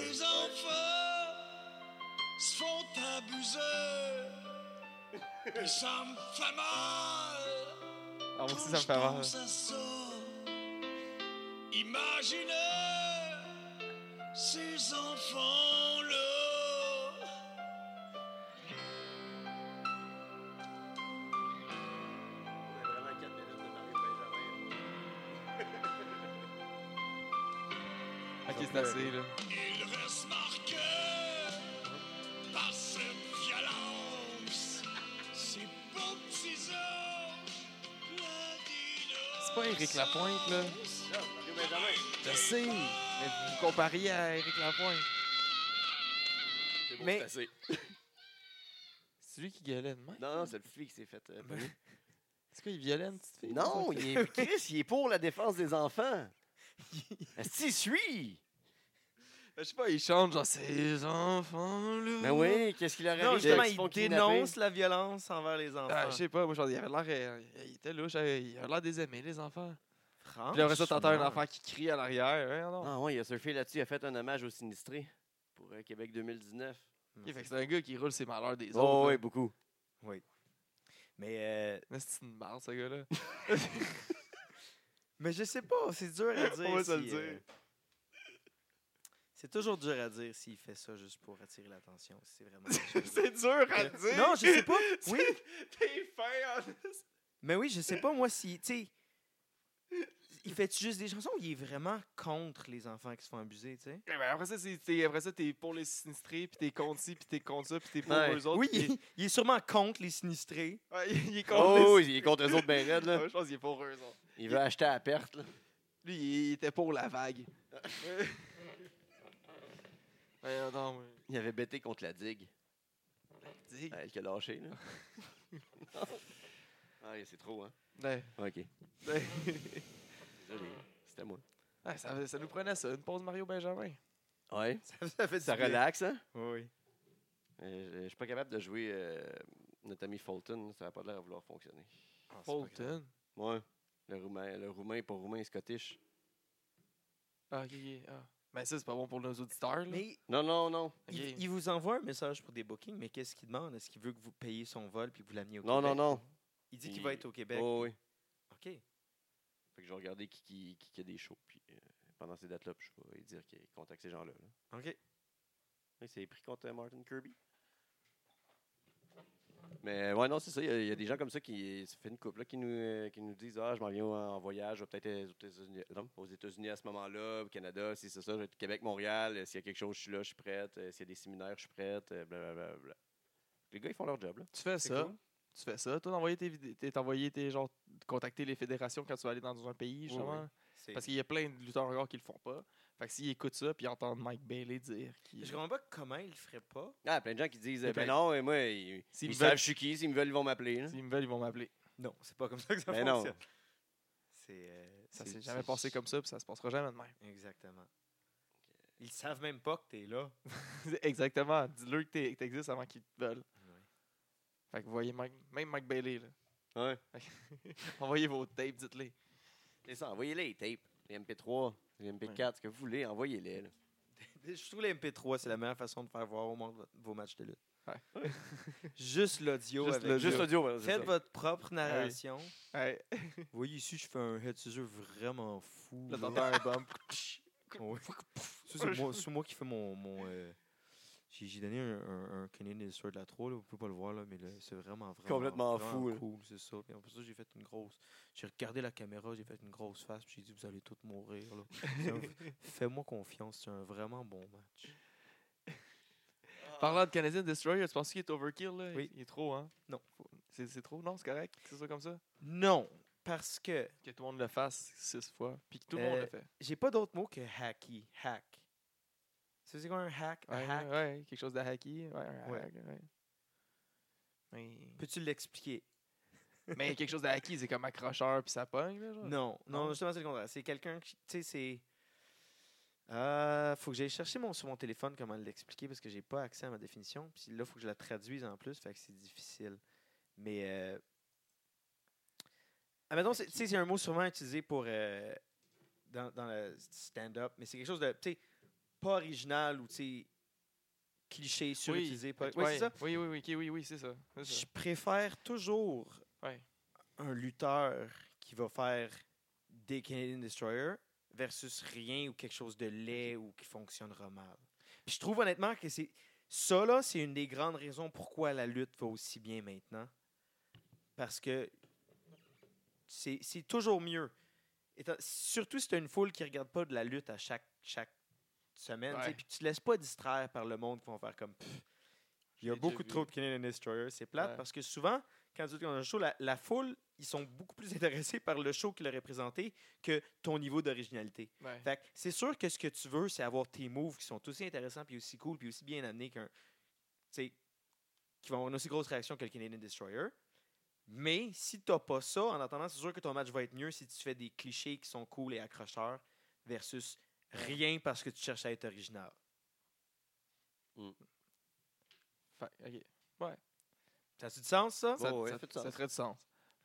Speaker 7: se font abuser. Et ça me fait mal.
Speaker 2: Ah, moi aussi,
Speaker 7: quand
Speaker 2: ça me
Speaker 7: je
Speaker 2: fait mal.
Speaker 7: pense à ça. Imaginez ces enfants-là.
Speaker 2: Ok, c'est assez, là.
Speaker 7: Il reste marqué par cette violence. Ces beaux petits hommes,
Speaker 2: C'est pas Éric Lapointe, là. Je sais, mais vous vous compariez à Éric Lapointe.
Speaker 1: C'est bon,
Speaker 2: Mais-
Speaker 1: c'est assez.
Speaker 2: C'est lui qui gueulait de même.
Speaker 1: Non, non, c'est le flic qui s'est fait. euh, pogner.
Speaker 2: Est-ce qu'il violait une petite fille?
Speaker 1: non, il est, Chris, il est pour la défense des enfants. Si, suis!
Speaker 2: Je sais pas, il chante genre ses enfants là.
Speaker 1: Ben oui, qu'est-ce qu'il aurait
Speaker 3: Non,
Speaker 1: arrive
Speaker 3: justement,
Speaker 1: quand ils se font
Speaker 3: il
Speaker 1: kidnapper?
Speaker 3: dénonce la violence envers les enfants.
Speaker 2: Ah, je sais pas, moi genre, il avait l'air. euh, il était louche, euh, il avait l'air désaimé les enfants.
Speaker 3: Franchement.
Speaker 2: Puis après ça, t'entends un enfant qui crie à l'arrière. hein, Ah, non.
Speaker 1: Ah ouais, il a surfé là-dessus, il a fait un hommage aux sinistrés pour euh, Québec 2019.
Speaker 2: Ok, fait que c'est un gars qui roule ses malheurs des autres.
Speaker 1: Oh
Speaker 2: là.
Speaker 1: oui, beaucoup.
Speaker 3: Mais, euh,
Speaker 2: Mais c'est une marde, ce gars-là.
Speaker 3: mais je sais pas, c'est dur à dire.
Speaker 2: On va se le
Speaker 3: si,
Speaker 2: dire.
Speaker 3: euh, c'est toujours dur à dire s'il fait ça juste pour attirer l'attention. si C'est vraiment. quelque chose.
Speaker 2: c'est dur à
Speaker 3: Euh,
Speaker 2: dire.
Speaker 3: Non, je sais pas. Oui,
Speaker 2: T'es fin, hein.
Speaker 3: mais oui, je sais pas, moi, si. Tu sais. Il fait juste des chansons où il est vraiment contre les enfants qui se font abuser, tu sais?
Speaker 2: Ouais, ben après ça, c'est- t'es, après ça, t'es pour les sinistrés, puis t'es contre ci, puis t'es contre ça, puis t'es pour
Speaker 1: Ouais.
Speaker 2: eux autres.
Speaker 3: Oui,
Speaker 2: puis
Speaker 3: il, il est sûrement contre les sinistrés.
Speaker 2: t'es- ouais, il est contre
Speaker 1: Oh,
Speaker 2: les-
Speaker 1: oui, il est contre eux autres ben raides, là.
Speaker 2: Ouais, je pense qu'il est pour eux autres.
Speaker 1: Il veut acheter à perte, là.
Speaker 2: Lui, il, il était pour la vague. ouais, attends, ouais.
Speaker 1: Il avait bêté contre la digue.
Speaker 2: Dis.
Speaker 1: Ah, Elle qui a lâché, là. ah, oui, c'est trop, hein.
Speaker 2: Ouais.
Speaker 1: OK,
Speaker 2: Ouais.
Speaker 1: désolé. C'était moi.
Speaker 2: Ouais, ça, ça nous prenait ça, une pause Mario Benjamin.
Speaker 1: Ouais,
Speaker 3: Ça fait du
Speaker 1: ça
Speaker 3: bien.
Speaker 1: relaxe, hein?
Speaker 3: Oui.
Speaker 1: Euh, je- Je suis pas capable de jouer euh, notre ami Fulton. Ça n'a pas l'air de vouloir fonctionner.
Speaker 2: Fulton.
Speaker 1: Ouais. Le roumain, le roumain, pas roumain, scottish.
Speaker 2: Ah, ok, ok, ah. Ben ça, c'est pas bon pour nos auditeurs, là.
Speaker 3: Mais
Speaker 1: Non, non, non.
Speaker 2: Ok.
Speaker 3: il, il vous envoie un message pour des bookings, mais qu'est-ce qu'il demande? Est-ce qu'il veut que vous payiez son vol puis que vous l'ameniez au
Speaker 1: Non,
Speaker 3: Québec?
Speaker 1: non, non.
Speaker 3: Il dit qu'il va
Speaker 1: Il-
Speaker 3: être au Québec.
Speaker 1: Oh, oui.
Speaker 3: OK.
Speaker 1: Fait que je vais regarder qui, qui, qui, qui a des shows. Puis euh, pendant ces dates-là, puis je vais dire qu'il contacte ces gens-là. là.
Speaker 3: OK.
Speaker 1: Oui, c'est pris contre euh, Martin Kirby. Mais euh, ouais, non, c'est ça. Il y a- il y, a des gens comme ça qui. Ça fait une couple là, qui, nous, euh, qui nous disent Ah, je m'en viens en voyage, je vais peut-être euh, aux États-Unis non, aux États-Unis à ce moment-là, au Canada, si c'est ça, je vais être au Québec, Montréal. euh, S'il y a quelque chose, je suis là, je suis prête. euh, S'il y a des séminaires, je suis prête. euh, Blablabla. Les gars, ils font leur job. Là.
Speaker 2: Tu fais
Speaker 3: C'est
Speaker 2: ça.
Speaker 3: cool.
Speaker 2: Tu fais ça. Toi, d'envoyer tes vidéos, t'envoyer tes genre contacter les fédérations quand tu vas aller dans un pays, justement.
Speaker 3: C'est-
Speaker 2: Parce qu'il y a plein de lutteurs encore qui le font pas. Fait que s'ils écoutent ça puis ils entendent Mike Bailey dire qu'il.
Speaker 3: Je comprends pas comment il le ferait pas.
Speaker 1: Ah, plein de gens qui disent
Speaker 2: Mais
Speaker 1: euh, Ben
Speaker 2: ben-
Speaker 1: non, et moi, ils,
Speaker 2: S'ils
Speaker 1: ils
Speaker 2: veulent-
Speaker 1: savent je suis qui, s'ils me veulent, ils vont m'appeler. là.
Speaker 2: S'ils me veulent, ils vont m'appeler.
Speaker 3: Non, c'est pas comme ça que ça
Speaker 1: Ben non.
Speaker 3: fonctionne. C'est euh,
Speaker 2: Ça
Speaker 3: c'est-
Speaker 2: s'est jamais
Speaker 3: c'est-
Speaker 2: passé comme ça puis ça se passera jamais de même.
Speaker 3: Exactement. Ils savent même pas que t'es là.
Speaker 2: Exactement. Dis-leur que t'es- que t'existes avant qu'ils te veulent.
Speaker 3: Ouais.
Speaker 2: Fait que vous voyez Mike, même Mike Bailey, là.
Speaker 1: Ouais.
Speaker 2: Envoyez vos tapes, dites-les.
Speaker 1: C'est ça, envoyez-les, les tapes, les MP3, les MP4, ce que vous voulez, envoyez-les. là.
Speaker 3: Je trouve les MP3, c'est la meilleure façon de faire voir au monde vos matchs de lutte.
Speaker 2: Ouais.
Speaker 3: Juste l'audio.
Speaker 2: Juste
Speaker 3: avec-
Speaker 2: l'audio.
Speaker 1: Juste audio, voilà, c'est
Speaker 3: Faites
Speaker 1: ça.
Speaker 3: votre propre narration.
Speaker 2: Ouais.
Speaker 3: Vous voyez ici, je fais un head scissor vraiment fou.
Speaker 2: Là,
Speaker 3: là.
Speaker 2: t'entends un bump.
Speaker 3: Ouais. Ça, c'est moi, c'est moi qui fais mon. mon euh, j'ai j'ai donné un, un, un Canadian Destroyer de la 3, là, vous pouvez pas le voir, là, mais là, c'est vraiment, vraiment,
Speaker 1: Complètement
Speaker 3: vraiment
Speaker 1: fou, là.
Speaker 3: cool, c'est ça. Puis en plus, ça, j'ai fait une grosse. J'ai regardé la caméra, j'ai fait une grosse face, puis j'ai dit, vous allez tous mourir. là. C'est un- Fais-moi confiance, c'est un vraiment bon match.
Speaker 2: Parlant de Canadian Destroyer, tu penses qu'il est overkill, là?
Speaker 3: Oui.
Speaker 2: Il est trop, hein?
Speaker 3: Non.
Speaker 2: Faut- C'est c'est trop? Non, c'est correct? C'est ça comme ça?
Speaker 3: Non, parce que
Speaker 2: Que tout le monde le fasse six fois, puis que tout le monde le
Speaker 3: Euh,
Speaker 2: fait.
Speaker 3: j'ai pas d'autre mot que hacky, hack. Ça, C'est quoi un hack? Un
Speaker 2: Ouais,
Speaker 3: hack?
Speaker 2: ouais, quelque chose de hacky. Ouais, un
Speaker 3: Ouais.
Speaker 2: hack, ouais. Mais...
Speaker 3: Peux-tu l'expliquer?
Speaker 2: mais quelque chose de hacky, c'est comme accrocheur puis ça pogne, là, genre. Ah
Speaker 3: Non, non,
Speaker 2: Non?
Speaker 3: justement, c'est le contraire. C'est quelqu'un qui. Tu sais, c'est. Euh, faut que j'aille chercher mon, sur mon téléphone comment l'expliquer parce que j'ai pas accès à ma définition. Puis là, faut que je la traduise en plus, fait que c'est difficile. Mais. Euh... admettons, c'est- tu sais, c'est un mot souvent utilisé pour. euh, dans, dans le stand-up, mais c'est quelque chose de. Tu sais, pas original ou, tu sais, cliché, surutilisé. pas- ouais, c'est ça.
Speaker 2: Oui, oui, oui, ok, oui, oui, c'est ça. c'est ça.
Speaker 3: Je préfère toujours
Speaker 2: Ouais.
Speaker 3: un lutteur qui va faire des Canadian Destroyer versus rien ou quelque chose de laid ou qui fonctionnera mal. Puis je trouve honnêtement que c'est ça là, c'est une des grandes raisons pourquoi la lutte va aussi bien maintenant. Parce que c'est c'est toujours mieux. Étant- surtout si tu une foule qui regarde pas de la lutte à chaque, chaque semaine, tu sais,
Speaker 2: Ouais.
Speaker 3: puis tu te laisses pas distraire par le monde qui vont faire comme Pff, il y a
Speaker 2: l'ai déjà
Speaker 3: beaucoup
Speaker 2: vu.
Speaker 3: trop de Canadian Destroyer, c'est plate
Speaker 2: Ouais.
Speaker 3: parce que souvent quand tu es dans un show, la, la foule, ils sont beaucoup plus intéressés par le show qu'il a représenté que ton niveau d'originalité.
Speaker 2: Ouais.
Speaker 3: Fait que c'est sûr que ce que tu veux, c'est avoir tes moves qui sont aussi intéressants, puis aussi cool, puis aussi bien amenés qu'un sais, qui vont avoir une aussi grosse réaction que le Canadian Destroyer. Mais si t'as pas ça, en attendant, c'est sûr que ton match va être mieux si tu fais des clichés qui sont cool et accrocheurs versus rien parce que tu cherches à être original.
Speaker 2: Fait, ok.
Speaker 3: Ça a-tu du sens, ça?
Speaker 2: ça,
Speaker 1: ouais,
Speaker 2: ça-
Speaker 1: fait du sens.
Speaker 2: ça ferait du sens.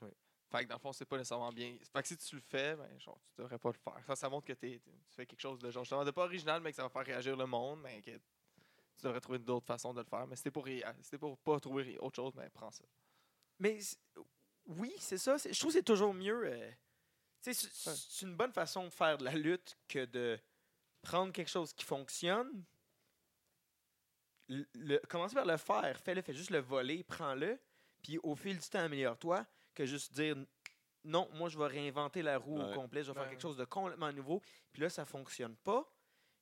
Speaker 3: Oui.
Speaker 2: Fait que dans le fond, c'est pas nécessairement bien. Fait que si tu le fais, ben, genre, tu devrais pas le faire. Ça, ça montre que t'es- tu fais quelque chose de genre, justement, de pas original, mais que ça va faire réagir le monde, mais que tu devrais trouver d'autres façons de le faire. Mais c'était pour, réa- si t'es pour pas trouver ri- autre chose, mais prends ça.
Speaker 3: Mais c- oui, c'est ça. c'est- Je trouve que c'est toujours mieux. euh, tu sais, c'est
Speaker 2: Ouais.
Speaker 3: c'est une bonne façon de faire de la lutte que de prendre quelque chose qui fonctionne. Le, le- commencer par le faire. Fais-le, fais juste le voler, prends-le. Puis au fil du temps, améliore-toi. Que juste dire non, moi je vais réinventer la roue
Speaker 1: Ouais.
Speaker 3: au complet. Je vais faire
Speaker 2: Ouais.
Speaker 3: quelque chose de complètement nouveau. Puis là, ça fonctionne pas.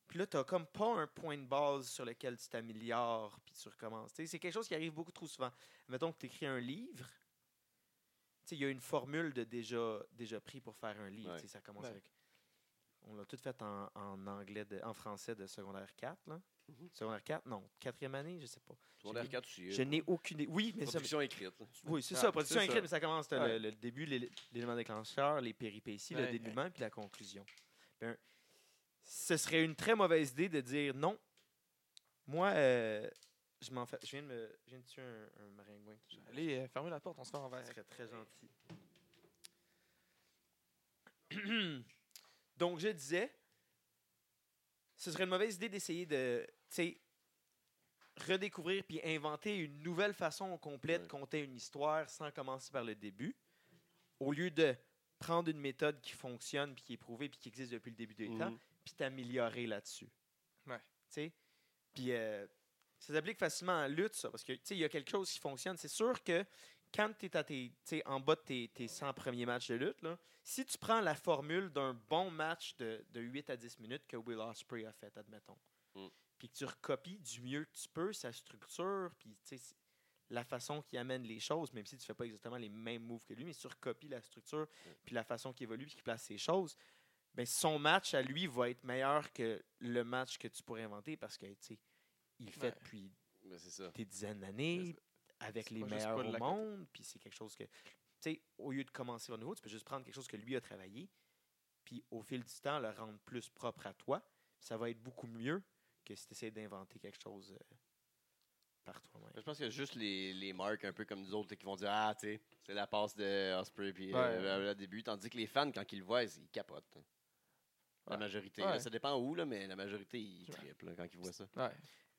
Speaker 3: Puis là, t'as comme pas un point de base sur lequel tu t'améliores, puis tu recommences. Tu sais, c'est quelque chose qui arrive beaucoup trop souvent. Mettons que tu écris un livre, tu sais, il y a une formule de déjà, déjà pris pour faire un livre.
Speaker 1: Ouais.
Speaker 3: Tu sais, Ça commence
Speaker 2: Ouais.
Speaker 3: avec. On l'a tout fait en, en anglais, de- en français de secondaire 4. Là.
Speaker 1: Mhm.
Speaker 3: Secondaire 4, non. Quatrième année, je sais pas.
Speaker 1: Secondaire 4, tu y es.
Speaker 3: Je n'ai aucune. idée. Oui, mais ça.
Speaker 1: Production écrite. là.
Speaker 3: Oui, c'est
Speaker 2: Ah,
Speaker 3: ça, production
Speaker 2: c'est
Speaker 3: écrite,
Speaker 2: ça.
Speaker 3: mais ça commence t'as
Speaker 2: Ouais.
Speaker 3: le, le début, l'élé- l'élément déclencheur, les péripéties,
Speaker 2: Ouais.
Speaker 3: le dénouement, puis la conclusion. Ben, ce serait une très mauvaise idée de dire non. Moi, euh, je m'en fais. Je viens de me. Je viens de tuer un, un maringouin qui
Speaker 2: Allez, euh, fermez la porte, on se fait envers.
Speaker 3: serait très gentil. Donc, je disais, ce serait une mauvaise idée d'essayer de, tu sais, redécouvrir puis inventer une nouvelle façon au complet de
Speaker 1: Ouais.
Speaker 3: conter une histoire sans commencer par le début, au lieu de prendre une méthode qui fonctionne puis qui est prouvée puis qui existe depuis le début des temps,
Speaker 1: Mhm.
Speaker 3: puis t'améliorer là-dessus.
Speaker 2: Ouais.
Speaker 3: Tu sais? Puis euh, ça s'applique facilement en lutte, ça, parce que, tu sais, il y a quelque chose qui fonctionne. C'est sûr que quand tu es à tes, tu sais, en bas de tes, tes 100 premiers matchs de lutte, là, si tu prends la formule d'un bon match de, de 8 à 10 minutes que Will Ospreay a fait, admettons,
Speaker 1: Mm.
Speaker 3: puis que tu recopies du mieux que tu peux sa structure, puis, tu sais, c'est- la façon qu'il amène les choses, même si tu fais pas exactement les mêmes moves que lui, mais si tu recopies la structure, puis la façon qu'il évolue, puis qu'il place ses choses, ben, son match à lui va être meilleur que le match que tu pourrais inventer parce que tu sais, il le fait
Speaker 2: Ouais.
Speaker 3: depuis
Speaker 1: Ben, c'est ça.
Speaker 3: des dizaines d'années avec
Speaker 2: c'est
Speaker 3: les
Speaker 2: pas juste
Speaker 3: meilleurs
Speaker 2: pas de
Speaker 3: au
Speaker 2: la côté.
Speaker 3: monde, puis c'est quelque chose que tu sais, au lieu de commencer au nouveau, tu peux juste prendre quelque chose que lui a travaillé, puis au fil du temps le rendre plus propre à toi, ça va être beaucoup mieux que si tu essaies d'inventer quelque chose euh, par toi-même.
Speaker 1: Je pense que juste les, les marques, un peu comme nous autres, qui vont dire Ah, tu sais, c'est la passe de Osprey puis
Speaker 2: Ouais.
Speaker 1: euh, au début. Tandis que les fans, quand ils le voient, ils capotent. hein. La
Speaker 2: Ouais.
Speaker 1: majorité.
Speaker 2: Ouais.
Speaker 1: là. ça dépend où, là, mais la majorité, ils
Speaker 2: Ouais.
Speaker 1: trippent là, quand ils voient ça.
Speaker 2: Ouais.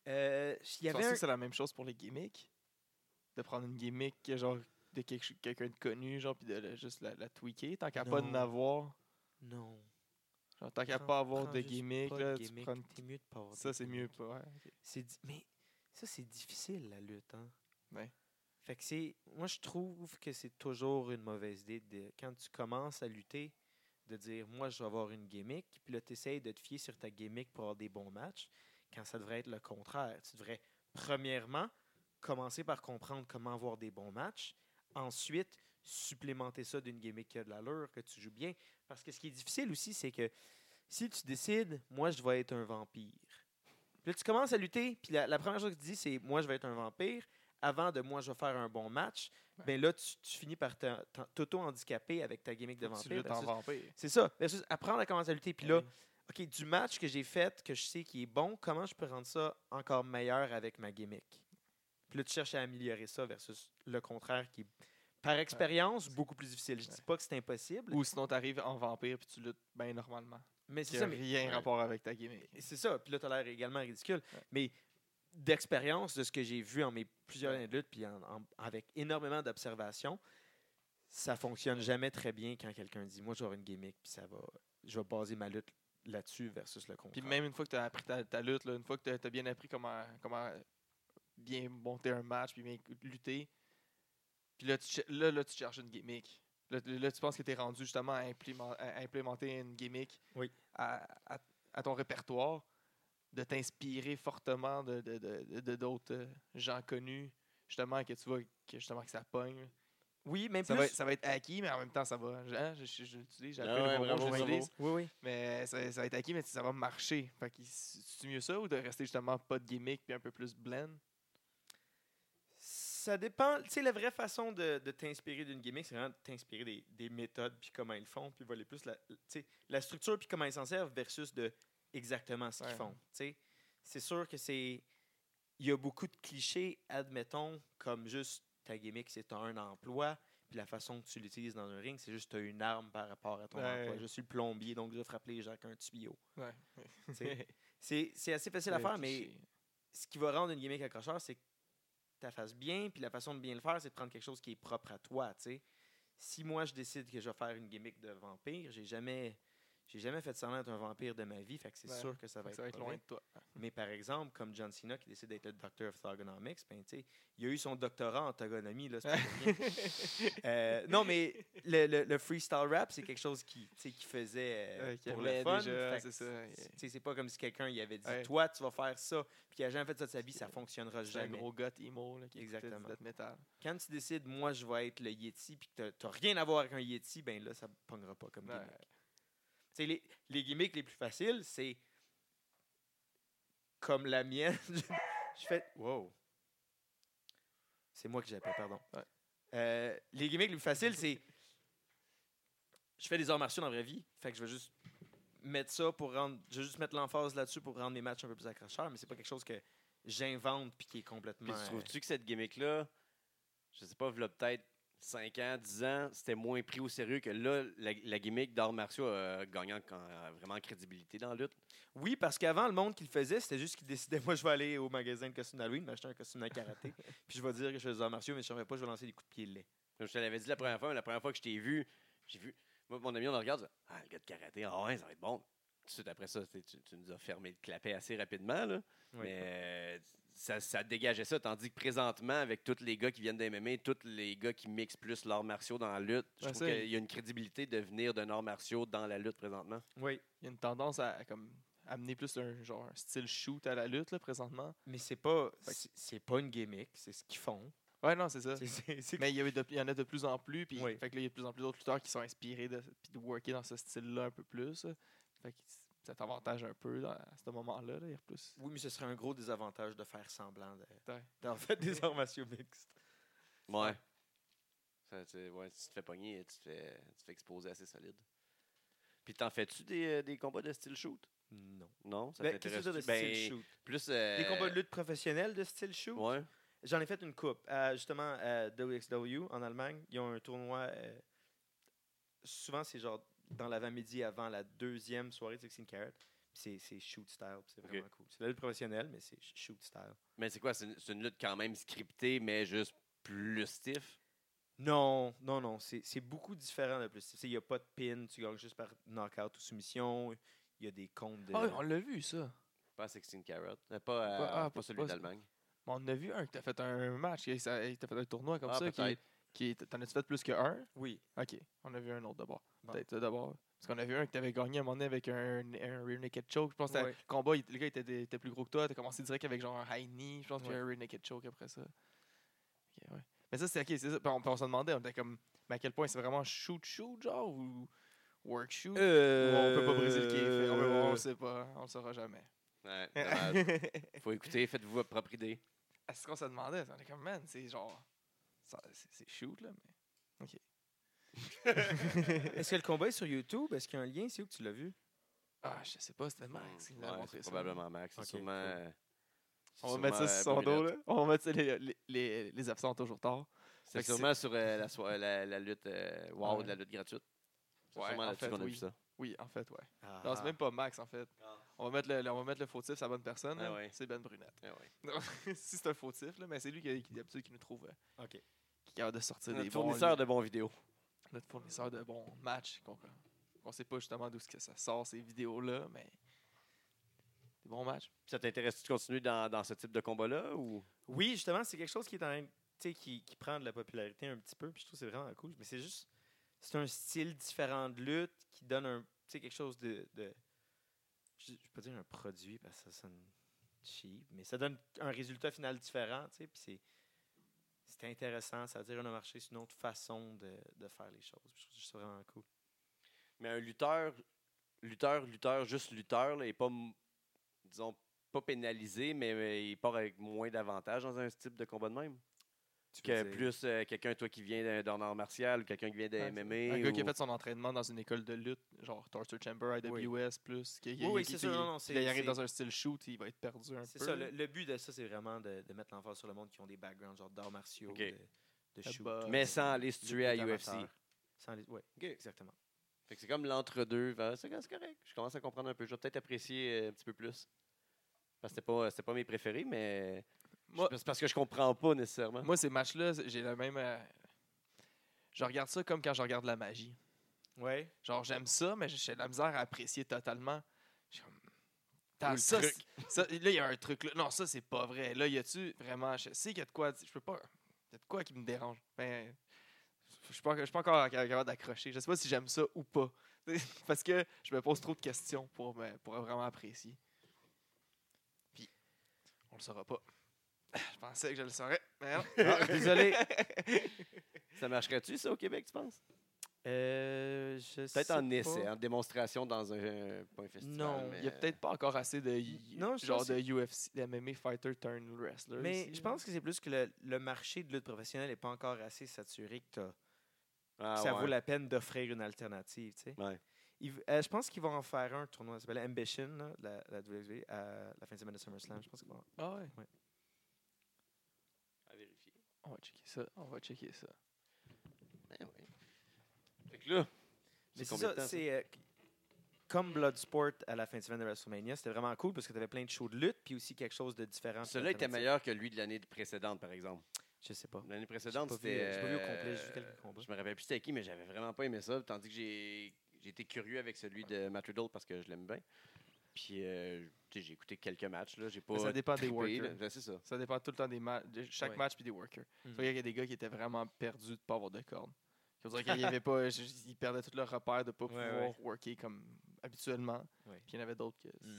Speaker 3: Euh, il y
Speaker 2: Tu
Speaker 3: avait
Speaker 2: penses
Speaker 3: un-
Speaker 2: que c'est la même chose pour les gimmicks? De prendre une gimmick, euh, genre, de quelque ch- quelqu'un de connu, genre, puis de la- juste la, la tweaker, tant qu'à pas
Speaker 3: Non.
Speaker 2: en avoir.
Speaker 3: Non.
Speaker 2: Genre, tant qu'à
Speaker 3: Prends-
Speaker 2: pas avoir
Speaker 3: prends
Speaker 2: de
Speaker 3: juste
Speaker 2: gimmick,
Speaker 3: pas de
Speaker 2: là, tu
Speaker 3: gimmick,
Speaker 2: prends une-
Speaker 3: t'es mieux de pas avoir de
Speaker 2: Ça, c'est
Speaker 3: gimmick.
Speaker 2: mieux pas. Ouais, ok.
Speaker 3: C'est di- Mais ça, c'est difficile, la lutte. Hein?
Speaker 2: Ouais.
Speaker 3: Fait que c'est. Moi, je trouve que c'est toujours une mauvaise idée de- quand tu commences à lutter, de dire Moi, je vais avoir une gimmick, puis là, tu essayes de te fier sur ta gimmick pour avoir des bons matchs, quand ça devrait être le contraire. Tu devrais, premièrement, commencer par comprendre comment avoir des bons matchs. Ensuite, supplémenter ça d'une gimmick qui a de l'allure, que tu joues bien. Parce que ce qui est difficile aussi, c'est que si tu décides, moi, je vais être un vampire. Puis là, tu commences à lutter, puis la, la première chose que tu dis, c'est moi, je vais être un vampire. Avant de moi, je vais faire un bon match.
Speaker 2: Ouais.
Speaker 3: Ben là, tu, tu finis par t'en- t'en- t'auto-handicaper avec ta gimmick de
Speaker 2: Faut que Tu
Speaker 3: vampire.
Speaker 2: luttes en
Speaker 3: versus-
Speaker 2: vampire.
Speaker 3: C'est ça. Ben Versus apprendre à commencer à lutter. Puis là,
Speaker 2: Ouais.
Speaker 3: OK, du match que j'ai fait, que je sais qui est bon, comment je peux rendre ça encore meilleur avec ma gimmick? Puis là, tu cherches à améliorer ça versus le contraire qui est, par expérience, beaucoup plus difficile. Je dis
Speaker 2: Ouais.
Speaker 3: pas que c'est impossible,
Speaker 2: Ou sinon, t'arrives en vampire, puis tu luttes bien normalement.
Speaker 3: mais
Speaker 2: Qui
Speaker 3: c'est
Speaker 2: a
Speaker 3: ça. mais-
Speaker 2: rien
Speaker 1: Ouais.
Speaker 2: rapport avec ta gimmick.
Speaker 3: Et C'est ça. Puis là, t'as l'air également ridicule.
Speaker 2: Ouais.
Speaker 3: Mais d'expérience, de ce que j'ai vu en mes plusieurs
Speaker 2: Ouais.
Speaker 3: années de lutte, puis en- en- avec énormément d'observations, ça fonctionne jamais très bien quand quelqu'un dit Moi, je vais avoir une gimmick, puis ça va. Je vais baser ma lutte là-dessus versus le contraire.
Speaker 2: Puis même une fois que tu as appris ta, ta lutte, là, une fois que tu as, bien appris comment, comment bien monter un match, puis bien lutter, puis là tu, cher- là, là, tu cherches une gimmick. Là, tu- là, tu penses que tu es rendu justement à, implémen- à implémenter une gimmick
Speaker 3: Oui.
Speaker 2: à, à- à ton répertoire, de t'inspirer fortement de de- de- de- d'autres euh, gens connus, justement, que tu vois que, justement, que ça pogne.
Speaker 3: Oui, même
Speaker 2: Ça
Speaker 3: plus.
Speaker 2: va, être- ça va être acquis, mais en même temps, ça va. hein, je- je- je l'utilise, j'ai
Speaker 1: Ah
Speaker 2: appris le
Speaker 1: ouais,
Speaker 2: bon mot,
Speaker 1: bravo,
Speaker 2: je
Speaker 1: bravo.
Speaker 2: l'utilise.
Speaker 3: Oui, oui.
Speaker 2: Mais ça, ça va être acquis, mais ça va marcher. Fait que c'est mieux ça ou de rester justement pas de gimmick puis un peu plus blend?
Speaker 3: Ça dépend. Tu sais, la vraie façon de, de t'inspirer d'une gimmick, c'est vraiment de t'inspirer des, des méthodes, puis comment ils le font, puis voler plus la, tu sais, la structure, puis comment ils s'en servent, versus de exactement ce
Speaker 2: Ouais.
Speaker 3: qu'ils font. Tu sais, c'est sûr que c'est. Il y a beaucoup de clichés, admettons, comme juste ta gimmick, c'est t'as un emploi, puis la façon que tu l'utilises dans un ring, c'est juste t'as une arme par rapport à ton
Speaker 2: Ouais.
Speaker 3: emploi. Je suis le plombier, donc je dois frapper les gens avec un tuyau.
Speaker 2: Ouais.
Speaker 3: Tu sais, C'est c'est assez facile à
Speaker 2: Le
Speaker 3: faire, mais
Speaker 2: cliché.
Speaker 3: ce qui va rendre une gimmick accrocheur, c'est que tu la fasses bien, puis la façon de bien le faire, c'est de prendre quelque chose qui est propre à toi, tu sais. Si moi, je décide que je vais faire une gimmick de vampire, j'ai jamais, j'ai jamais fait semblant d'être un vampire de ma vie, fait que c'est
Speaker 2: Ouais.
Speaker 3: sûr que ça va être,
Speaker 2: Ça va être
Speaker 3: pas
Speaker 2: loin
Speaker 3: vrai.
Speaker 2: de toi.
Speaker 3: Mais par exemple, comme John Cena qui décide d'être le docteur of Thugonomics, ben, tu sais, il a eu son doctorat en Thugonomie, là, c'est pas pour rien. Euh, non, mais le, le- le freestyle rap, c'est quelque chose qui, tu sais, qu'il faisait euh,
Speaker 2: Ouais, qu'il
Speaker 3: pour le
Speaker 2: aimait
Speaker 3: fun.
Speaker 2: déjà,
Speaker 3: fait que
Speaker 2: c'est ça,
Speaker 3: c'est-
Speaker 2: il-
Speaker 3: tu sais, c'est pas comme si quelqu'un il avait dit
Speaker 2: Ouais.
Speaker 3: Toi, tu vas faire ça. Puis qu'il a jamais fait ça de sa vie, ça fonctionnera
Speaker 2: J'ai un
Speaker 3: jamais.
Speaker 2: gros goth emo là, qui écoutait du
Speaker 3: Exactement.
Speaker 2: death metal.
Speaker 3: Quand tu décides, moi, je vais être le Yeti, puis que t'as- t'as rien à voir avec un Yeti, ben là, ça pongera pas comme
Speaker 2: Ouais.
Speaker 3: gimmick. Tu sais, les, les gimmicks les plus faciles, c'est comme la mienne. je je fais. Wow! C'est moi qui j'appelle, pardon.
Speaker 2: Ouais.
Speaker 3: Euh, les gimmicks les plus faciles, c'est. Je fais des arts martiaux dans la vraie vie, fait que je vais juste mettre ça pour rendre. Je vais juste mettre l'emphase là-dessus pour rendre mes matchs un peu plus accrocheurs, mais c'est pas quelque chose que j'invente puis qui est complètement.
Speaker 1: Puis tu
Speaker 3: euh,
Speaker 1: trouves-tu que cette gimmick-là, je sais pas, v'là peut-être 5 ans, 10 ans, c'était moins pris au sérieux que là, la, la gimmick d'arts martiaux a gagné en- en- vraiment en crédibilité dans la lutte?
Speaker 3: Oui, parce qu'avant, le monde qui le faisait, c'était juste qu'il décidait moi, je vais aller au magasin de costumes d'Halloween, m'acheter un costume de karaté, puis je vais dire que je fais des arts martiaux, mais si je ne pas, je vais lancer des coups de pied lait.
Speaker 1: Comme je te l'avais dit la première fois, mais la première fois que je t'ai vu, j'ai vu. Moi, mon ami, on le regarde, je dis, ah, le gars de karaté, ah ouais, ça va être bon. Tout de suite après ça, tu, tu- tu nous as fermé le clapet assez rapidement, là.
Speaker 3: Oui.
Speaker 1: Mais euh, ça, ça dégageait ça, tandis que présentement, avec tous les gars qui viennent d'MMA, tous les gars qui mixent plus l'art martiaux dans la lutte, je
Speaker 2: Ouais,
Speaker 1: trouve
Speaker 2: ça,
Speaker 1: qu'il y a une crédibilité de venir d'un art martiaux dans la lutte présentement.
Speaker 3: Oui,
Speaker 2: Il y a une tendance à, à comme amener plus un genre un style shoot à la lutte là, présentement.
Speaker 3: mais c'est pas
Speaker 2: Fait que-
Speaker 3: c'est- c'est pas une gimmick, c'est ce qu'ils font.
Speaker 2: Ouais, non, c'est ça.
Speaker 3: C'est- c'est- c'est-
Speaker 2: Mais il y, avait de- il y en a de plus en plus, puis
Speaker 3: Oui.
Speaker 2: fait que là, il y a de plus en plus d'autres lutteurs qui sont inspirés de, puis de worker dans ce style-là un peu plus. là. Fait que ça t'avantage un peu dans- à ce moment-là. Là, il y a plus.
Speaker 3: Oui, mais ce serait un gros désavantage de faire semblant de-
Speaker 2: Ouais.
Speaker 3: d'en faire des arts martiaux mixtes.
Speaker 1: Ouais. Ça, tu- ouais, si tu te fais pogner, tu te fais, tu te fais exposer assez solide. Puis t'en fais-tu des, euh, des combats de style shoot?
Speaker 3: Non.
Speaker 1: Non, ça
Speaker 3: Ben, Qu'est-ce que
Speaker 1: t'intéresse
Speaker 3: c'est de style shoot?
Speaker 1: plus
Speaker 3: Des
Speaker 1: euh,
Speaker 3: combats de lutte professionnels de style shoot?
Speaker 1: Ouais.
Speaker 3: J'en ai fait une coupe. à, justement, euh, à WXW en Allemagne, ils ont un tournoi. euh, souvent, c'est genre dans l'avant-midi avant la deuxième soirée de Sixteen Carat. Puis C'est c'est shoot style, puis c'est
Speaker 1: Ok.
Speaker 3: vraiment cool. C'est la lutte professionnelle, mais c'est sh- shoot style.
Speaker 1: Mais c'est quoi? C'est une, c'est une lutte quand même scriptée, mais juste plus stiff.
Speaker 3: Non, non, non, c'est c'est beaucoup différent de plus. Il n'y a pas de pin, tu gagnes juste par knockout ou soumission. Il y a des comptes de.
Speaker 2: Ah oui, on l'a vu, ça.
Speaker 1: Pas à 16 carats. Euh, Pas, à-
Speaker 2: Pas- ah,
Speaker 1: pas
Speaker 2: pas-
Speaker 1: celui
Speaker 2: pas-
Speaker 1: d'Allemagne.
Speaker 2: Mais on a vu un que t'as fait un match, que ça- que t'as fait un tournoi comme
Speaker 1: Ah,
Speaker 2: ça. Qui,
Speaker 1: peut-être.
Speaker 2: qui, t'en as-tu fait plus qu'un?
Speaker 3: Oui.
Speaker 2: Ok, on a vu un autre d'abord.
Speaker 3: Bon.
Speaker 2: Peut-être euh, d'abord. Parce qu'on a vu un que t'avais gagné à un moment donné avec un, un rear naked choke. Je pense que t'as-
Speaker 3: Ouais.
Speaker 2: le combat, il- le gars était, était plus gros que toi. T'as commencé direct avec genre un high knee. Je pense qu'il y a
Speaker 3: Ouais.
Speaker 2: un rear naked choke après ça. Ok, ouais. Mais ça, c'est ok. c'est ça. Puis on, puis on se demandait, on était comme, mais à quel point c'est vraiment shoot-shoot genre ou work shoot
Speaker 3: Euh,
Speaker 2: Ou on peut pas briser le kick. fait- On, peut- on le sait pas. On le saura jamais.
Speaker 1: Ouais, dommage.
Speaker 2: c'est
Speaker 1: Faut écouter, faites-vous votre propre idée.
Speaker 2: ce qu'on se demandait. On est comme, man, c'est genre. ça- c'est- C'est shoot là. Mais...
Speaker 3: Est-ce que le combat est sur YouTube? Est-ce qu'il y a un lien? C'est où que tu l'as vu?
Speaker 2: Ah, je sais pas, c'était Max. qui nous a
Speaker 1: hmm, Ouais,
Speaker 2: montré
Speaker 1: c'est
Speaker 2: ça.
Speaker 1: probablement Max. C'est
Speaker 3: Ok,
Speaker 1: sûrement.
Speaker 3: cool.
Speaker 1: euh, c'est
Speaker 2: On va mettre ça
Speaker 1: sûrement,
Speaker 2: sur
Speaker 1: euh,
Speaker 2: son dos,
Speaker 1: Brunette.
Speaker 2: là. On va mettre ça, les, les, les, les absents ont toujours tard.
Speaker 1: C'est
Speaker 2: Fait que c'est-
Speaker 1: sûrement sur euh, la, soi- la, la lutte euh, wow
Speaker 2: Ouais.
Speaker 1: de la lutte gratuite. C'est
Speaker 2: Ouais,
Speaker 1: sûrement
Speaker 2: en
Speaker 1: là-dessus
Speaker 2: fait,
Speaker 1: qu'on a
Speaker 2: oui.
Speaker 1: vu ça.
Speaker 2: Oui, en fait, ouais. Non, c'est même pas Max, en fait.
Speaker 1: Ah.
Speaker 2: On va mettre le, le- on va mettre le fautif, c'est la bonne personne.
Speaker 1: Ah
Speaker 2: là.
Speaker 1: ouais.
Speaker 2: C'est Ben Brunette.
Speaker 3: Eh
Speaker 1: Ah ouais.
Speaker 2: si c'est un fautif, là, mais c'est lui qui, qui d'habitude qui nous trouve. euh,
Speaker 3: Ok.
Speaker 2: Qui est capable de sortir
Speaker 1: Notre
Speaker 2: des bons-
Speaker 1: fournisseur de bons vidéos.
Speaker 2: notre fournisseur de bons matchs. Qu'on ne sait pas justement d'où ce que ça sort, ces vidéos-là, mais. Des bons matchs.
Speaker 1: Puis Ça t'intéresse-tu de continuer dans, dans ce type de combat-là ou
Speaker 3: Oui, justement, c'est quelque chose qui est en train de- tu sais, qui, qui prend de la popularité un petit peu, puis je trouve que c'est vraiment cool. Mais c'est juste, c'est un style différent de lutte qui donne un, tu sais, quelque chose de, de- je, je peux dire un produit parce que ça sonne cheap, mais ça donne un résultat final différent, tu sais, puis c'est, c'est intéressant. Ça veut dire on a marché sur une autre façon de, de faire les choses. Je trouve que c'est vraiment cool.
Speaker 1: mais un lutteur lutteur lutteur juste lutteur là, est pas m- disons pas pénalisé mais, mais il part avec moins d'avantages dans un type de combat de même.
Speaker 8: tu
Speaker 1: que
Speaker 8: peux dire.
Speaker 1: plus euh, quelqu'un, toi, qui vient d'un- d'un art martial ou quelqu'un qui vient de
Speaker 2: Ouais,
Speaker 1: MMA.
Speaker 2: Un gars
Speaker 1: ou-
Speaker 2: qui a fait son entraînement dans une école de lutte, genre Torture Chamber, IWS, plus. Qui, qui-
Speaker 3: Oui, oui,
Speaker 2: qui-
Speaker 3: c'est
Speaker 2: qui-
Speaker 3: ça, non, non,
Speaker 2: qui-
Speaker 3: c'est-
Speaker 2: Il arrive
Speaker 3: c'est-
Speaker 2: dans un style shoot, il va être perdu un peu.
Speaker 3: C'est ça, le, le but de ça, c'est vraiment de, de mettre l'emphase sur le monde qui ont des backgrounds genre d'arts martiaux,
Speaker 1: Ok.
Speaker 3: de, de
Speaker 2: Ah
Speaker 3: shoot.
Speaker 2: bah.
Speaker 1: Mais sans aller se
Speaker 3: de
Speaker 1: tuer à
Speaker 3: lutte
Speaker 1: UFC.
Speaker 3: amateur. Sans les- ouais, exactement.
Speaker 1: Fait que c'est comme l'entre-deux. Fait, C'est c'est correct. Je commence à comprendre un peu. Je vais peut-être apprécier euh, un petit peu plus. Parce que c'était pas, c'était pas mes préférés, mais
Speaker 2: Moi-
Speaker 1: c'est parce que je comprends pas nécessairement.
Speaker 2: Moi, ces matchs-là, c'est- j'ai le même. euh, Je regarde ça comme quand je regarde la magie.
Speaker 3: Ouais.
Speaker 2: Genre, j'aime ça, mais j'ai de la misère à apprécier totalement. J'ai comme,
Speaker 1: Ou
Speaker 2: Tant,
Speaker 1: le
Speaker 2: ça,
Speaker 1: truc.
Speaker 2: c'est- ça- là, il y a un truc. Là. Non, ça, c'est pas vrai. Là, y a-tu vraiment. Je sais qu'il y a de quoi. Je peux pas. Il y a de quoi qui me dérange. Ben, je suis pas, je suis pas encore capable d'accrocher. Je sais pas si j'aime ça ou pas. Parce que je me pose trop de questions pour, me- pour vraiment apprécier. Puis, on le saura pas. Je pensais que je le saurais. Mais non.
Speaker 3: Ah, désolé.
Speaker 1: Ça marcherait-tu, ça, au Québec, tu penses?
Speaker 3: Euh, je
Speaker 1: Peut-être
Speaker 3: sais
Speaker 1: en
Speaker 3: pas.
Speaker 1: essai, en démonstration dans un, euh, pas un festival.
Speaker 3: Non,
Speaker 1: mais-
Speaker 2: Il y a peut-être pas encore assez de y-
Speaker 3: Non, ça,
Speaker 2: genre de UFC, de MMA fighter turn wrestler.
Speaker 3: Mais
Speaker 2: ici,
Speaker 3: je
Speaker 2: là.
Speaker 3: pense que c'est plus que le, le marché de lutte professionnelle n'est pas encore assez saturé que t'as-
Speaker 1: Ah,
Speaker 3: ça
Speaker 1: ouais.
Speaker 3: vaut la peine d'offrir une alternative. tu sais.
Speaker 1: Ouais.
Speaker 3: Ils v- euh, je pense qu'ils vont en faire un tournoi, ça s'appelle Ambition, là, de la, la WWE, à la fin de semaine de SummerSlam. Je pense qu'ils vont-
Speaker 2: Ah ouais.
Speaker 3: Ouais.
Speaker 1: À vérifier.
Speaker 2: On va checker ça. On va checker ça.
Speaker 1: Ben oui. Fait que là,
Speaker 3: Mais c'est
Speaker 1: combien de
Speaker 3: ça,
Speaker 1: temps, ça?
Speaker 3: c'est euh, comme Bloodsport à la fin de semaine de WrestleMania, c'était vraiment cool parce que tu avais plein de shows de lutte puis aussi quelque chose de différent. puis
Speaker 1: Celui-là était
Speaker 3: d'alternatif.
Speaker 1: meilleur que lui de l'année précédente, par exemple.
Speaker 3: Je sais pas.
Speaker 1: L'année précédente,
Speaker 3: pas vu,
Speaker 1: c'était.
Speaker 3: euh, j'ai pas vu au
Speaker 1: euh,
Speaker 3: complet, j'ai vu quelques combats.
Speaker 1: Je me rappelle plus c'était qui, mais j'avais vraiment pas aimé ça. Tandis que j'ai j'ai été curieux avec celui de Matt Riddle parce que je l'aime bien. Puis, euh, tu sais, j'ai écouté quelques matchs. Là. J'ai pas
Speaker 2: ça dépend des
Speaker 1: trippé,
Speaker 2: workers.
Speaker 1: là. Ben, c'est ça.
Speaker 2: Ça dépend tout le temps des matchs, de chaque
Speaker 3: Ouais.
Speaker 2: match puis des workers.
Speaker 3: Mhm.
Speaker 2: Il y a des gars qui étaient vraiment perdus de pas avoir de cordes. Qui dirait qu'il y avait pas, j- ils perdaient tout leur repère de pas
Speaker 3: Ouais,
Speaker 2: pouvoir worker comme habituellement.
Speaker 3: Ouais.
Speaker 2: Puis il y en avait d'autres que.
Speaker 3: Mm.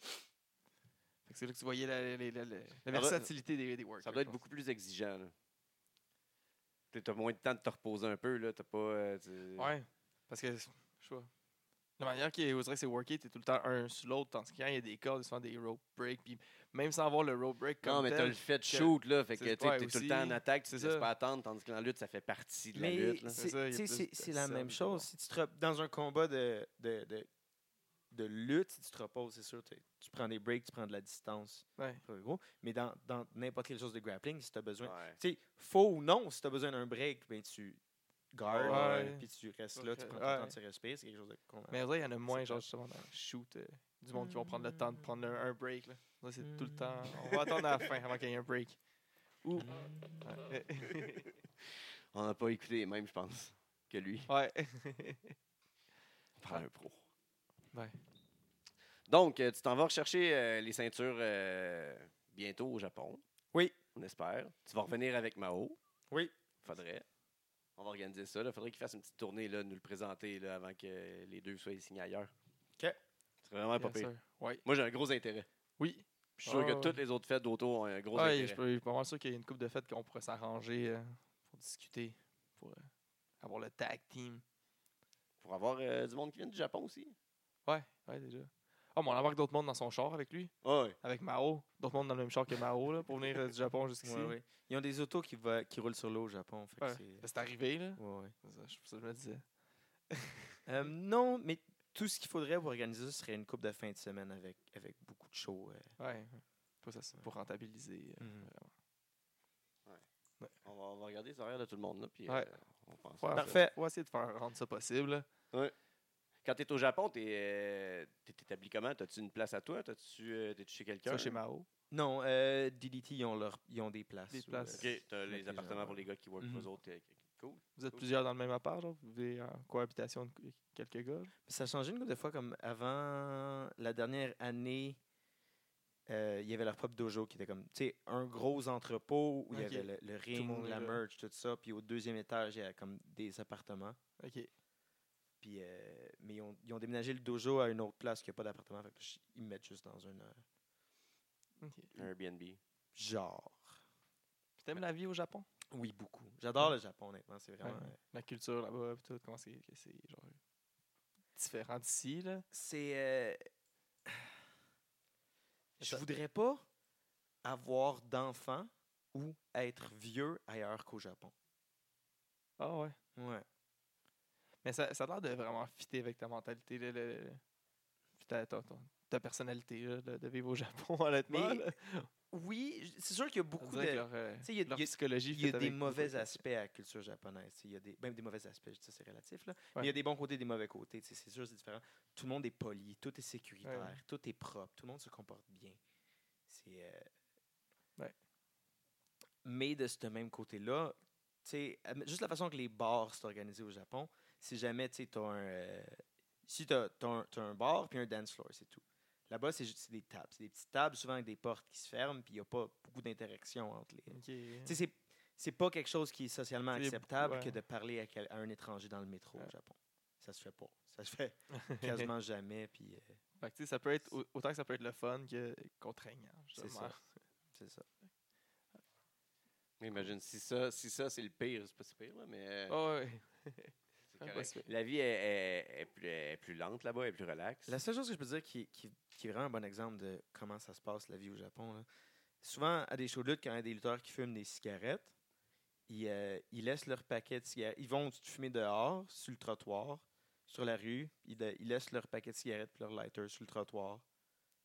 Speaker 2: c'est ça. Fait que C'est là que tu voyais la, la- la- la- la
Speaker 1: doit-
Speaker 2: versatilité des, des workers.
Speaker 1: Ça doit être
Speaker 2: je pense.
Speaker 1: beaucoup plus exigeant. là. Tu sais, T'as moins de temps de te reposer un peu. Là. T'as pas. euh, tu-
Speaker 2: Ouais, parce que je sais pas. La manière qui on dirait que c'est worké, t'es tout le temps un sur l'autre, tandis que quand il y a des cordes, ils font des rope breaks, puis même sans avoir le rope break comme
Speaker 1: Non, mais t'as
Speaker 2: tel,
Speaker 1: le fait de shoot, là. Fait que tu
Speaker 2: c'est-
Speaker 1: es tout
Speaker 2: ouais,
Speaker 1: le
Speaker 2: aussi,
Speaker 1: temps en attaque, tu
Speaker 2: c'est
Speaker 1: te laisses
Speaker 2: ça.
Speaker 1: pas attendre, tandis que dans la lutte, ça fait partie de la
Speaker 3: Mais
Speaker 1: lutte. là.
Speaker 3: c'est-
Speaker 2: C'est ça, il y a
Speaker 3: tu sais,
Speaker 2: plus
Speaker 3: c'est
Speaker 2: de
Speaker 3: c'est la même
Speaker 2: scènes,
Speaker 3: chose. Si tu te rep- dans un combat de, de, de, de lutte, si tu te reposes, c'est sûr, t'es- tu prends des breaks, tu prends de la distance.
Speaker 2: Ouais.
Speaker 3: pas gros. Mais dans dans n'importe quelle chose de grappling, si tu as besoin.
Speaker 1: Ouais.
Speaker 3: Tu sais, faux ou non, si tu as besoin d'un break, ben tu gardes,
Speaker 2: Ouais.
Speaker 3: puis tu restes
Speaker 2: Ok,
Speaker 3: là, tu prends ton temps
Speaker 2: ouais.
Speaker 3: de se respirer, c'est quelque chose de con.
Speaker 2: Mais on dirait qu'il y en a moins,
Speaker 3: C'est
Speaker 2: genre justement, dans le shoot, euh, du monde qui vont prendre le temps de prendre un, un break. Là. On dirait que c'est tout le temps. On va attendre à la fin avant qu'il y ait un break. Ou. Ouais.
Speaker 1: On n'a pas écouté les mêmes, je pense, que lui.
Speaker 2: ouais.
Speaker 1: Prends un pro.
Speaker 2: Ouais.
Speaker 1: Donc, euh, tu t'en vas rechercher euh, les ceintures euh, bientôt au Japon.
Speaker 3: Oui.
Speaker 1: On espère. Tu vas revenir avec Mao.
Speaker 3: Oui.
Speaker 1: Faudrait. On va organiser ça. Il faudrait qu'il fasse une petite tournée, là, nous le présenter là, avant que les deux soient signés ailleurs.
Speaker 3: OK.
Speaker 1: C'est vraiment pas
Speaker 2: Bien
Speaker 1: pire.
Speaker 2: sûr. Ouais.
Speaker 1: Moi, j'ai un gros intérêt.
Speaker 2: Oui.
Speaker 1: Je suis sûr
Speaker 2: Ah,
Speaker 1: que
Speaker 2: ouais.
Speaker 1: toutes les autres fêtes d'auto ont un gros
Speaker 2: Ouais,
Speaker 1: intérêt.
Speaker 2: je peux- je suis pas mal sûr qu'il y a une coupe de fêtes qu'on pourrait s'arranger euh, pour discuter, pour euh, avoir le tag team.
Speaker 1: Pour avoir euh, du monde qui vient du Japon aussi.
Speaker 2: Ouais, ouais, déjà. Ah, mais on embarque d'autres mondes dans son char avec lui,
Speaker 1: Ah ouais.
Speaker 2: avec Mao. D'autres mondes dans le même char que Mao, là, pour venir euh, du Japon jusqu'ici.
Speaker 3: Ouais, ouais. Ils ont des autos qui, va, qui roulent sur l'eau au Japon. fait que
Speaker 2: Ouais.
Speaker 3: c'est-
Speaker 2: Ben, C'est arrivé, là.
Speaker 3: ouais, ouais.
Speaker 2: C'est ça, je, ça, je me disais.
Speaker 3: Euh, non, mais tout ce qu'il faudrait pour organiser ça serait une coupe de fin de semaine avec, avec beaucoup de shows. euh.
Speaker 2: Ouais, ouais. Pour, ça, c'est pour rentabiliser. euh,
Speaker 3: Mhm.
Speaker 2: vraiment.
Speaker 1: On va, on va regarder les horaires de tout le monde. Là, puis,
Speaker 2: Ouais.
Speaker 1: euh, on pense
Speaker 2: Ouais,
Speaker 1: à ça.
Speaker 3: Parfait.
Speaker 2: On va essayer de faire rendre ça possible. là.
Speaker 1: Quand tu es au Japon, tu es, établi comment T'as-tu une place à toi T'as-tu euh, t'es-tu chez
Speaker 2: Ça,
Speaker 1: quelqu'un
Speaker 2: chez Mao.
Speaker 3: Non, euh, DDT, ils ont, leur, ils ont des places.
Speaker 2: Des
Speaker 3: où,
Speaker 2: places.
Speaker 3: euh,
Speaker 1: Ok, t'as
Speaker 3: Avec
Speaker 1: les
Speaker 3: les gens,
Speaker 1: appartements pour
Speaker 3: ouais.
Speaker 1: les gars qui work
Speaker 3: Mhm.
Speaker 1: pour eux autres. euh, Cool.
Speaker 2: Vous êtes
Speaker 1: Cool.
Speaker 2: plusieurs dans le même appart, genre. Vous vivez en cohabitation de cou- quelques gars. là.
Speaker 3: Ça a changé une couple de fois, comme avant la dernière année, euh, il y avait leur propre dojo qui était comme, tu sais, un gros entrepôt où il
Speaker 2: Ok.
Speaker 3: y avait le, le
Speaker 2: le monde
Speaker 3: ring,
Speaker 2: est
Speaker 3: la
Speaker 2: là.
Speaker 3: merch, tout ça. Puis au deuxième étage, il y a comme des appartements.
Speaker 2: Ok.
Speaker 3: Puis, euh, mais ils ont, ils ont déménagé le dojo à une autre place qui n'a pas d'appartement. Fait que j- ils me mettent juste dans une euh,
Speaker 2: ok.
Speaker 1: Airbnb.
Speaker 3: genre.
Speaker 2: Puis T'aimes la vie au Japon
Speaker 3: Oui, beaucoup. J'adore le Japon, honnêtement. C'est vraiment.
Speaker 2: Ouais.
Speaker 3: euh,
Speaker 2: La culture là-bas, puis tout. Comment c'est que c'est genre différent d'ici, là
Speaker 3: C'est. euh,
Speaker 2: Mais
Speaker 3: je
Speaker 2: ça-
Speaker 3: voudrais pas avoir d'enfants ou être vieux ailleurs qu'au Japon.
Speaker 2: Ah ouais.
Speaker 3: Ouais.
Speaker 2: Mais ça, ça a l'air de vraiment fitter avec ta mentalité, là, le- le- puis ta, ta- ta- ta personnalité là, de, de vivre au Japon, honnêtement.
Speaker 3: Mais
Speaker 2: là.
Speaker 3: Oui, j- c'est sûr qu'il y a
Speaker 2: On
Speaker 3: beaucoup
Speaker 2: dirait que
Speaker 3: de.
Speaker 2: leur, euh,
Speaker 3: Tu sais, il y a-
Speaker 2: leur
Speaker 3: il y a-
Speaker 2: psychologie
Speaker 3: Il y
Speaker 2: fit
Speaker 3: a des
Speaker 2: avec beaucoup
Speaker 3: mauvais
Speaker 2: de-
Speaker 3: aspects à la culture japonaise. tu sais, Il y a des, même des mauvais aspects, je dis ça, c'est relatif. Là. Mais
Speaker 2: Ouais.
Speaker 3: il y a des bons côtés et des mauvais côtés. tu sais, C'est sûr, c'est différent. Tout le monde est poli, tout est sécuritaire,
Speaker 2: Ouais.
Speaker 3: tout est propre, tout le monde se comporte bien. C'est. euh,
Speaker 2: Ouais.
Speaker 3: Mais de ce même côté-là, tu sais, admet- juste la façon que les bars sont organisés au Japon, si jamais tu as un. euh, si tu as, un bar puis un dance floor, c'est tout. Là-bas, c'est juste c'est des tables. C'est des petites tables, souvent avec des portes qui se ferment, puis il n'y a pas beaucoup d'interaction entre les.
Speaker 2: Ok.
Speaker 3: Tu sais, c'est- c'est pas quelque chose qui est socialement
Speaker 2: C'est beaucoup,
Speaker 3: acceptable
Speaker 2: ouais.
Speaker 3: que de parler à, quel- à un étranger dans le métro
Speaker 2: Ouais.
Speaker 3: au Japon. Ça se fait pas. Ça se fait quasiment jamais, puis euh,
Speaker 2: Fait que, tu sais, ça peut être au- autant que ça peut être le fun que contraignant.
Speaker 3: C'est
Speaker 2: justement.
Speaker 3: c'est ça.
Speaker 1: Imagine, si ça, si ça c'est le pire, c'est pas si pire, là, mais euh,
Speaker 2: Ah ouais.
Speaker 1: c'est
Speaker 2: ouais,
Speaker 1: correct.
Speaker 2: pas si pire.
Speaker 1: La vie est, est- est plus, est plus lente là-bas, elle est plus relaxe.
Speaker 3: La seule chose que je peux dire qui, qui- qui est vraiment un bon exemple de comment ça se passe la vie au Japon, là, souvent à des shows de lutte, quand il y a des lutteurs qui fument des cigarettes, ils, euh, ils laissent leur paquet de cigarettes. Ils vont fumer dehors, sur le trottoir, sur la rue. Ils, de- ils laissent leur paquet de cigarettes et leur lighter sur le trottoir.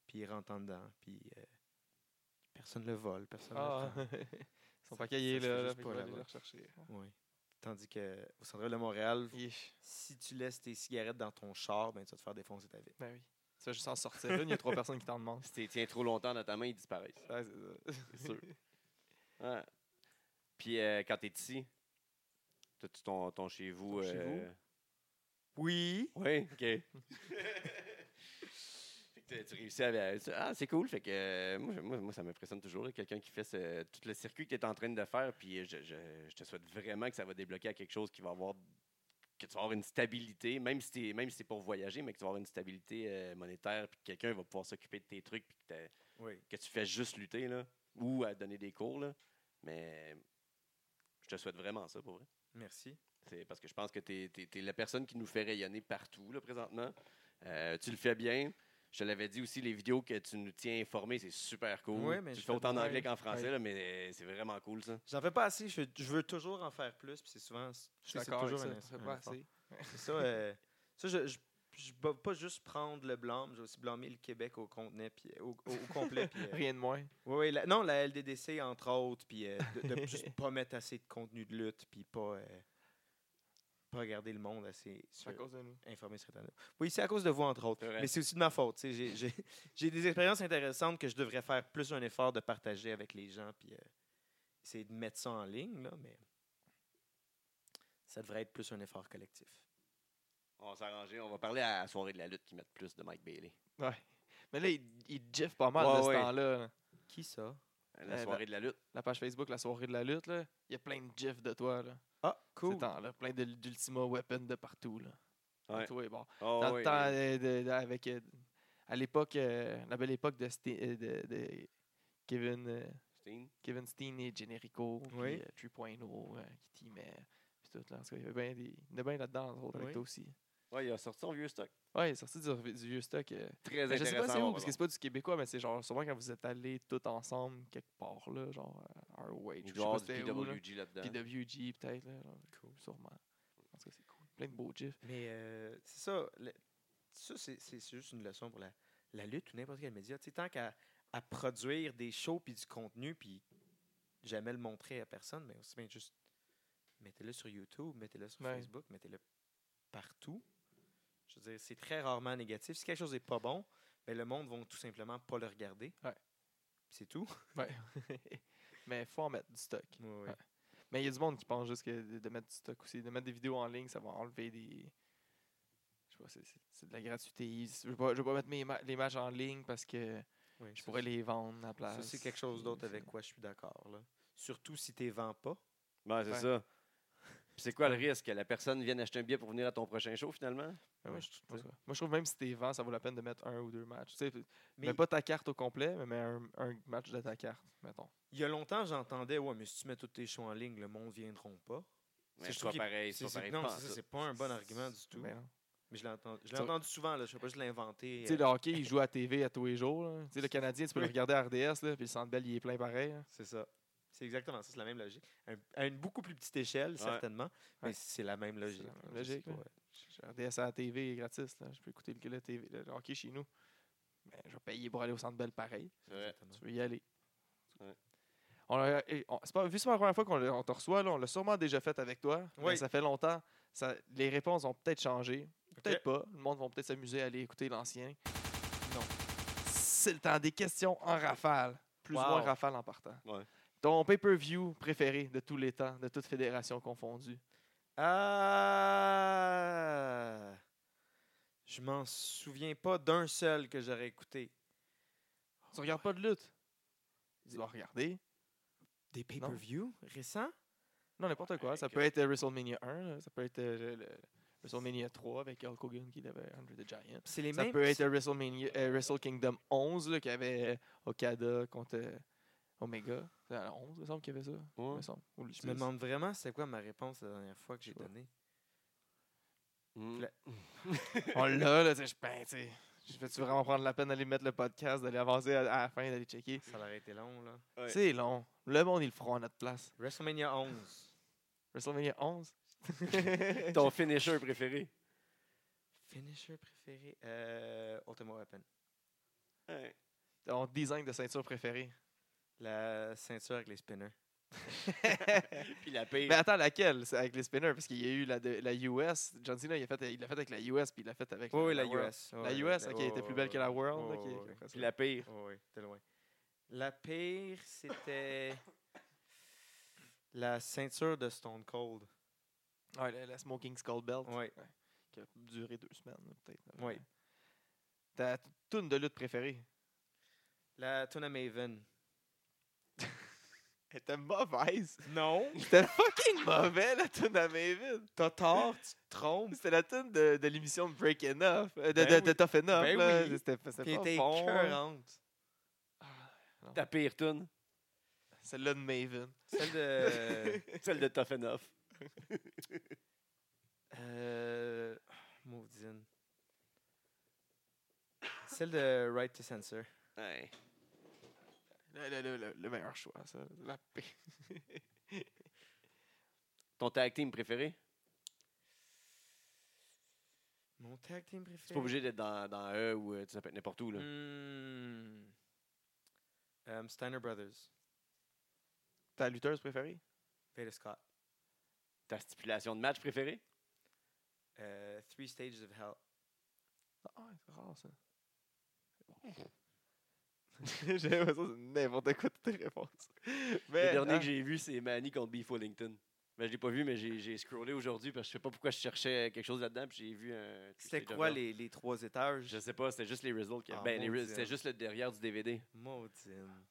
Speaker 3: Puis ils rentrent en dedans. Puis euh, personne le vole, personne le
Speaker 2: Ah,
Speaker 3: prend.
Speaker 2: ils sont pas
Speaker 3: Ça-
Speaker 2: cahiers,
Speaker 3: ça se
Speaker 2: là. là, fait
Speaker 3: fait juste pas
Speaker 2: qu'ils vont aller
Speaker 3: là-bas.
Speaker 2: les rechercher.
Speaker 3: Oui. Tandis que au centre de Montréal,
Speaker 2: Yeesh.
Speaker 3: si tu laisses tes cigarettes dans ton char, ben, tu vas te faire défoncer ta vie.
Speaker 2: Ben oui. Tu vas juste en sortir une, il y a trois personnes qui t'en demandent.
Speaker 1: Si tu les tiens trop longtemps dans ta main, ils disparaissent.
Speaker 2: Ouais, c'est ça.
Speaker 1: C'est sûr. Ouais. Puis euh, quand t'es ici, t'as-tu ton, ton chez vous? euh,
Speaker 2: Ton chez
Speaker 3: Oui.
Speaker 1: Oui, OK. Fait que tu- tu réussis à... tu- Ah, c'est cool. Fait que euh, moi, je- moi, moi, ça m'impressionne toujours. là, Quelqu'un qui fait ce- tout le circuit que tu es en train de faire. Puis euh, je, je- je te souhaite vraiment que ça va débloquer à quelque chose qui va avoir... Que tu vas avoir une stabilité, même si, t'es- même si c'est pour voyager, mais que tu vas avoir une stabilité euh, monétaire. Puis que quelqu'un va pouvoir s'occuper de tes trucs. Puis que t'as-
Speaker 3: Oui.
Speaker 1: que tu fais juste lutter, là, ou à donner des cours, là. Mais je te souhaite vraiment ça, pour vrai.
Speaker 3: Merci.
Speaker 1: C'est parce que je pense que tu es, la personne qui nous fait rayonner partout, là, présentement. Euh, tu le fais bien. Je te l'avais dit aussi, les vidéos que tu nous tiens informés, c'est super cool.
Speaker 3: Ouais, mais
Speaker 1: tu le
Speaker 3: je
Speaker 1: fais autant en
Speaker 3: fais-
Speaker 1: anglais
Speaker 3: ouais,
Speaker 1: qu'en français,
Speaker 3: ouais.
Speaker 1: là, mais euh, c'est vraiment cool, ça.
Speaker 3: J'en fais pas assez. Je, je veux toujours en faire plus. Puis c'est souvent.
Speaker 2: Je
Speaker 3: tu sais,
Speaker 2: suis
Speaker 3: c'est
Speaker 2: d'accord avec
Speaker 3: toujours
Speaker 2: ça.
Speaker 3: un-
Speaker 2: C'est
Speaker 3: un
Speaker 2: pas
Speaker 3: effort.
Speaker 2: assez.
Speaker 3: C'est ça. euh, ça, je. je je vais pas juste prendre le blâme, j'ai aussi blâmé le Québec au, contenait, puis, au, au- au complet. puis, euh,
Speaker 2: Rien de moins.
Speaker 3: ouais, ouais, la- non, la LDDC, entre autres, puis euh, de, de juste pas mettre assez de contenu de lutte, puis pas, euh, pas regarder le monde assez
Speaker 2: C'est à
Speaker 3: sur-
Speaker 2: cause de nous.
Speaker 3: informé sur Internet. Oui, c'est à cause de vous, entre autres.
Speaker 1: C'est vrai.
Speaker 3: Mais c'est aussi de ma faute. tu sais, J'ai, j'ai, j'ai des expériences intéressantes que je devrais faire plus un effort de partager avec les gens, puis euh, essayer de mettre ça en ligne, là, mais ça devrait être plus un effort collectif.
Speaker 1: On va s'arranger. On va parler à la soirée de la lutte qui mettent plus de Mike Bailey.
Speaker 2: Ouais. Mais là, il, il jeff pas mal
Speaker 1: Ouais,
Speaker 2: de ce
Speaker 1: ouais.
Speaker 2: temps-là. là.
Speaker 3: Qui ça?
Speaker 1: La
Speaker 2: Euh,
Speaker 1: soirée de la lutte.
Speaker 2: La page Facebook, la soirée de la lutte, là, il y a plein de gifs de toi. Là.
Speaker 3: Ah,
Speaker 2: Ces
Speaker 3: cool.
Speaker 2: temps-là. Plein de- d'Ultima Weapon de partout. Là.
Speaker 1: Ouais.
Speaker 2: Tout est bon.
Speaker 1: Oh,
Speaker 2: Dans
Speaker 1: oui.
Speaker 2: le temps, euh, de- de- avec, euh, à l'époque, euh, la belle époque de, Ste- euh, de- de Kevin, euh,
Speaker 1: Steen.
Speaker 2: Kevin Steen et Generico, puis
Speaker 3: Oui.
Speaker 2: euh, 3.0 euh, qui teamait, puis tout. Là. En tout cas, il y avait bien des, il y en a bien là-dedans, entre autres, avec
Speaker 3: Oui.
Speaker 2: toi aussi.
Speaker 1: Ouais, il a sorti son vieux stock.
Speaker 2: Ouais, il est sorti du, rev- du vieux stock. euh,
Speaker 1: Très
Speaker 2: mais je sais
Speaker 1: intéressant.
Speaker 2: pas c'est
Speaker 1: on
Speaker 2: où,
Speaker 1: va
Speaker 2: parce que
Speaker 1: voir.
Speaker 2: c'est pas du québécois, mais c'est genre souvent quand vous êtes allés tous ensemble quelque part, là, genre euh, à ROH,
Speaker 1: Il
Speaker 2: je sais
Speaker 1: doit y avoir
Speaker 2: pas
Speaker 1: du
Speaker 2: c'était où, là.
Speaker 1: PWG là-dedans.
Speaker 2: PWG peut-être, là, genre, sûrement. En tout cas, c'est cool. Plein de beaux gifs.
Speaker 3: Mais euh, c'est ça. le- ça, c'est, c'est- c'est juste une leçon pour la, la lutte ou n'importe quel média. Tu sais, tant qu'à à produire des shows puis du contenu, puis jamais le montrer à personne, mais aussi bien juste mettez-le sur YouTube, mettez-le sur
Speaker 2: Ouais.
Speaker 3: Facebook, mettez-le partout. Je veux dire, c'est très rarement négatif. Si quelque chose n'est pas bon, ben, le monde va tout simplement pas le regarder.
Speaker 2: Ouais.
Speaker 3: C'est tout.
Speaker 2: Ouais. mais faut en mettre du stock.
Speaker 3: Ouais.
Speaker 2: Mais il y a du monde qui pense juste que de, de mettre du stock aussi, de mettre des vidéos en ligne, ça va enlever des. Je sais pas, c'est- c'est c'est de la gratuité. Je veux pas, je veux pas mettre mes ma- les matchs en ligne parce que
Speaker 3: Oui,
Speaker 2: je
Speaker 3: ça,
Speaker 2: pourrais
Speaker 3: c'est-
Speaker 2: les vendre à la place.
Speaker 3: Ça, c'est quelque chose
Speaker 2: puis
Speaker 3: d'autre
Speaker 2: c'est-
Speaker 3: avec quoi je suis d'accord. là. Surtout si tu ne vends pas.
Speaker 1: Ouais, c'est
Speaker 2: Ouais.
Speaker 1: ça. Puis c'est quoi le risque? Que la personne vienne acheter un billet pour venir à ton prochain show, finalement?
Speaker 2: Ouais,
Speaker 3: Ouais,
Speaker 2: moi, je, trouve ça. Moi, je trouve même si t'es vent, ça vaut la peine de mettre un ou deux matchs. Tu sais,
Speaker 3: Mais-
Speaker 2: mets pas ta carte au complet, mais mets un, un match de ta carte, mettons.
Speaker 3: Il y a longtemps, j'entendais, ouais, mais si tu mets tous tes shows en ligne, le monde viendront pas.
Speaker 1: Mais
Speaker 3: C'est
Speaker 1: c'est
Speaker 3: sûr
Speaker 1: pas
Speaker 3: qu'il-
Speaker 1: pareil, c'est
Speaker 3: C'est,
Speaker 1: pas
Speaker 3: c'est-
Speaker 1: pareil.
Speaker 3: non,
Speaker 1: pas en
Speaker 3: ça,
Speaker 1: tout.
Speaker 3: c'est pas un bon argument du tout.
Speaker 2: Mais
Speaker 3: Mais,
Speaker 2: non.
Speaker 3: je l'ai entendu, je l'ai
Speaker 2: Ça-
Speaker 3: entendu souvent, là, je sais pas, je l'ai inventé.
Speaker 2: ben Tu sais,
Speaker 3: euh,
Speaker 2: le hockey, il joue à TV à tous les jours. là. Tu sais, le Canadien, tu peux le
Speaker 3: Oui.
Speaker 2: regarder à RDS, là, puis le Centre Bell, il est plein pareil. hein. là.
Speaker 3: C'est ça. C'est exactement ça, c'est la même logique. Un- à une beaucoup plus petite échelle, certainement, mais
Speaker 2: Ouais.
Speaker 3: c'est la même logique.
Speaker 2: C'est la même
Speaker 3: Je sais
Speaker 2: logique,
Speaker 3: pas,
Speaker 2: ouais.
Speaker 3: ouais.
Speaker 2: J'ai regardé ça à la TV gratis. Là. Je peux écouter le, le TV, le hockey chez nous. Mais je vais payer pour aller au centre Bell pareil.
Speaker 1: C'est vrai.
Speaker 3: Exactement.
Speaker 2: Tu veux y aller.
Speaker 1: Ouais.
Speaker 2: On l'a- et on- c'est pas, vu que c'est pas la première fois qu'on le- on te reçoit, là, on l'a sûrement déjà fait avec toi. mais
Speaker 3: Oui.
Speaker 2: ça fait longtemps. Ça- les réponses ont peut-être changé. Peut-être pas. Le monde va peut-être s'amuser à aller écouter l'ancien. Euh, Non. C'est le temps des questions en rafale. Plus ou
Speaker 3: Wow.
Speaker 2: moins rafale en partant.
Speaker 1: Ouais.
Speaker 2: Ton pay-per-view préféré de tous les temps, de toute fédération confondue.
Speaker 3: Ah! Je m'en souviens pas d'un seul que j'aurais écouté.
Speaker 2: Tu regardes pas de lutte? Tu dois regarder.
Speaker 3: Des pay-per-view récents?
Speaker 2: Non, n'importe quoi. Ça
Speaker 1: Avec,
Speaker 2: peut être euh, WrestleMania 1, là. ça peut être euh, le- le- WrestleMania 3 avec Hulk Hogan qui avait Andre the Giant.
Speaker 3: C'est les
Speaker 2: Ça
Speaker 3: mêmes.
Speaker 2: peut être euh, WrestleMania, euh, Wrestle Kingdom 11 là, qui avait euh, Okada contre euh, Omega. C'est à la 11, il me semble qu'il y avait ça. Il me semble. Ou le
Speaker 3: Je me
Speaker 2: 10.
Speaker 3: demande vraiment c'est quoi ma réponse la dernière fois que j'ai
Speaker 2: Je sais pas.
Speaker 3: donnée.
Speaker 1: Mm.
Speaker 2: On l'a, là, tu sais, je ben, tu sais, je Vais-tu vraiment prendre la peine d'aller mettre le podcast, d'aller avancer à, à la fin, d'aller checker?
Speaker 3: Ça aurait été long, là.
Speaker 1: Ouais.
Speaker 2: C'est long. Le monde, ils le feront à notre place.
Speaker 3: WrestleMania 11.
Speaker 2: WrestleMania 11.
Speaker 1: Ton finisher préféré.
Speaker 3: Finisher préféré? Euh, Ultima Weapon.
Speaker 1: Ouais.
Speaker 2: Ton design de ceinture préféré.
Speaker 3: La ceinture avec les spinners.
Speaker 1: Puis la pire.
Speaker 2: Mais attends, laquelle C'est avec les spinners Parce qu'il y a eu la, de- la US. John Cena, il l'a fait, il l'a fait avec la US, puis il l'a fait avec.
Speaker 3: Oui, oui, la
Speaker 2: World.
Speaker 3: US.
Speaker 2: La US, ok, était plus belle que la World. là, qui- qui a fait ça.
Speaker 1: Puis la pire.
Speaker 3: Oui, t'es loin. La pire, c'était la ceinture de Stone Cold.
Speaker 2: Ouais, la, la Smoking Skull Belt.
Speaker 3: Ouais.
Speaker 2: Qui a duré deux semaines, là, peut-être. là.
Speaker 3: Oui.
Speaker 2: Ta tune de lutte préférée
Speaker 3: La Tuna Maven.
Speaker 2: Elle était mauvaise.
Speaker 3: Non.
Speaker 2: C'était fucking mauvais, la tune à Maven.
Speaker 3: T'as tort, tu te trompes.
Speaker 2: C'était la tune de, de l'émission Break Enough. euh, de,
Speaker 3: Ben
Speaker 2: de,
Speaker 3: oui.
Speaker 2: de Tough Enough.
Speaker 3: Ben
Speaker 2: là.
Speaker 3: oui.
Speaker 2: C'était c'était
Speaker 3: Puis elle
Speaker 2: pas
Speaker 3: était
Speaker 2: bon.
Speaker 3: écœurante.
Speaker 1: Ta pire tune.
Speaker 2: Celle-là de Maven.
Speaker 3: Celle de.
Speaker 1: Celle de Tough Enough.
Speaker 3: euh, Maudine. Celle de Right to Censor.
Speaker 1: Ouais.
Speaker 2: Le, le- le- le- le meilleur choix, ça. La paix.
Speaker 1: Ton tag team préféré?
Speaker 3: Mon tag team préféré.
Speaker 1: C'est pas obligé d'être dans, dans E ou euh, tu sais, ça peut être n'importe où. Là.
Speaker 3: Hmm. Um, Steiner Brothers.
Speaker 2: Ta lutteuse préférée
Speaker 3: Peter Scott.
Speaker 1: Ta stipulation de match préférée?
Speaker 3: Euh, Three Stages of Hell.
Speaker 2: Ah, ouais, c'est rare ça. J'ai l'impression que c'est n'importe quoi toutes tes réponses. Mais,
Speaker 1: le dernier
Speaker 2: hein,
Speaker 1: que j'ai vu, c'est Manny contre Beef Wellington. Ben, je l'ai pas vu, mais j'ai j'ai scrollé aujourd'hui parce que je sais pas pourquoi je cherchais quelque chose là-dedans. Puis j'ai vu un.
Speaker 3: C'était
Speaker 1: Twisted
Speaker 3: quoi
Speaker 1: Orion.
Speaker 3: les, les trois étages?
Speaker 1: Je sais pas, c'était juste les results. qui-
Speaker 3: Ah,
Speaker 1: ben, les
Speaker 3: mon
Speaker 1: re-
Speaker 3: Dieu.
Speaker 1: c'était juste le derrière du DVD.
Speaker 3: Maudine.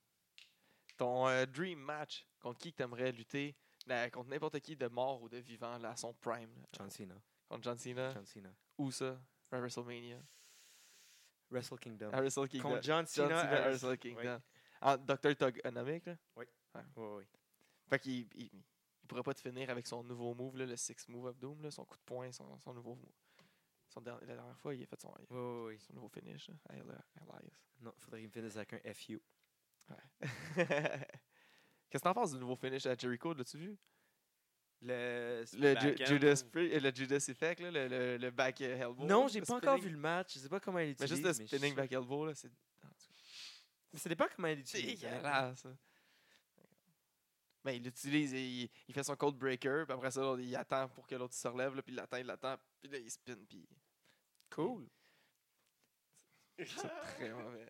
Speaker 2: ton euh, dream match contre qui que t'aimerais lutter là, Contre n'importe qui de mort ou de vivant là, à son prime. là.
Speaker 3: John Cena.
Speaker 2: Contre John Cena
Speaker 3: John Cena.
Speaker 2: ou ça À WrestleMania.
Speaker 3: Wrestle Kingdom.
Speaker 2: À Wrestle Kingdom.
Speaker 3: Contre John
Speaker 2: euh, John
Speaker 3: Cena. euh,
Speaker 2: Cena
Speaker 3: à
Speaker 2: à
Speaker 3: Wrestle-
Speaker 2: Wrestle Kingdom. En Dr. Togonomic, Ah, là.
Speaker 3: Oui, oui.
Speaker 2: Fait qu'il il, il pourrait pas te finir avec son nouveau move, là, le Six Move of Doom, là, son coup de poing, son, son nouveau move. Son dernier- la dernière fois, il a fait son,
Speaker 3: Oui, oui, oui.
Speaker 2: son nouveau finish, là, à Eli- Elias.
Speaker 3: Non, faudrait qu'il me finisse avec un FU.
Speaker 2: Qu'est-ce que t'en penses du nouveau finish à Jericho, l'as-tu vu?
Speaker 3: Le.
Speaker 2: Le,
Speaker 1: back
Speaker 2: Ju-
Speaker 1: end.
Speaker 2: Judas, Pri- euh, le Judas Effect, là, le, le, le back euh, elbow.
Speaker 3: Non,
Speaker 2: là,
Speaker 3: j'ai
Speaker 2: le
Speaker 3: pas encore
Speaker 2: spinning.
Speaker 3: vu le match. Je sais pas comment il
Speaker 2: Mais
Speaker 3: utilise.
Speaker 2: juste le
Speaker 3: je-
Speaker 2: spinning back elbow, là, c'est
Speaker 3: Ça dépend comment il
Speaker 2: c'est
Speaker 3: utilise.
Speaker 2: dégueulasse. ça. Ben, il l'utilise, et il, il fait son code breaker, puis après ça, l'autre, il attend pour que l'autre se relève, là, puis il l'attend, il l'attend, puis là, il spin, puis
Speaker 3: Cool.
Speaker 2: c'est très mauvais.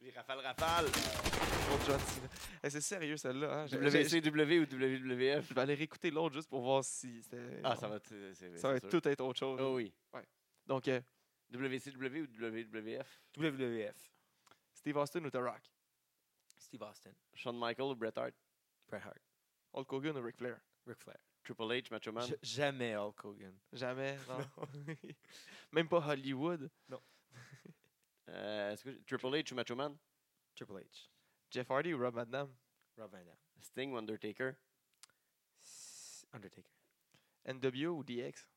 Speaker 1: Les rafales, rafales.
Speaker 2: Contre John Cena. Eh, c'est sérieux, celle-là.
Speaker 1: Ah,
Speaker 2: hein? J'ai- j'ai-
Speaker 1: WCW ou WWF.
Speaker 2: Je vais aller réécouter l'autre juste pour voir si c'était-
Speaker 1: Ah, ça va. t- c'est-
Speaker 2: ça va
Speaker 1: c'est
Speaker 2: être
Speaker 1: sûr.
Speaker 2: tout être autre chose.
Speaker 1: Ah oui.
Speaker 2: Donc, euh,
Speaker 1: WCW ou WWF.
Speaker 3: WWF.
Speaker 2: Steve Austin ou The Rock?
Speaker 3: Steve Austin.
Speaker 1: Shawn Michaels ou Bret Hart.
Speaker 3: Bret Hart.
Speaker 2: Hulk Hogan ou Ric Flair?
Speaker 3: Ric Flair.
Speaker 1: Triple H, Macho Man.
Speaker 3: Ja- Jamais Hulk Hogan.
Speaker 2: Jamais, non. Même pas Hollywood.
Speaker 1: Euh, est-ce que j'ai- Triple H ou Macho Man.
Speaker 3: Triple H.
Speaker 2: Jeff Hardy ou Rob Van Damme?
Speaker 3: Rob Van Dam.
Speaker 1: Sting ou Undertaker.
Speaker 3: Undertaker.
Speaker 2: NWO ou DX?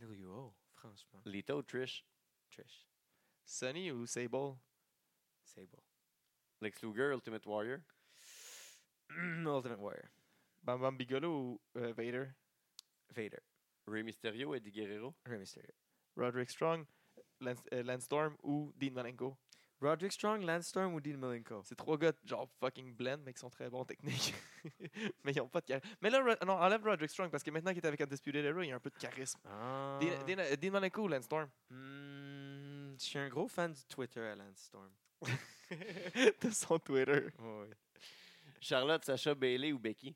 Speaker 3: NWO, franchement.
Speaker 1: Lito ou Trish.
Speaker 3: Trish.
Speaker 2: Sonny ou Sable?
Speaker 3: Sable.
Speaker 1: Lex Luger, Ultimate Warrior.
Speaker 3: Mm, Ultimate Warrior.
Speaker 2: Bam Bam Bigelow ou euh, Vader?
Speaker 3: Vader.
Speaker 1: Ray Mysterio, Eddie Guerrero.
Speaker 3: Rey Mysterio.
Speaker 2: Roderick Strong, Lance, euh, Lance Storm ou Dean Malenko?
Speaker 3: Roderick Strong, Lance Storm ou Dean Malenko?
Speaker 2: C'est trois gars genre fucking blend, mais qui sont très bons techniques. mais ils ont pas de charisme. Mais là, Ro- non, enlève Roderick Strong parce que maintenant qu'il est avec Undisputed Era, il a un peu de charisme.
Speaker 3: Ah.
Speaker 2: Dean, Dean- euh, Dean Malenko ou Lance Storm?
Speaker 3: Hmm, je suis un gros fan du Twitter à Lance Storm.
Speaker 2: de son Twitter.
Speaker 3: Oui, oui.
Speaker 1: Charlotte, Sacha, Bailey ou Becky.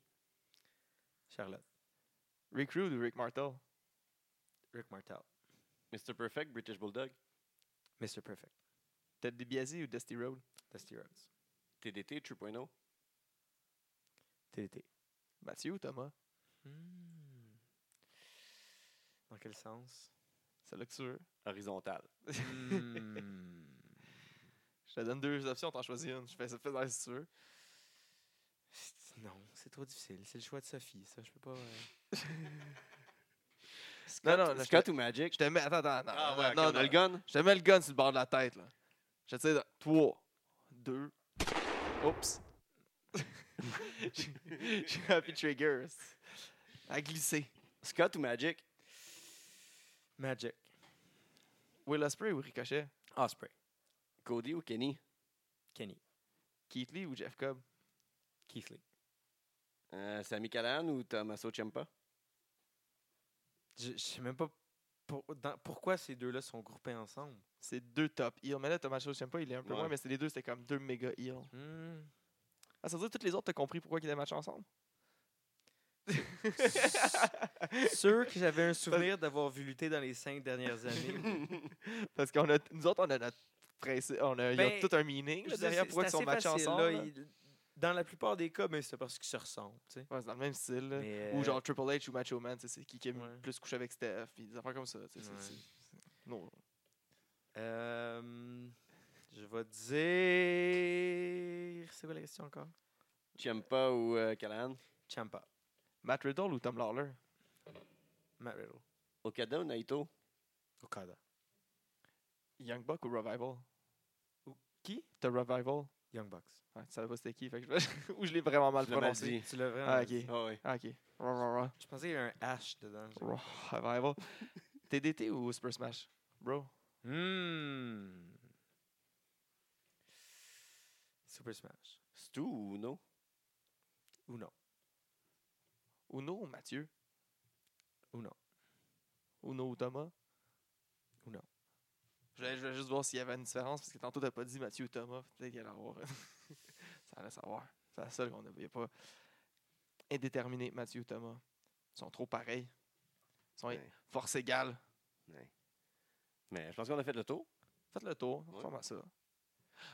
Speaker 3: Charlotte.
Speaker 2: Rick Rude ou Rick Martel?
Speaker 3: Rick Martel.
Speaker 1: Mr. Perfect, British Bulldog.
Speaker 3: Mr. Perfect.
Speaker 2: Ted DiBiase ou Dusty Road?
Speaker 3: Dusty Rhodes.
Speaker 1: TDT, 3.0.
Speaker 3: TDT.
Speaker 2: Mathieu ou Thomas?
Speaker 3: Hmm. Dans quel sens?
Speaker 2: C'est là que tu veux.
Speaker 1: Horizontal.
Speaker 3: Hmm.
Speaker 2: Je te donne deux options, t'en choisis une. Je fais ça fais dans si tu veux.
Speaker 3: C'est- Non, c'est trop difficile. C'est le choix de Sophie, ça. Je peux pas. euh,
Speaker 2: Non, non, non, je
Speaker 1: Scott
Speaker 2: te-
Speaker 1: ou Magic?
Speaker 2: Je te mets. Attends, attends, attends.
Speaker 1: Ah
Speaker 2: non,
Speaker 1: ouais,
Speaker 2: non,
Speaker 1: non,
Speaker 2: non.
Speaker 1: le gun.
Speaker 2: Je te mets le gun sur le bord de la tête, là. Je te tire dans 3, 2. Oups. J'ai j'ai happy triggers. À glisser.
Speaker 1: Scott ou Magic?
Speaker 3: Magic.
Speaker 2: Will Ospreay ou Ricochet?
Speaker 3: Osprey.
Speaker 1: Cody ou Kenny?
Speaker 3: Kenny.
Speaker 2: Keith Lee ou Jeff Cobb?
Speaker 3: Keith Lee.
Speaker 1: Euh, Sami Callan ou Tommaso Ciampa?
Speaker 3: Je je sais même pas pour- dans- pourquoi ces deux-là sont groupés ensemble.
Speaker 2: C'est deux top heels. Mais là, Thomas Schultz, j'aime pas, il est un peu
Speaker 1: Ouais.
Speaker 2: moins, mais c'est les deux, c'était comme deux méga heels.
Speaker 3: Hmm.
Speaker 2: Ah, ça veut dire que tous les autres, t'as compris pourquoi ils étaient matchés ensemble?
Speaker 3: Sûr que j'avais un souvenir d'avoir vu lutter dans les cinq dernières années.
Speaker 2: Parce qu'on a, nous autres, on a notre principe, on a, ils
Speaker 3: Ben,
Speaker 2: ont tout un meaning là,
Speaker 3: Je veux dire,
Speaker 2: derrière
Speaker 3: c'est-
Speaker 2: pourquoi ils
Speaker 3: c'est
Speaker 2: sont matchés
Speaker 3: assez facile,
Speaker 2: ensemble.
Speaker 3: là.
Speaker 2: là.
Speaker 3: Il- dans la plupart des cas, mais c'est parce qu'ils se ressemblent. tu sais.
Speaker 2: Ouais, c'est dans le même style. là.
Speaker 3: Mais,
Speaker 2: Ou
Speaker 3: euh,
Speaker 2: genre Triple H ou Macho Man, tu sais, c'est qui qui aime
Speaker 3: Ouais.
Speaker 2: plus coucher avec Steph, puis des affaires comme ça. tu sais, c'est-
Speaker 3: Ouais.
Speaker 2: c'est- c'est- Non.
Speaker 3: Euh, je vais dire. C'est quoi la question encore?
Speaker 1: Ciampa ou euh, Callan?
Speaker 3: Champa.
Speaker 2: Matt Riddle ou Tom Lawler?
Speaker 3: Matt Riddle.
Speaker 1: Okada ou Naito?
Speaker 3: Okada.
Speaker 2: Young Buck ou Revival?
Speaker 3: Ou- qui?
Speaker 2: The Revival?
Speaker 3: Young Bucks.
Speaker 2: Ouais, tu savais pas c'était qui, fait que je- ou je l'ai vraiment mal
Speaker 1: Je l'ai mal
Speaker 2: prononcé.
Speaker 1: dit.
Speaker 3: Tu l'as vraiment.
Speaker 2: Ah, ok.
Speaker 3: dit.
Speaker 1: Ah oui.
Speaker 2: Ah, ok. Ra, ra, ra.
Speaker 3: Je pensais qu'il y avait un H dedans.
Speaker 2: Ra, Revival. TDT ou Super Smash? Bro.
Speaker 3: Hmm. Super Smash.
Speaker 1: Stu ou Uno?
Speaker 3: Ou non.
Speaker 2: Uno ou Mathieu?
Speaker 3: Uno.
Speaker 2: Uno ou Thomas?
Speaker 3: Uno.
Speaker 2: Je voulais, je voulais juste voir s'il y avait une différence, parce que tantôt, t'as pas dit Mathieu ou Thomas. fait Peut-être qu'il allait avoir. ça allait savoir. C'est la seule qu'on n'avait pas. Indéterminé, Mathieu ou Thomas. Ils sont trop pareils. Ils sont
Speaker 1: Ouais.
Speaker 2: force égale.
Speaker 1: Mais je pense qu'on a fait le tour.
Speaker 2: Faites le tour.
Speaker 1: Ouais.
Speaker 2: ressemble à ça.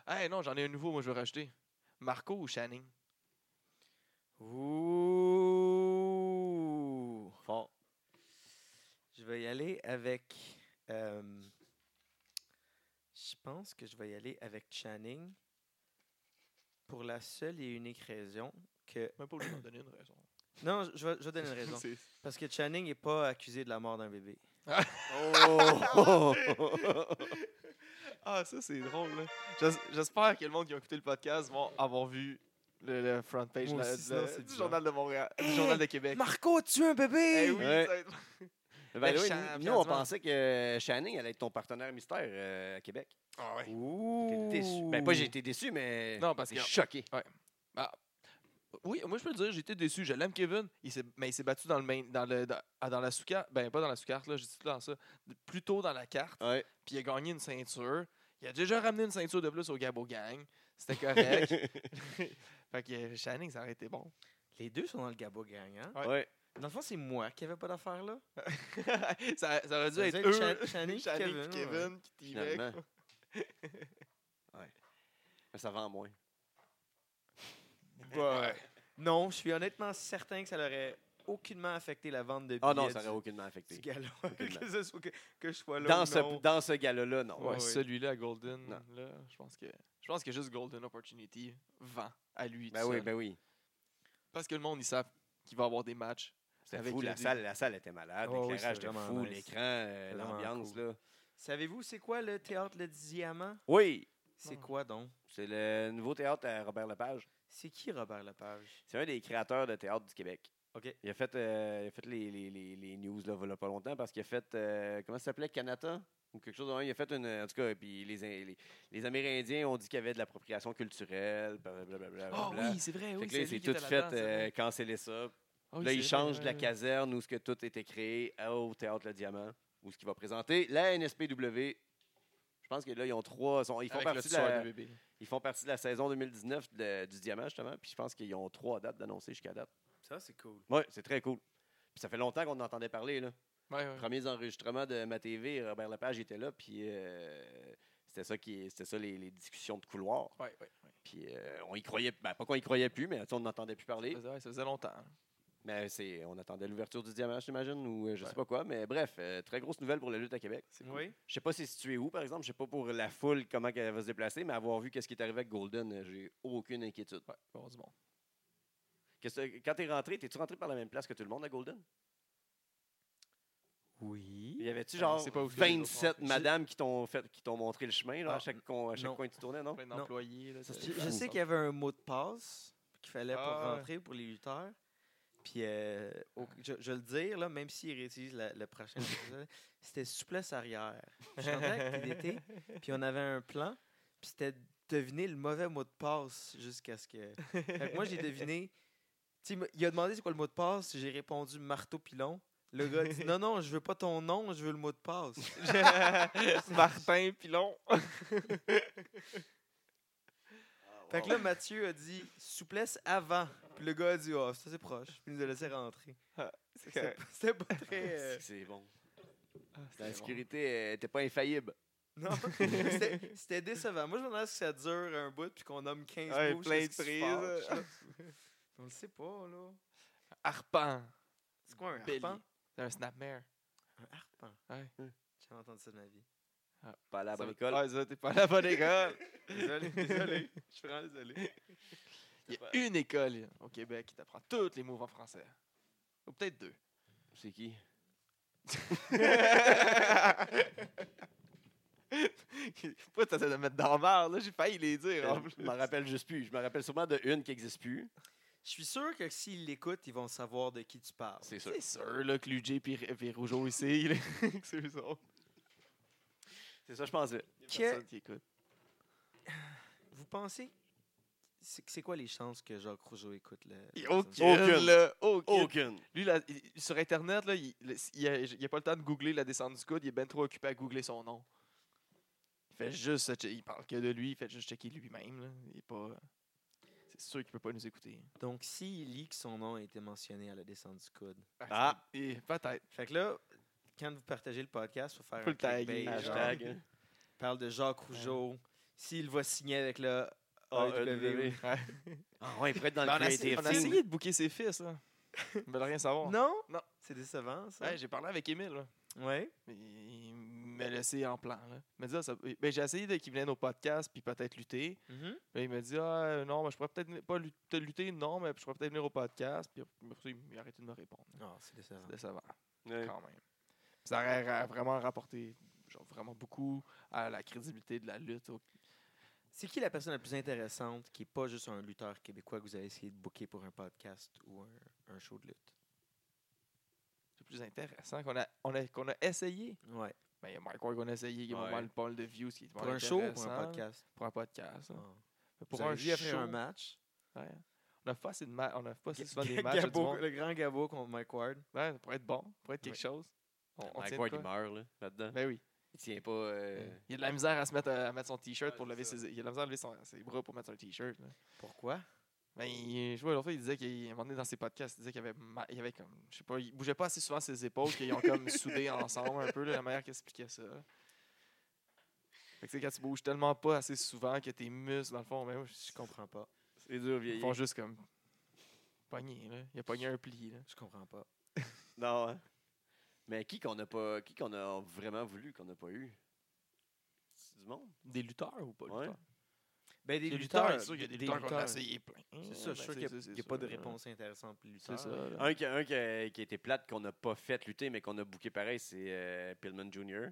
Speaker 2: Hey, non, j'en ai un nouveau, moi, je veux rajouter. Marco ou Channing?
Speaker 3: Ouh.
Speaker 1: Fort.
Speaker 3: Je vais y aller avec. euh, je pense que je vais y aller avec Channing pour la seule et unique raison que.
Speaker 2: Même pas obligé d'en donner une raison.
Speaker 3: Non, je- je vais, je vais donner une raison.
Speaker 2: C'est-
Speaker 3: Parce que Channing n'est pas accusé de la mort d'un bébé.
Speaker 1: Oh!
Speaker 2: Ah, ça, c'est drôle. là. J'es- J'espère que le monde qui a écouté le podcast vont avoir vu le, le front page
Speaker 3: Moi
Speaker 2: de-
Speaker 3: aussi,
Speaker 2: de-
Speaker 3: sinon, c'est
Speaker 2: du
Speaker 3: bizarre.
Speaker 2: Journal de Montréal, du
Speaker 3: Hey,
Speaker 2: Journal de Québec.
Speaker 3: Marco a tué un bébé!
Speaker 2: Eh oui,
Speaker 1: Ouais.
Speaker 2: ça va être-
Speaker 1: Ben oui,
Speaker 2: Champion
Speaker 1: nous, on
Speaker 2: du monde.
Speaker 1: pensait que Channing allait être ton partenaire mystère euh, à Québec.
Speaker 3: Ouh!
Speaker 1: J'étais déçu. Ben, pas j'ai été déçu, mais.
Speaker 2: Non, parce que-
Speaker 1: j'étais choqué.
Speaker 2: Oui, moi, je peux le dire, j'étais déçu. Je l'aime, Kevin, il s'est- mais il s'est battu dans, le main, dans, le, dans, ah, dans la sous-carte. Ben, pas dans la sous-carte, là, j'ai dit tout dans ça. Plutôt dans la carte,
Speaker 1: Ouais.
Speaker 2: puis il a gagné une ceinture. Il a déjà ramené une ceinture de plus au Gabo Gang. C'était correct. fait que euh, Channing, ça aurait été bon.
Speaker 3: Les deux sont dans le gabo gang, hein?
Speaker 2: Ouais.
Speaker 1: Ouais.
Speaker 3: Dans le fond, c'est moi qui n'avais pas d'affaire là.
Speaker 2: ça, ça aurait dû
Speaker 3: Ça veut
Speaker 2: être
Speaker 3: dire
Speaker 2: eux.
Speaker 3: Chan- Channing puis
Speaker 2: Channing
Speaker 3: Kevin,
Speaker 2: puis Kevin, puis T-Rex.
Speaker 3: ouais.
Speaker 1: Finalement. ouais. Mais ça vend moins.
Speaker 2: Ouais.
Speaker 3: Non, je suis honnêtement certain que ça n'aurait aucunement affecté la vente de billets.
Speaker 1: Ah non, ça
Speaker 3: du-
Speaker 1: aurait aucunement affecté.
Speaker 3: du gala.
Speaker 1: Aucunement.
Speaker 3: que, ce soit- que- que je sois là.
Speaker 1: Dans
Speaker 3: ou
Speaker 1: ce,
Speaker 3: non.
Speaker 1: dans ce gala-là, non.
Speaker 2: Ouais,
Speaker 3: Ouais, ouais.
Speaker 2: celui-là, Golden,
Speaker 1: Non.
Speaker 2: là, je pense que je pense que juste Golden Opportunity vend à lui.
Speaker 1: Ben
Speaker 2: tout
Speaker 1: oui,
Speaker 2: seul.
Speaker 1: ben oui.
Speaker 2: Parce que le monde, ils savent qu'il va avoir des matchs.
Speaker 1: C'était
Speaker 2: Avec
Speaker 1: fou,
Speaker 2: le
Speaker 1: la
Speaker 2: dé-
Speaker 1: salle, la salle était malade,
Speaker 3: Ah oui,
Speaker 1: l'éclairage
Speaker 3: c'était
Speaker 1: était
Speaker 3: vraiment
Speaker 1: fou,
Speaker 3: nice.
Speaker 1: l'écran, euh,
Speaker 3: Vraiment
Speaker 1: l'ambiance
Speaker 3: cool.
Speaker 1: là.
Speaker 3: Savez-vous c'est quoi le théâtre Le Diamant?
Speaker 1: Oui,
Speaker 3: C'est
Speaker 2: Non.
Speaker 3: quoi donc?
Speaker 1: c'est le nouveau théâtre à Robert Lepage.
Speaker 3: C'est qui Robert Lepage?
Speaker 1: C'est un des créateurs de théâtre du Québec.
Speaker 3: OK.
Speaker 1: Il a fait, euh, il a fait les, les, les, les news là, voilà pas longtemps parce qu'il a fait, euh, comment ça s'appelait, Canada? Ou quelque chose de même. Il a fait une. En tout cas, puis les, In- les, les Amérindiens ont dit qu'il y avait de l'appropriation culturelle, blablabla.
Speaker 2: Ah
Speaker 1: blablabla.
Speaker 2: oui, c'est vrai.
Speaker 1: Fait
Speaker 2: Oui,
Speaker 1: que là,
Speaker 2: lui
Speaker 1: c'est
Speaker 2: qui
Speaker 1: tout
Speaker 2: était
Speaker 1: fait
Speaker 2: là-dedans, c'est vrai.
Speaker 1: euh, canceller ça.
Speaker 2: Ah oui,
Speaker 1: là,
Speaker 2: c'est
Speaker 1: il
Speaker 2: vrai,
Speaker 1: change
Speaker 2: ouais,
Speaker 1: de la
Speaker 2: ouais.
Speaker 1: caserne où ce que tout était créé euh, au Théâtre Le Diamant, où ce qu'il va présenter la NSPW. Je pense que là, ils ont trois. sont- ils, font
Speaker 2: Avec le
Speaker 1: partie de
Speaker 2: tueur
Speaker 1: la,
Speaker 2: de bébé.
Speaker 1: ils font partie de la saison 2019 de- du Diamant, justement. Puis je pense qu'ils ont trois dates d'annoncer jusqu'à date.
Speaker 8: Ça, c'est cool.
Speaker 1: Oui, c'est très cool. Puis ça fait longtemps qu'on en entendait parler. Là.
Speaker 2: Ouais, ouais.
Speaker 1: Premiers enregistrements de ma TV, Robert Lepage était là, puis euh, c'était ça, qui, c'était ça les, les discussions de couloir.
Speaker 2: Ouais, ouais, ouais.
Speaker 1: Puis euh, on y croyait, ben, pas qu'on y croyait plus, mais tu sais, on n'entendait plus parler.
Speaker 2: Ça faisait- ouais, ça faisait longtemps. hein.
Speaker 1: Mais c'est, on attendait l'ouverture du diamant, j'imagine, ou euh, je sais
Speaker 2: Ouais.
Speaker 1: pas quoi. Mais bref, euh, très grosse nouvelle pour la lutte à Québec.
Speaker 3: Oui.
Speaker 1: Je sais pas si c'est situé où, par exemple. Je sais pas pour la foule comment elle va se déplacer, mais avoir vu qu'est-ce qui est arrivé avec Golden, euh, j'ai aucune inquiétude.
Speaker 2: Ouais, bon, du bon.
Speaker 1: Qu'est-ce que- quand t'es rentré, t'es-tu rentré par la même place que tout le monde à Golden?
Speaker 3: Oui.
Speaker 1: Il Y avait-tu
Speaker 2: Ah,
Speaker 1: genre
Speaker 2: c'est pas où que les autres
Speaker 1: 27
Speaker 2: rentrent.
Speaker 1: madames qui t'ont, fait, qui t'ont montré le chemin là, à
Speaker 3: Ah,
Speaker 1: chaque, con- à chaque
Speaker 3: non.
Speaker 1: coin que tu tournais, non?
Speaker 2: Plein
Speaker 3: Non.
Speaker 2: d'employés. là, de-
Speaker 3: Je, je sais qu'il y avait un mot de passe qu'il fallait pour
Speaker 2: Ah ouais.
Speaker 3: rentrer pour les lutteurs. Puis, euh, au- je, je le dire, là, même s'ils réutilisent la- le prochain épisode, c'était souplesse arrière. Je suis rentré avec TDT, puis on avait un plan, puis c'était deviner le mauvais mot de passe jusqu'à ce que. Fait que moi, j'ai deviné. Tu sais, moi, il a demandé c'est quoi le mot de passe, j'ai répondu marteau pilon. Le gars a dit non, non, je veux pas ton nom, je veux le mot de passe.
Speaker 2: Martin Pilon.
Speaker 3: Fait que là, Mathieu a dit souplesse avant. Puis le gars a dit, oh, ça c'est proche. Puis il nous a laissé rentrer.
Speaker 2: C'est
Speaker 3: C'était
Speaker 2: correct.
Speaker 3: pas- C'était pas très. euh,
Speaker 1: C'est- C'est bon. Eh,
Speaker 2: Ah,
Speaker 1: La
Speaker 2: c'est bon.
Speaker 1: sécurité euh, était pas infaillible.
Speaker 3: Non, c'était c'était décevant. Moi, je me demande si ça dure un bout puis qu'on nomme 15
Speaker 2: Ouais,
Speaker 3: mots,
Speaker 2: plein
Speaker 3: qu'est-ce
Speaker 2: de
Speaker 3: qui se passe.
Speaker 2: prises.
Speaker 3: On le sait pas, là.
Speaker 2: Harpent.
Speaker 3: C'est quoi un
Speaker 2: Bélier.
Speaker 3: harpent?
Speaker 2: C'est un snapmare.
Speaker 3: Un harpent.
Speaker 2: Ouais.
Speaker 3: J'ai entendu ça de ma vie.
Speaker 1: Pas à la
Speaker 2: Ça
Speaker 1: bonne
Speaker 2: va-
Speaker 1: école.
Speaker 2: Ouais, ça, t'es pas à la bonne école.
Speaker 3: Désolé, désolé. Je suis vraiment désolé.
Speaker 2: Il y a une école au Québec qui t'apprend tous les mots en français. Ou peut-être deux.
Speaker 1: C'est qui?
Speaker 2: Pourquoi t'as de me mettre dans le marre, là? J'ai failli les dire. en
Speaker 1: Euh, Je
Speaker 2: plus.
Speaker 1: m'en rappelle juste plus. Je me rappelle sûrement de une qui n'existe plus.
Speaker 3: Je suis sûr que s'ils l'écoutent, ils vont savoir de qui tu parles.
Speaker 1: C'est sûr.
Speaker 2: C'est sûr, là, que l'UJ puis, puis Rougeau ici, là, que c'est eux autres.
Speaker 1: C'est ça, je pensais.
Speaker 2: Il y a
Speaker 3: Que-
Speaker 2: personne qui écoute.
Speaker 3: Vous pensez. C'est c'est quoi les chances que Jacques Rougeau écoute le.
Speaker 2: Il y a
Speaker 3: le-
Speaker 2: Aucune,
Speaker 1: Aucune.
Speaker 2: là, aucune.
Speaker 1: Aucune.
Speaker 2: Lui, là, il- sur Internet, là, il n'y a, pas le temps de googler la descente du coude. Il est ben trop occupé à googler son nom. Il fait juste... se che- Il parle que de lui. Il fait juste checker lui-même. là. Il est pas... C'est sûr qu'il peut pas nous écouter.
Speaker 3: Donc, s'il lit que son nom a été mentionné à la descente du coude.
Speaker 1: Ah.
Speaker 2: c'est- et Peut-être.
Speaker 3: Fait que là, quand vous partagez le podcast, faut faire
Speaker 2: Faut
Speaker 3: un
Speaker 2: le taguer,
Speaker 3: clickbait, genre,
Speaker 1: Hashtag. hein.
Speaker 3: parle de Jacques Rougeau. S'il va signer avec le
Speaker 1: AEW.
Speaker 3: AEW.
Speaker 2: Ouais.
Speaker 1: Ah ouais, il pourrait être dans
Speaker 2: Ben,
Speaker 1: le
Speaker 2: on, a essayé,
Speaker 1: creative
Speaker 2: on a
Speaker 1: team.
Speaker 2: essayé de booker ses fils. Là. Ils veulent rien savoir.
Speaker 3: Non?
Speaker 2: Non.
Speaker 3: C'est décevant, ça.
Speaker 2: Ouais, J'ai parlé avec Émile. là.
Speaker 3: Ouais.
Speaker 2: Mais Il m'a laissé en plan. Là. Il m'a dit, ah, ça- ben, j'ai essayé de- qu'il vienne au podcast puis peut-être lutter.
Speaker 3: Mhm.
Speaker 2: Là, il m'a dit ah, non, mais je pourrais peut-être venir- pas lut- te lutter, non, mais je pourrais peut-être venir au podcast. Puis après ça, il il a arrêté de me répondre.
Speaker 3: Non, c'est décevant.
Speaker 2: C'est décevant,
Speaker 1: Ah. Ouais.
Speaker 2: quand même. Ça aurait ra- vraiment rapporté genre, vraiment beaucoup à la crédibilité de la lutte. au-
Speaker 3: C'est qui la personne la plus intéressante qui n'est pas juste un lutteur québécois que vous avez essayé de booker pour un podcast ou un, un show de lutte?
Speaker 2: C'est plus intéressant qu'on a, on a, qu'on a essayé.
Speaker 3: Ouais.
Speaker 2: Ben, il y a Mike Ward qu'on a essayé, il y a
Speaker 1: Ouais.
Speaker 2: vraiment le pôle de views qui est
Speaker 3: Pour
Speaker 2: vraiment
Speaker 3: un show ou pour un
Speaker 2: intéressant.
Speaker 3: podcast?
Speaker 2: Pour un podcast. hein.
Speaker 3: Ah.
Speaker 2: Mais Pour
Speaker 3: Vous
Speaker 2: un
Speaker 3: avez vu après
Speaker 2: show.
Speaker 3: un match?
Speaker 2: ouais. On a pas assez de ma- on a pas assez souvent des
Speaker 3: Ga-
Speaker 2: matchs. il y a du
Speaker 3: Gabo-
Speaker 2: monde.
Speaker 3: le grand Gabo contre Mike Ward.
Speaker 2: Ouais, ça pourrait être bon, ça pourrait être quelque
Speaker 3: Ouais.
Speaker 2: chose. On, on
Speaker 1: Mike
Speaker 2: tient de
Speaker 1: Ward, il
Speaker 2: quoi?
Speaker 1: meurt là, là-dedans.
Speaker 2: Ben oui.
Speaker 1: Il tient pas. euh,
Speaker 2: Il a de la misère à se mettre à, à mettre son t-shirt
Speaker 1: Ouais,
Speaker 2: pour
Speaker 1: c'est
Speaker 2: lever
Speaker 1: ça.
Speaker 2: ses. Il a de la misère à lever son- ses bras pour mettre son t-shirt. là.
Speaker 3: Pourquoi?
Speaker 2: Ben, il- je vois l'autre fois, il disait qu'à un moment donné dans ses podcasts, il disait qu'il avait, ma- il avait comme. Je sais pas, il bougeait pas assez souvent ses épaules, qu'ils ont comme soudé ensemble un peu, là, la manière qu'il expliquait ça. Fait que, tu sais, quand tu bouges tellement pas assez souvent que tes muscles, dans le fond, ben, moi, je
Speaker 3: Je comprends pas.
Speaker 1: C'est dur,
Speaker 2: ils
Speaker 1: vieillir.
Speaker 2: font juste comme. Pogner, là. Il a pogné un pli, là.
Speaker 3: Je comprends pas.
Speaker 1: Non, hein. Mais qui qu'on a pas. Qui qu'on a vraiment voulu, qu'on n'a pas eu? C'est du monde?
Speaker 2: Des lutteurs ou pas
Speaker 1: Ouais.
Speaker 2: lutteurs?
Speaker 3: Ben, des,
Speaker 2: Des
Speaker 3: lutteurs,
Speaker 2: lutteurs, c'est sûr, il y a des, lutteurs qu'on a
Speaker 3: lutteurs.
Speaker 2: essayé plein.
Speaker 3: Ah, ben,
Speaker 2: ben,
Speaker 3: C'est ça, je suis sûr qu'il n'y a, pas de réponse Ah, intéressante pour les
Speaker 2: C'est
Speaker 3: lutteurs.
Speaker 2: ça.
Speaker 3: là.
Speaker 2: là.
Speaker 1: Un, qui, euh, un qui, a, qui a été plate, qu'on n'a pas fait lutter, mais qu'on a booké pareil, c'est euh, Pillman Jr.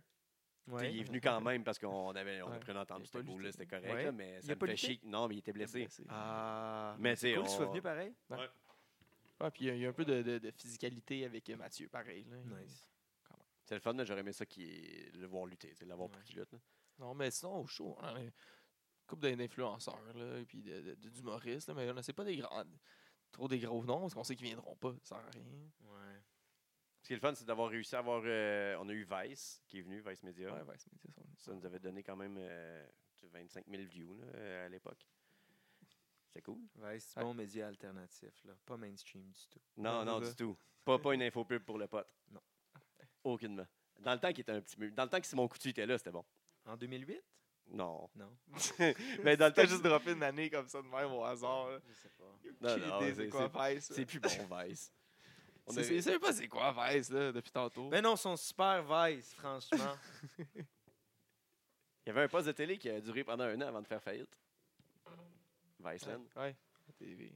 Speaker 1: T'sais, Il est venu quand même parce qu'on avait, on a
Speaker 2: Ouais.
Speaker 1: pris l'entendre,
Speaker 2: Il a
Speaker 1: c'était
Speaker 2: pas
Speaker 1: beau,
Speaker 2: lutté.
Speaker 1: là, c'était correct,
Speaker 3: Ouais.
Speaker 1: là, mais
Speaker 2: a
Speaker 1: ça me
Speaker 2: pas
Speaker 1: fait
Speaker 2: lutté?
Speaker 1: chier. Non, mais il était blessé.
Speaker 3: Ah.
Speaker 1: Mais tu sais,
Speaker 3: Cool, tu sois
Speaker 1: on-
Speaker 3: venu pareil.
Speaker 2: Ouais, puis il y a- il y, a un peu de, de- de physicalité avec euh, Mathieu, pareil. là. Il-
Speaker 1: c'est le fun, là, j'aurais aimé ça qu'il le voir lutter, t'sais, l'avoir pour
Speaker 3: Ouais.
Speaker 1: qu'il lutte. là.
Speaker 2: Non, mais sinon, au show, on a une couple d'in- d'influenceurs, là, et puis de- de- de- d'humoristes, là, mais on ne sait pas des grands, trop des gros noms, parce qu'on sait qu'ils viendront pas, ça sert à rien.
Speaker 3: Ouais.
Speaker 1: Ce qui est le fun, c'est d'avoir réussi à avoir. euh, on a eu Vice qui est venu, Vice Media.
Speaker 2: Ouais, ouais, c'est médias sont venus.
Speaker 1: Ça nous avait donné quand même euh, 25 000 views là, euh, à l'époque. C'est cool.
Speaker 3: Ouais, c'est
Speaker 2: Ouais.
Speaker 3: bon média alternatif, là. Pas mainstream du tout.
Speaker 1: Non,
Speaker 2: Ouais,
Speaker 1: non,
Speaker 2: c'est
Speaker 1: du
Speaker 2: ça.
Speaker 1: tout. Pas, pas une info pub pour le pote.
Speaker 3: Non.
Speaker 1: Aucunement. Dans le temps qu'il était un petit peu. Dans le temps que Simon Coutu était là, c'était bon.
Speaker 3: En 2008
Speaker 1: Non.
Speaker 3: Non.
Speaker 1: Mais dans le temps.
Speaker 2: T'as juste droppé une année comme ça de même au hasard. là.
Speaker 3: Je sais pas.
Speaker 1: Non,
Speaker 2: J'ai
Speaker 1: non,
Speaker 2: idée,
Speaker 1: c'est-
Speaker 2: c'est quoi Vice?
Speaker 1: C'est plus bon, Vice. On
Speaker 2: C'est-
Speaker 1: a-
Speaker 2: C'est c'est pas c'est quoi Vice, là, depuis tantôt.
Speaker 3: Ben non, son super vice, franchement.
Speaker 1: Il y avait un poste de télé qui a duré pendant un an avant de faire faillite. Viceland.
Speaker 2: Ouais, la TV.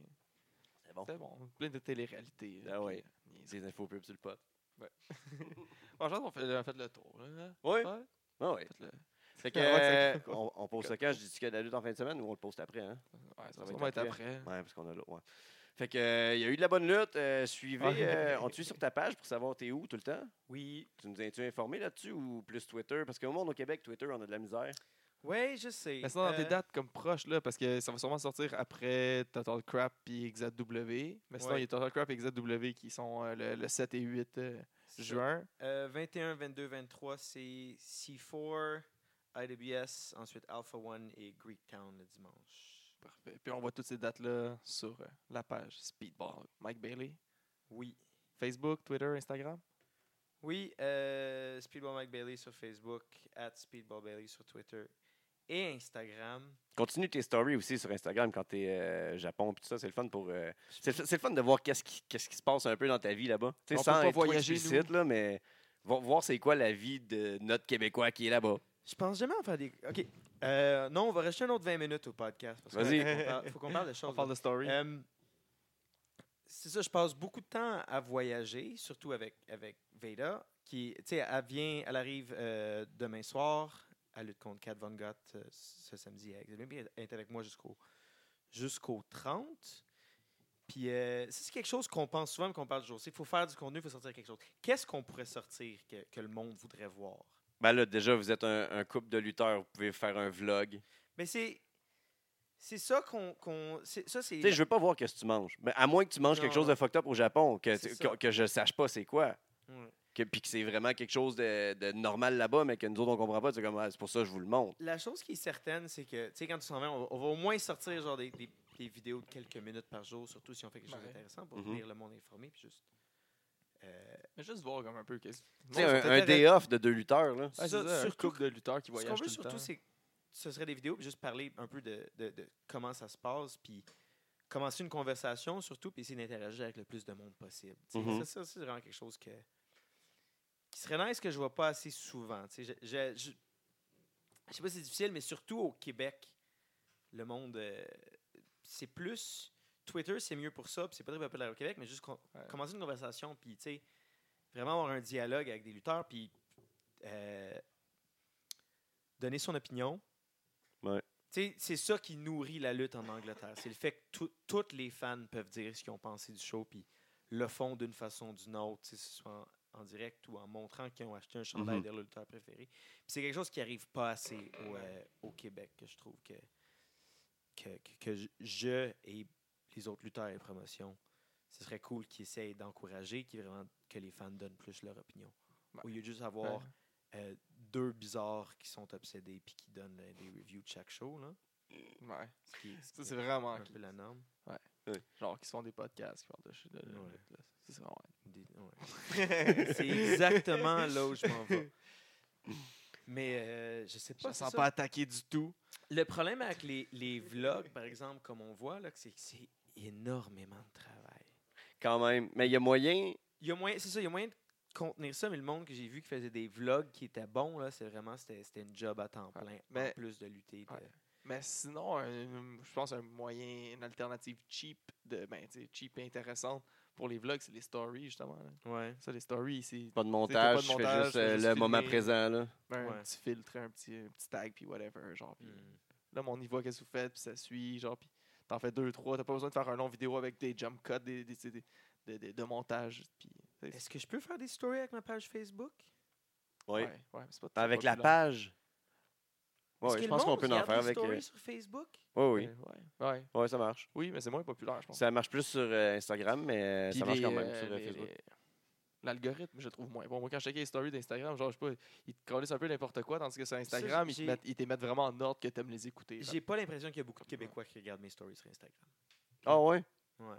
Speaker 1: C'est bon.
Speaker 2: C'est bon, plein de télé-réalité. là,
Speaker 1: Ah
Speaker 2: puis,
Speaker 1: ouais.
Speaker 2: euh, niaiserie.
Speaker 1: C'est des infos pubs sur le pote.
Speaker 2: Bon, je pense qu'on fait, on fait le tour. Là.
Speaker 1: Oui.
Speaker 2: Ouais,
Speaker 1: Ah ouais.
Speaker 2: fait le-
Speaker 1: Fait que,
Speaker 2: Ouais,
Speaker 1: euh, on, on pose ça quand je dis qu'il y a de la lutte en fin de semaine ou on le poste après, hein?
Speaker 2: ouais,
Speaker 1: va
Speaker 2: ça, va
Speaker 1: être
Speaker 2: sûrement être après.
Speaker 1: Ouais, parce qu'on a l'autre, ouais. Fait que, euh, il y a eu de la bonne lutte. euh, suivez.
Speaker 2: Ouais.
Speaker 1: euh, on te suit sur ta page pour savoir t'es où tout le temps.
Speaker 3: oui.
Speaker 1: Tu nous as-tu informé là-dessus ou plus Twitter? Parce qu'au monde au Québec, Twitter, on a de la misère.
Speaker 3: Ouais, je sais.
Speaker 2: Mais sinon, dans tes
Speaker 3: Euh,
Speaker 2: dates comme proches, là, parce que ça va sûrement sortir après Total Crap puis XZW. Mais sinon,
Speaker 3: Ouais.
Speaker 2: il y a Total Crap et XZW qui sont euh, le, le 7 et 8 euh,
Speaker 3: c'est ça.
Speaker 2: juin.
Speaker 3: Euh, 21, 22, 23, c'est C4, IWS, ensuite Alpha One et Greektown le dimanche.
Speaker 2: Parfait. Puis on voit toutes ces dates-là sur euh, la page Speedball. Mike Bailey.
Speaker 3: Oui.
Speaker 2: Facebook, Twitter, Instagram.
Speaker 3: Oui, euh, Speedball Mike Bailey sur Facebook, at Speedball Bailey sur Twitter et Instagram.
Speaker 1: Continue tes stories aussi sur Instagram quand t'es euh, Japon puis tout ça. C'est le fun pour. euh, c'est le- c'est le fun de voir qu'est-ce qui, qu'est-ce qui se passe un peu dans ta vie là-bas. Tu sais,
Speaker 2: On peut
Speaker 1: sans
Speaker 2: pas
Speaker 1: être trop
Speaker 2: voyager, nous.
Speaker 1: explicite, là, mais vo- voir c'est quoi la vie de notre Québécois qui est là-bas.
Speaker 3: Je pense jamais en faire des. OK. Euh, non, on va rajouter un autre 20 minutes au podcast. parce que
Speaker 1: Vas-y.
Speaker 3: faut qu'on parle- Faut qu'on parle de
Speaker 2: On
Speaker 3: choses.
Speaker 2: parle de story.
Speaker 3: Euh, c'est ça, je passe beaucoup de temps à voyager, surtout avec, avec Veda, qui, tu sais, elle vient, elle arrive euh, demain soir à lutte contre Kat Von Gott euh, ce samedi à Exhibition, puis Elle est avec moi jusqu'au jusqu'au 30. Puis euh, ça, c'est quelque chose qu'on pense souvent mais qu'on parle toujours. Il faut faire du contenu, il faut sortir quelque chose. Qu'est-ce qu'on pourrait sortir que, que le monde voudrait voir?
Speaker 1: Ben là, déjà, vous êtes un, un couple de lutteurs. Vous pouvez faire un vlog.
Speaker 3: Mais c'est. C'est ça qu'on. qu'on- c'est- ça, c'est.
Speaker 1: Tu sais, je veux pas voir qu'est-ce que tu manges. Mais à moins que tu manges quelque
Speaker 3: Non,
Speaker 1: chose de fucked up au Japon, que,
Speaker 3: C'est
Speaker 1: que,
Speaker 3: ça.
Speaker 1: que je sache pas c'est quoi.
Speaker 3: Ouais.
Speaker 1: Que, puis que c'est vraiment quelque chose de, de normal là-bas, mais que nous autres, on comprend pas. C'est comme, Ah, c'est pour ça que je vous le montre.
Speaker 3: la chose qui est certaine, c'est que, tu sais, quand tu s'en vas, on, va- on va au moins sortir genre des, des- des vidéos de quelques minutes par jour, surtout si on fait quelque chose
Speaker 2: Ouais.
Speaker 3: d'intéressant pour
Speaker 1: Mhm.
Speaker 3: tenir le monde informé, puis juste. euh,
Speaker 2: Mais juste voir comme un peu qu'est-ce
Speaker 1: Tu sais,
Speaker 2: Ouais,
Speaker 1: un, un day off de deux lutteurs, là.
Speaker 2: c'est
Speaker 3: ça,
Speaker 2: ça, un
Speaker 3: surtout-
Speaker 2: couple de lutteurs qui
Speaker 3: ce
Speaker 2: voyagent
Speaker 3: qu'on
Speaker 2: tout
Speaker 3: veut
Speaker 2: le
Speaker 3: surtout,
Speaker 2: temps.
Speaker 3: c'est que ce serait des vidéos, puis juste parler un peu de, de- de comment ça se passe, puis commencer une conversation surtout, puis essayer d'interagir avec le plus de monde possible. tu sais.
Speaker 2: Mm-hmm.
Speaker 1: Mhm.
Speaker 3: Ça, ça, c'est vraiment quelque chose que, qui serait nice que je vois pas assez souvent. tu sais. Je, je, je- je sais pas si c'est difficile, mais surtout au Québec, le monde, euh, c'est plus. Twitter, c'est mieux pour ça, puis c'est pas très populaire au Québec, mais juste con-
Speaker 2: Ouais.
Speaker 3: commencer une conversation, puis tu sais, vraiment avoir un dialogue avec des lutteurs, puis euh, donner son opinion.
Speaker 1: Ouais.
Speaker 3: Tu sais, C'est ça qui nourrit la lutte en Angleterre. C'est le fait que tout- toutes les fans peuvent dire ce qu'ils ont pensé du show, puis le font d'une façon ou d'une autre, tu sais, que ce soit en, en direct ou en montrant qu'ils ont acheté un chandail
Speaker 1: Mhm.
Speaker 3: de leur lutteur préféré. Puis c'est quelque chose qui arrive pas assez au, euh, au Québec, que je trouve que, que, que- que je- je et les autres lutteurs et promotions, ce serait cool qu'ils essayent d'encourager, qu'ils vraiment, que les fans donnent plus leur opinion.
Speaker 2: Ouais.
Speaker 3: Au lieu de juste
Speaker 2: Ouais.
Speaker 3: avoir euh, deux bizarres qui sont obsédés puis qui donnent euh, des reviews de chaque show, là,
Speaker 2: Ouais.
Speaker 3: ce qui est, ce
Speaker 2: Ça,
Speaker 3: qui
Speaker 2: c'est
Speaker 3: est
Speaker 2: vraiment
Speaker 3: un peu
Speaker 2: cool.
Speaker 3: la norme.
Speaker 2: Genre, qui se font des podcasts, qui parlent de shit. de- de-
Speaker 3: Ouais.
Speaker 2: de- ça, C'est vraiment.
Speaker 3: Des- ouais. c'est exactement là où je m'en vais. Mais euh, je sais
Speaker 2: Je
Speaker 3: pas.
Speaker 2: me
Speaker 3: c'est
Speaker 2: sens
Speaker 3: ça.
Speaker 2: pas attaqué du tout.
Speaker 3: Le problème avec les, les vlogs, par exemple, comme on voit, là, que c'est que c'est énormément de travail.
Speaker 1: Quand même. Mais il y a moyen.
Speaker 3: Il y a moyen, c'est ça, il y a moyen de contenir ça, mais le monde que j'ai vu qui faisait des vlogs qui étaient bons, là, c'est vraiment, c'était, c'était une job à temps
Speaker 2: Ouais,
Speaker 3: plein, en
Speaker 2: mais-
Speaker 3: plus de lutter. de-
Speaker 2: Ouais. Mais sinon, un- je pense un moyen, une alternative cheap, de, ben, tu sais, cheap et intéressante pour les vlogs, c'est les stories, justement. là.
Speaker 3: Ouais.
Speaker 2: Ça, les stories, c'est
Speaker 1: Pas de
Speaker 2: pas de
Speaker 1: montage, je fais
Speaker 2: montage,
Speaker 1: juste
Speaker 2: je fais
Speaker 1: euh,
Speaker 2: juste
Speaker 1: le moment
Speaker 2: filmer.
Speaker 1: présent. Là.
Speaker 2: ben, un
Speaker 3: Ouais.
Speaker 2: petit filtre, un petit, un petit tag, puis whatever. Genre,
Speaker 3: Hmm.
Speaker 2: puis
Speaker 1: Mm.
Speaker 2: là, mon y voit qu'est-ce que vous faites, puis ça suit, genre, puis t'en fais deux, trois. T'as pas besoin de faire un long vidéo avec des jump cuts, des, des, des, des- des- des- de montage, puis. c'est-
Speaker 3: Est-ce que je peux faire des stories avec ma page Facebook?
Speaker 1: Oui.
Speaker 2: ouais, ouais, c'est pas- c'est
Speaker 1: Avec
Speaker 2: pas
Speaker 1: la
Speaker 2: plus long.
Speaker 1: page. Oui,
Speaker 3: Est-ce que
Speaker 1: je
Speaker 3: le
Speaker 1: pense qu'on
Speaker 3: monde
Speaker 1: peut en
Speaker 3: regarde
Speaker 1: faire
Speaker 3: des
Speaker 1: avec.
Speaker 3: stories
Speaker 1: euh,
Speaker 3: sur Facebook?
Speaker 1: Oui, oui.
Speaker 2: Ouais, ouais.
Speaker 1: Oui, ça marche.
Speaker 2: Oui, mais c'est moins populaire, je pense.
Speaker 1: Ça marche plus sur euh, Instagram, mais euh,
Speaker 2: Puis
Speaker 1: ça marche
Speaker 2: les,
Speaker 1: quand même
Speaker 2: euh,
Speaker 1: sur euh,
Speaker 2: les-
Speaker 1: Facebook.
Speaker 2: les- L'algorithme, je le trouve moins bon. Moi, quand je checkais les stories d'Instagram, genre, je sais pas, ils te collent un peu n'importe quoi, tandis que sur Instagram, ils te,
Speaker 3: j'ai-
Speaker 2: mettent, ils te mettent vraiment en ordre que t'aimes les écouter. genre.
Speaker 3: J'ai pas l'impression qu'il y a beaucoup de Québécois qui regardent mes stories sur Instagram.
Speaker 1: Ah, ouais?
Speaker 3: Ouais.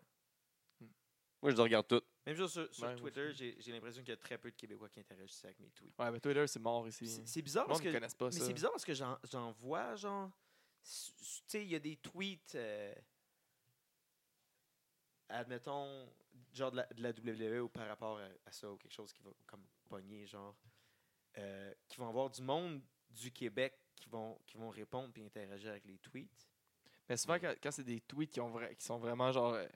Speaker 1: Moi, je les regarde toutes.
Speaker 3: Même chose sur, sur
Speaker 2: Ouais, moi
Speaker 3: Twitter, j'ai j'ai l'impression qu'il y a très peu de Québécois qui interagissent avec mes tweets.
Speaker 2: Ouais, mais Twitter, c'est mort
Speaker 3: Puis
Speaker 2: ici.
Speaker 3: C'est c'est bizarre
Speaker 2: Le monde
Speaker 3: parce
Speaker 2: ne
Speaker 3: que
Speaker 2: connaissent pas
Speaker 3: Mais
Speaker 2: ça.
Speaker 3: c'est bizarre parce que j'en j'en vois, genre. s- s- Tu sais, il y a des tweets. euh, admettons, genre de la, de la WWE ou par rapport à, à ça, ou quelque chose qui va comme pogner, genre. euh, qui vont avoir du monde du Québec qui vont, qui vont répondre puis interagir avec les tweets.
Speaker 2: Mais souvent, quand, quand c'est des tweets qui, ont vra- qui sont vraiment genre. euh,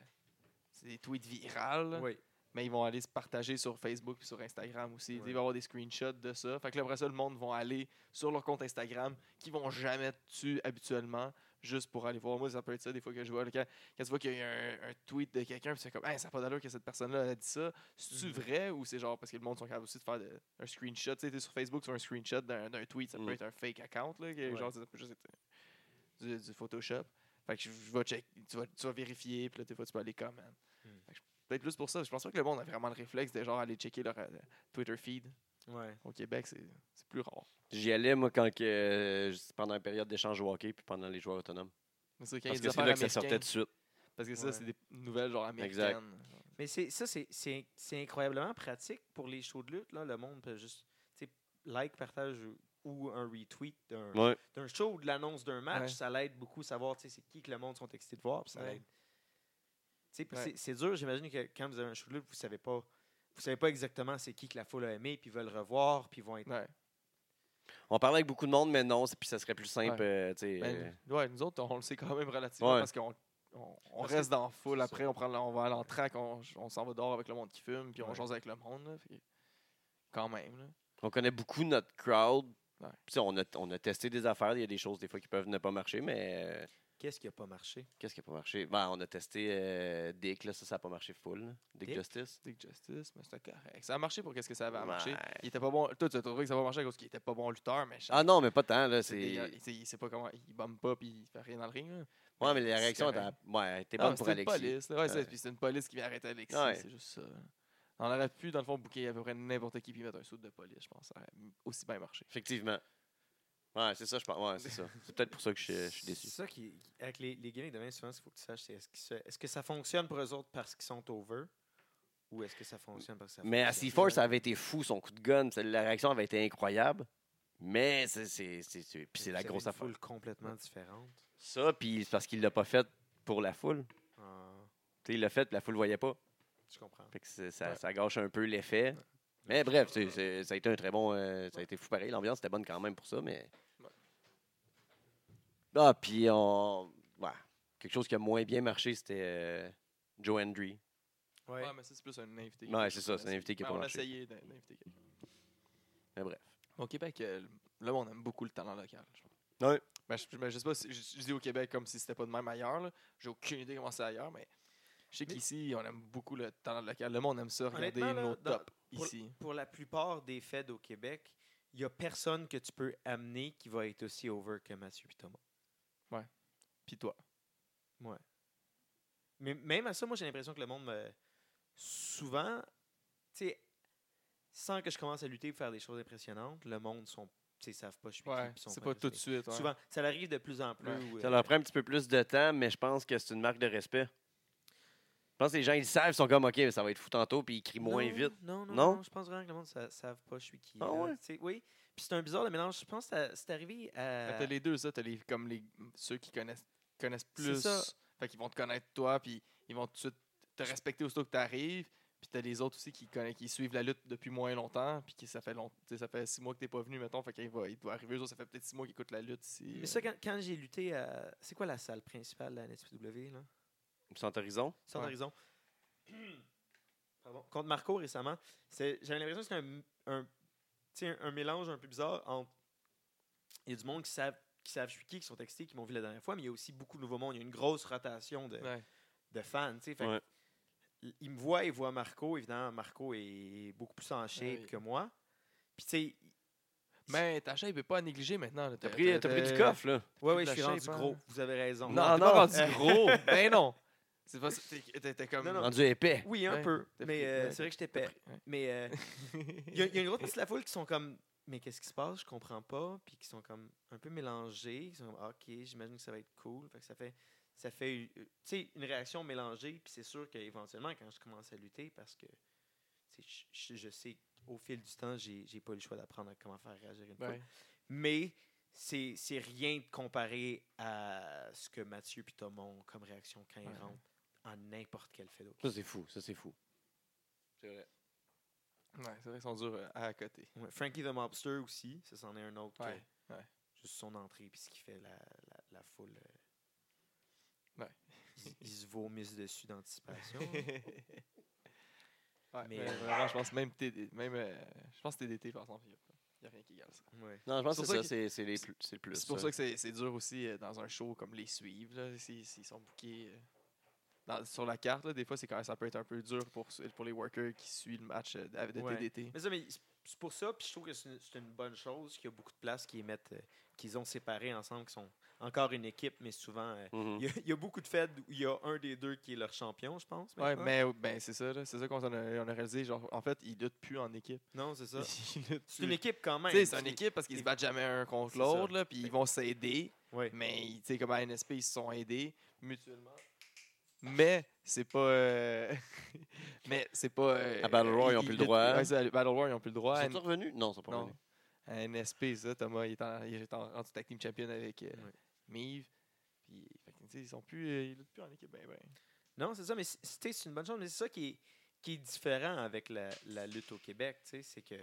Speaker 2: c'est des tweets virales, là,
Speaker 3: Oui.
Speaker 2: mais ils vont aller se partager sur Facebook et sur Instagram aussi. Tu sais, Il va y avoir des screenshots de ça. Fait que là, après ça, le monde va aller sur leur compte Instagram, qui vont jamais dessus habituellement, juste pour aller voir. Moi, ça peut être ça des fois que je vois. là, quand, quand tu vois qu'il y a un, un tweet de quelqu'un, puis c'est comme, hey, ça n'a pas d'allure que cette personne-là elle a dit ça. C'est-tu
Speaker 1: Mhm.
Speaker 2: vrai ou c'est genre parce que le monde sont capables aussi de faire de- un screenshot? Tu sais, t'es sur Facebook, sur un screenshot d'un d'un tweet, ça peut
Speaker 1: Mm.
Speaker 2: être un fake account, là, que,
Speaker 3: Ouais.
Speaker 2: genre, ça peut juste être euh, du, du Photoshop. Fait que je, je vais check, tu vas, tu vas vérifier, puis là, des fois, tu peux aller comment.
Speaker 1: Mhm.
Speaker 3: Mm.
Speaker 2: Fait que je- Peut-être plus pour ça. Je pense pas que le monde a vraiment le réflexe de genre aller checker leur euh, Twitter feed.
Speaker 3: Ouais.
Speaker 2: Au Québec, c'est c'est plus rare.
Speaker 1: J'y allais, moi, quand que, euh, j- pendant la période d'échange au hockey puis pendant les joueurs autonomes.
Speaker 2: Mais c'est quand il
Speaker 1: Parce
Speaker 2: y a
Speaker 1: que
Speaker 2: des
Speaker 1: c'est là
Speaker 2: affaires
Speaker 1: que ça sortait
Speaker 2: américaines,
Speaker 1: tout de suite.
Speaker 2: Parce que ça,
Speaker 3: Ouais.
Speaker 2: c'est des nouvelles genre
Speaker 1: Exact.
Speaker 2: américaines.
Speaker 3: Mais c'est ça, c'est- c'est c'est incroyablement pratique pour les shows de lutte. Là. Le monde peut juste tu sais, like, partage ou- ou un retweet d'un
Speaker 1: Ouais.
Speaker 3: d'un show ou de l'annonce d'un match.
Speaker 2: Ouais.
Speaker 3: Ça l'aide beaucoup savoir tu sais, c'est qui que le monde sont excités de voir. puis ça
Speaker 2: Ouais.
Speaker 3: l'aide. Tu sais, puis
Speaker 2: Ouais.
Speaker 3: C'est c'est dur, j'imagine que quand vous avez un show de lutte, vous savez pas. Vous savez pas exactement c'est qui que la foule a aimé, puis veulent revoir, puis vont être.
Speaker 2: Ouais.
Speaker 1: On parlait avec beaucoup de monde, mais non, c'est- puis ça serait plus simple.
Speaker 2: Ouais.
Speaker 1: euh, tu sais, euh,
Speaker 2: Ben, ouais, nous autres, on, le sait quand même relativement
Speaker 1: Ouais.
Speaker 2: parce qu'on on, on
Speaker 3: Parce que-
Speaker 2: reste dans la foule.
Speaker 3: c'est
Speaker 2: Après, on, prend, le- on va à l'entraque, on, on s'en va dehors avec le monde qui fume, puis on
Speaker 3: Ouais.
Speaker 2: jase avec le monde. là. Fait que- quand même. Là.
Speaker 1: on connaît beaucoup notre crowd.
Speaker 2: Ouais.
Speaker 1: Puis on a, on a testé des affaires. Il y a des choses, des fois, qui peuvent ne pas marcher, mais euh,
Speaker 3: Qu'est-ce qui a pas marché?
Speaker 1: qu'est-ce qui n'a pas marché? Ben, on a testé euh, Dick, là, ça, ça n'a pas marché full. là. Dick,
Speaker 3: Dick?
Speaker 1: Justice.
Speaker 2: Dick Justice, mais c'était correct. Ça a marché pour qu'est-ce que ça avait à marcher.
Speaker 1: Ouais.
Speaker 2: Il était pas bon. Toi, tu as trouvé que ça va marcher à cause qu'il était pas bon lutteur, mais
Speaker 1: Ah non, mais pas tant. Là,
Speaker 2: c'est
Speaker 1: c'est...
Speaker 2: dégueulasse. Tu sais, il sait pas comment. Il bombe pas, puis il fait rien dans le ring. là.
Speaker 1: Ouais, mais la
Speaker 2: C'est
Speaker 1: réaction, était
Speaker 2: correct.
Speaker 1: ouais, t'es
Speaker 2: Non,
Speaker 1: bonne
Speaker 2: mais
Speaker 1: pour
Speaker 2: c'est une
Speaker 1: Alexis.
Speaker 2: police, là. Ouais, c'est-
Speaker 1: Ouais.
Speaker 2: puis c'est une police qui vient arrêter Alexis,
Speaker 1: Ouais.
Speaker 2: c'est juste ça. On aurait pu, dans le fond, bouquer à peu près n'importe qui puis mettre un saut de police, je pense. Ça aurait aussi bien marché.
Speaker 1: Effectivement. Ouais, c'est ça, je pense. Ouais, c'est ça. C'est peut-être pour ça que je, je suis
Speaker 3: C'est
Speaker 1: déçu.
Speaker 3: ça qui. Avec les, les gimmicks de main, souvent, ce qu'il faut que tu saches, c'est est-ce qu'ils se- est-ce que ça fonctionne pour eux autres parce qu'ils sont over? Ou est-ce que ça fonctionne parce que ça
Speaker 1: Mais à
Speaker 3: fonctionne?
Speaker 1: C4, ça avait été fou, son coup de gun. c'est- La réaction avait été incroyable. Mais c'est, c'est, c'est, c'est- puis c'est la
Speaker 3: Vous avez
Speaker 1: grosse
Speaker 3: une
Speaker 1: affaire.
Speaker 3: foule complètement différente.
Speaker 1: Ça, puis c'est parce qu'il l'a pas fait pour la foule.
Speaker 3: Ah,
Speaker 1: Tu sais, il l'a fait, puis la foule voyait pas.
Speaker 3: je comprends.
Speaker 1: Fait que c'est- ça,
Speaker 2: Ouais.
Speaker 1: ça gâche un peu l'effet. Mais bref, c'est- c'est- ça a été un très bon. euh, ça a été fou pareil. L'ambiance était bonne quand même pour ça, mais.
Speaker 2: Ouais.
Speaker 1: Ah, puis on. ouais. Quelque chose qui a moins bien marché, c'était euh, Joe Hendry.
Speaker 3: Ouais.
Speaker 2: mais ça, c'est plus un invité.
Speaker 1: Ouais, c'est ça, c'est un invité qui a
Speaker 2: Ben,
Speaker 1: pas
Speaker 2: On a
Speaker 1: marché.
Speaker 2: essayé d'in- d'inviter quelqu'un.
Speaker 1: Mais bref.
Speaker 2: Au Québec, euh, là, on aime beaucoup le talent local. je pense.
Speaker 1: Ouais.
Speaker 2: Ben, je, ben, je sais pas, si- je, je dis au Québec comme si c'était pas de même ailleurs. là. J'ai aucune idée comment c'est ailleurs, mais je sais qu'ici, on aime beaucoup le talent local. Le monde aime ça, regarder
Speaker 3: Honnêtement, là,
Speaker 2: nos
Speaker 3: dans-
Speaker 2: tops
Speaker 3: pour-
Speaker 2: ici.
Speaker 3: Pour la plupart des feds au Québec, il n'y a personne que tu peux amener qui va être aussi over que Mathieu et Thomas.
Speaker 2: Puis toi.
Speaker 3: Mais même à ça, moi, j'ai l'impression que le monde, me- souvent, tu sais, sans que je commence à lutter pour faire des choses impressionnantes, le monde sont, tu sais, savent pas je suis qui,
Speaker 2: Ouais,
Speaker 3: puis sont
Speaker 2: c'est pas tout de
Speaker 3: impressionnés.
Speaker 2: suite. ouais.
Speaker 3: Souvent, ça arrive de plus en plus.
Speaker 2: Ouais.
Speaker 3: où,
Speaker 1: Ça
Speaker 3: euh,
Speaker 1: leur prend un petit peu plus de temps, mais je pense que c'est une marque de respect. Je pense que les gens, ils le savent, ils sont comme, OK, mais ça va être fou tantôt, puis ils crient moins
Speaker 3: Non,
Speaker 1: vite.
Speaker 3: Non, non,
Speaker 1: Non?
Speaker 3: non, je pense vraiment que le monde ne savent pas je suis qui.
Speaker 1: Ah
Speaker 3: là,
Speaker 1: ouais?
Speaker 3: tu sais, Oui. Puis c'est un bizarre le mélange. Je pense que ça- c'est arrivé
Speaker 2: Fait que
Speaker 3: à.
Speaker 2: T'as les deux, ça. T'as les, comme les, ceux qui connaissent, connaissent
Speaker 3: C'est
Speaker 2: plus.
Speaker 3: ça.
Speaker 2: Fait qu'ils vont te connaître toi, puis ils vont tout de suite te respecter aussitôt que t'arrives. Puis t'as les autres aussi qui, connaissent, qui suivent la lutte depuis moins longtemps, puis qui ça fait long, tu sais, ça fait six mois que t'es pas venu, mettons. Fait qu'il va, il doit arriver, eux autres, ça fait peut-être six mois qu'ils écoutent la lutte ici.
Speaker 3: Mais ça, quand, quand j'ai lutté à. C'est quoi la salle principale de la NSPW, là?
Speaker 1: Sans horizon.
Speaker 3: Centre
Speaker 2: Ouais.
Speaker 3: Horizon. pardon, contre Marco récemment, c'est- j'avais l'impression que c'est un, un, tu sais, un- un mélange un peu bizarre entre. Il y a du monde qui savent, qui savent je suis qui, qui sont textés, qui m'ont vu la dernière fois, mais il y a aussi beaucoup de nouveaux monde. Il y a une grosse rotation de,
Speaker 2: Ouais.
Speaker 3: de fans. tu sais. Fait que
Speaker 1: Ouais.
Speaker 3: il- Il me voit, il voit Marco. Évidemment, Marco est beaucoup plus en shape
Speaker 2: Ah oui.
Speaker 3: que moi. Puis, tu sais,
Speaker 2: Mais ta shape est pas à négliger maintenant. là.
Speaker 1: T'as pris, t'as pris du coffre, là.
Speaker 3: ouais, ouais,
Speaker 2: de
Speaker 3: je
Speaker 2: la
Speaker 3: suis rendu
Speaker 2: shape, hein.
Speaker 3: gros. Vous avez raison.
Speaker 2: Non, t'es
Speaker 1: non.
Speaker 2: pas rendu gros. ben non. C'est pas ça. T'es- T'es t'es comme.
Speaker 3: Non, non.
Speaker 1: Rendu épais.
Speaker 3: Oui, un
Speaker 2: Ouais,
Speaker 3: peu.
Speaker 2: t'as
Speaker 3: Mais
Speaker 2: pris-
Speaker 3: euh,
Speaker 2: ouais,
Speaker 3: c'est vrai que j'étais épais.
Speaker 2: ouais.
Speaker 3: Mais euh, il y, a- il y a une grosse partie de la foule qui sont comme mais qu'est-ce qui se passe je comprends pas puis qui sont comme un peu mélangés qui sont comme ah, ok j'imagine que ça va être cool Fait que ça fait ça fait euh, tu sais une réaction mélangée puis c'est sûr qu'éventuellement quand je commence à lutter parce que tu sais, je, je- je sais au fil du temps j'ai j'ai pas eu le choix d'apprendre à comment faire réagir une foule
Speaker 2: Ouais.
Speaker 3: mais c'est c'est rien de comparé à ce que Mathieu puis Tom ont comme réaction quand ils
Speaker 2: Ouais.
Speaker 3: rentrent en n'importe quel fait d'autre
Speaker 1: Ça, c'est fou. Ça, c'est fou. C'est vrai.
Speaker 2: Ouais, c'est vrai qu'ils sont durs euh, à côté.
Speaker 3: Ouais, Frankie the Mobster aussi, ça c'en est un autre. que
Speaker 2: Ouais, ouais.
Speaker 3: Juste son entrée puis ce qui fait la, la, la foule. euh,
Speaker 2: Ouais.
Speaker 3: ils, ils se vomissent dessus d'anticipation.
Speaker 2: ouais,
Speaker 3: Mais,
Speaker 2: mais,
Speaker 3: euh,
Speaker 2: vraiment, je pense même TD, même euh, je pense TDT par exemple, il n'y a rien qui égale ça.
Speaker 3: ouais.
Speaker 1: Non, je pense
Speaker 2: C'est
Speaker 1: que
Speaker 2: pour
Speaker 1: c'est ça.
Speaker 2: ça
Speaker 1: C'est c'est les plus- c'est le plus.
Speaker 2: C'est pour ça que c'est c'est dur aussi euh, dans un show comme les suivre là, s'ils s'ils sont bouqués euh, sur la carte là, des fois c'est quand même, ça peut être un peu dur pour ceux- pour les workers qui suivent le match euh, de de
Speaker 3: Ouais.
Speaker 2: TDT.
Speaker 3: Mais ça, mais c'est- c'est pour ça, puis je trouve que c'est une, c'est une bonne chose qu'il y a beaucoup de places qui mettent, euh, qu'ils ont séparés ensemble, qui sont encore une équipe, mais souvent. euh,
Speaker 1: Mhm.
Speaker 3: il y a- il y, a beaucoup de fêtes où il y a un des deux qui est leur champion, je pense.
Speaker 2: Ouais,
Speaker 3: maintenant.
Speaker 2: mais euh, ben c'est ça là, c'est ça qu'on s'en a, on a réalisé genre en fait, ils luttent plus en équipe.
Speaker 3: Non, c'est ça.
Speaker 2: Ils luttent
Speaker 3: C'est une
Speaker 2: plus.
Speaker 3: équipe quand même.
Speaker 2: Tu sais, c'est une
Speaker 3: qui-
Speaker 2: équipe parce qu'ils se battent jamais un contre
Speaker 3: C'est ça.
Speaker 2: l'autre, là, puis ils vont s'aider.
Speaker 3: Ouais.
Speaker 2: Mais, tu sais, comme à NSP, ils se sont aidés mutuellement. Mais, c'est pas. euh, mais, c'est pas. euh,
Speaker 1: À Battle Royale, ils ont plus le droit.
Speaker 2: Ouais, c'est à Battle Royale, ils ont plus le droit.
Speaker 1: Ils
Speaker 2: À,
Speaker 1: sont tous revenus? Non, ils sont pas
Speaker 2: Non.
Speaker 1: revenus.
Speaker 2: à NSP, ça, Thomas, il est, en, il est en- rendu tag team champion avec euh,
Speaker 3: Ouais.
Speaker 2: Mive. Puis, fait que, tu sais, ils sont plus. euh, ils luttent plus en équipe, ben, ben.
Speaker 3: Non, c'est ça, mais c- c'est c'est une bonne chose, mais c'est ça qui est, qui est différent avec la, la lutte au Québec, tu sais, c'est que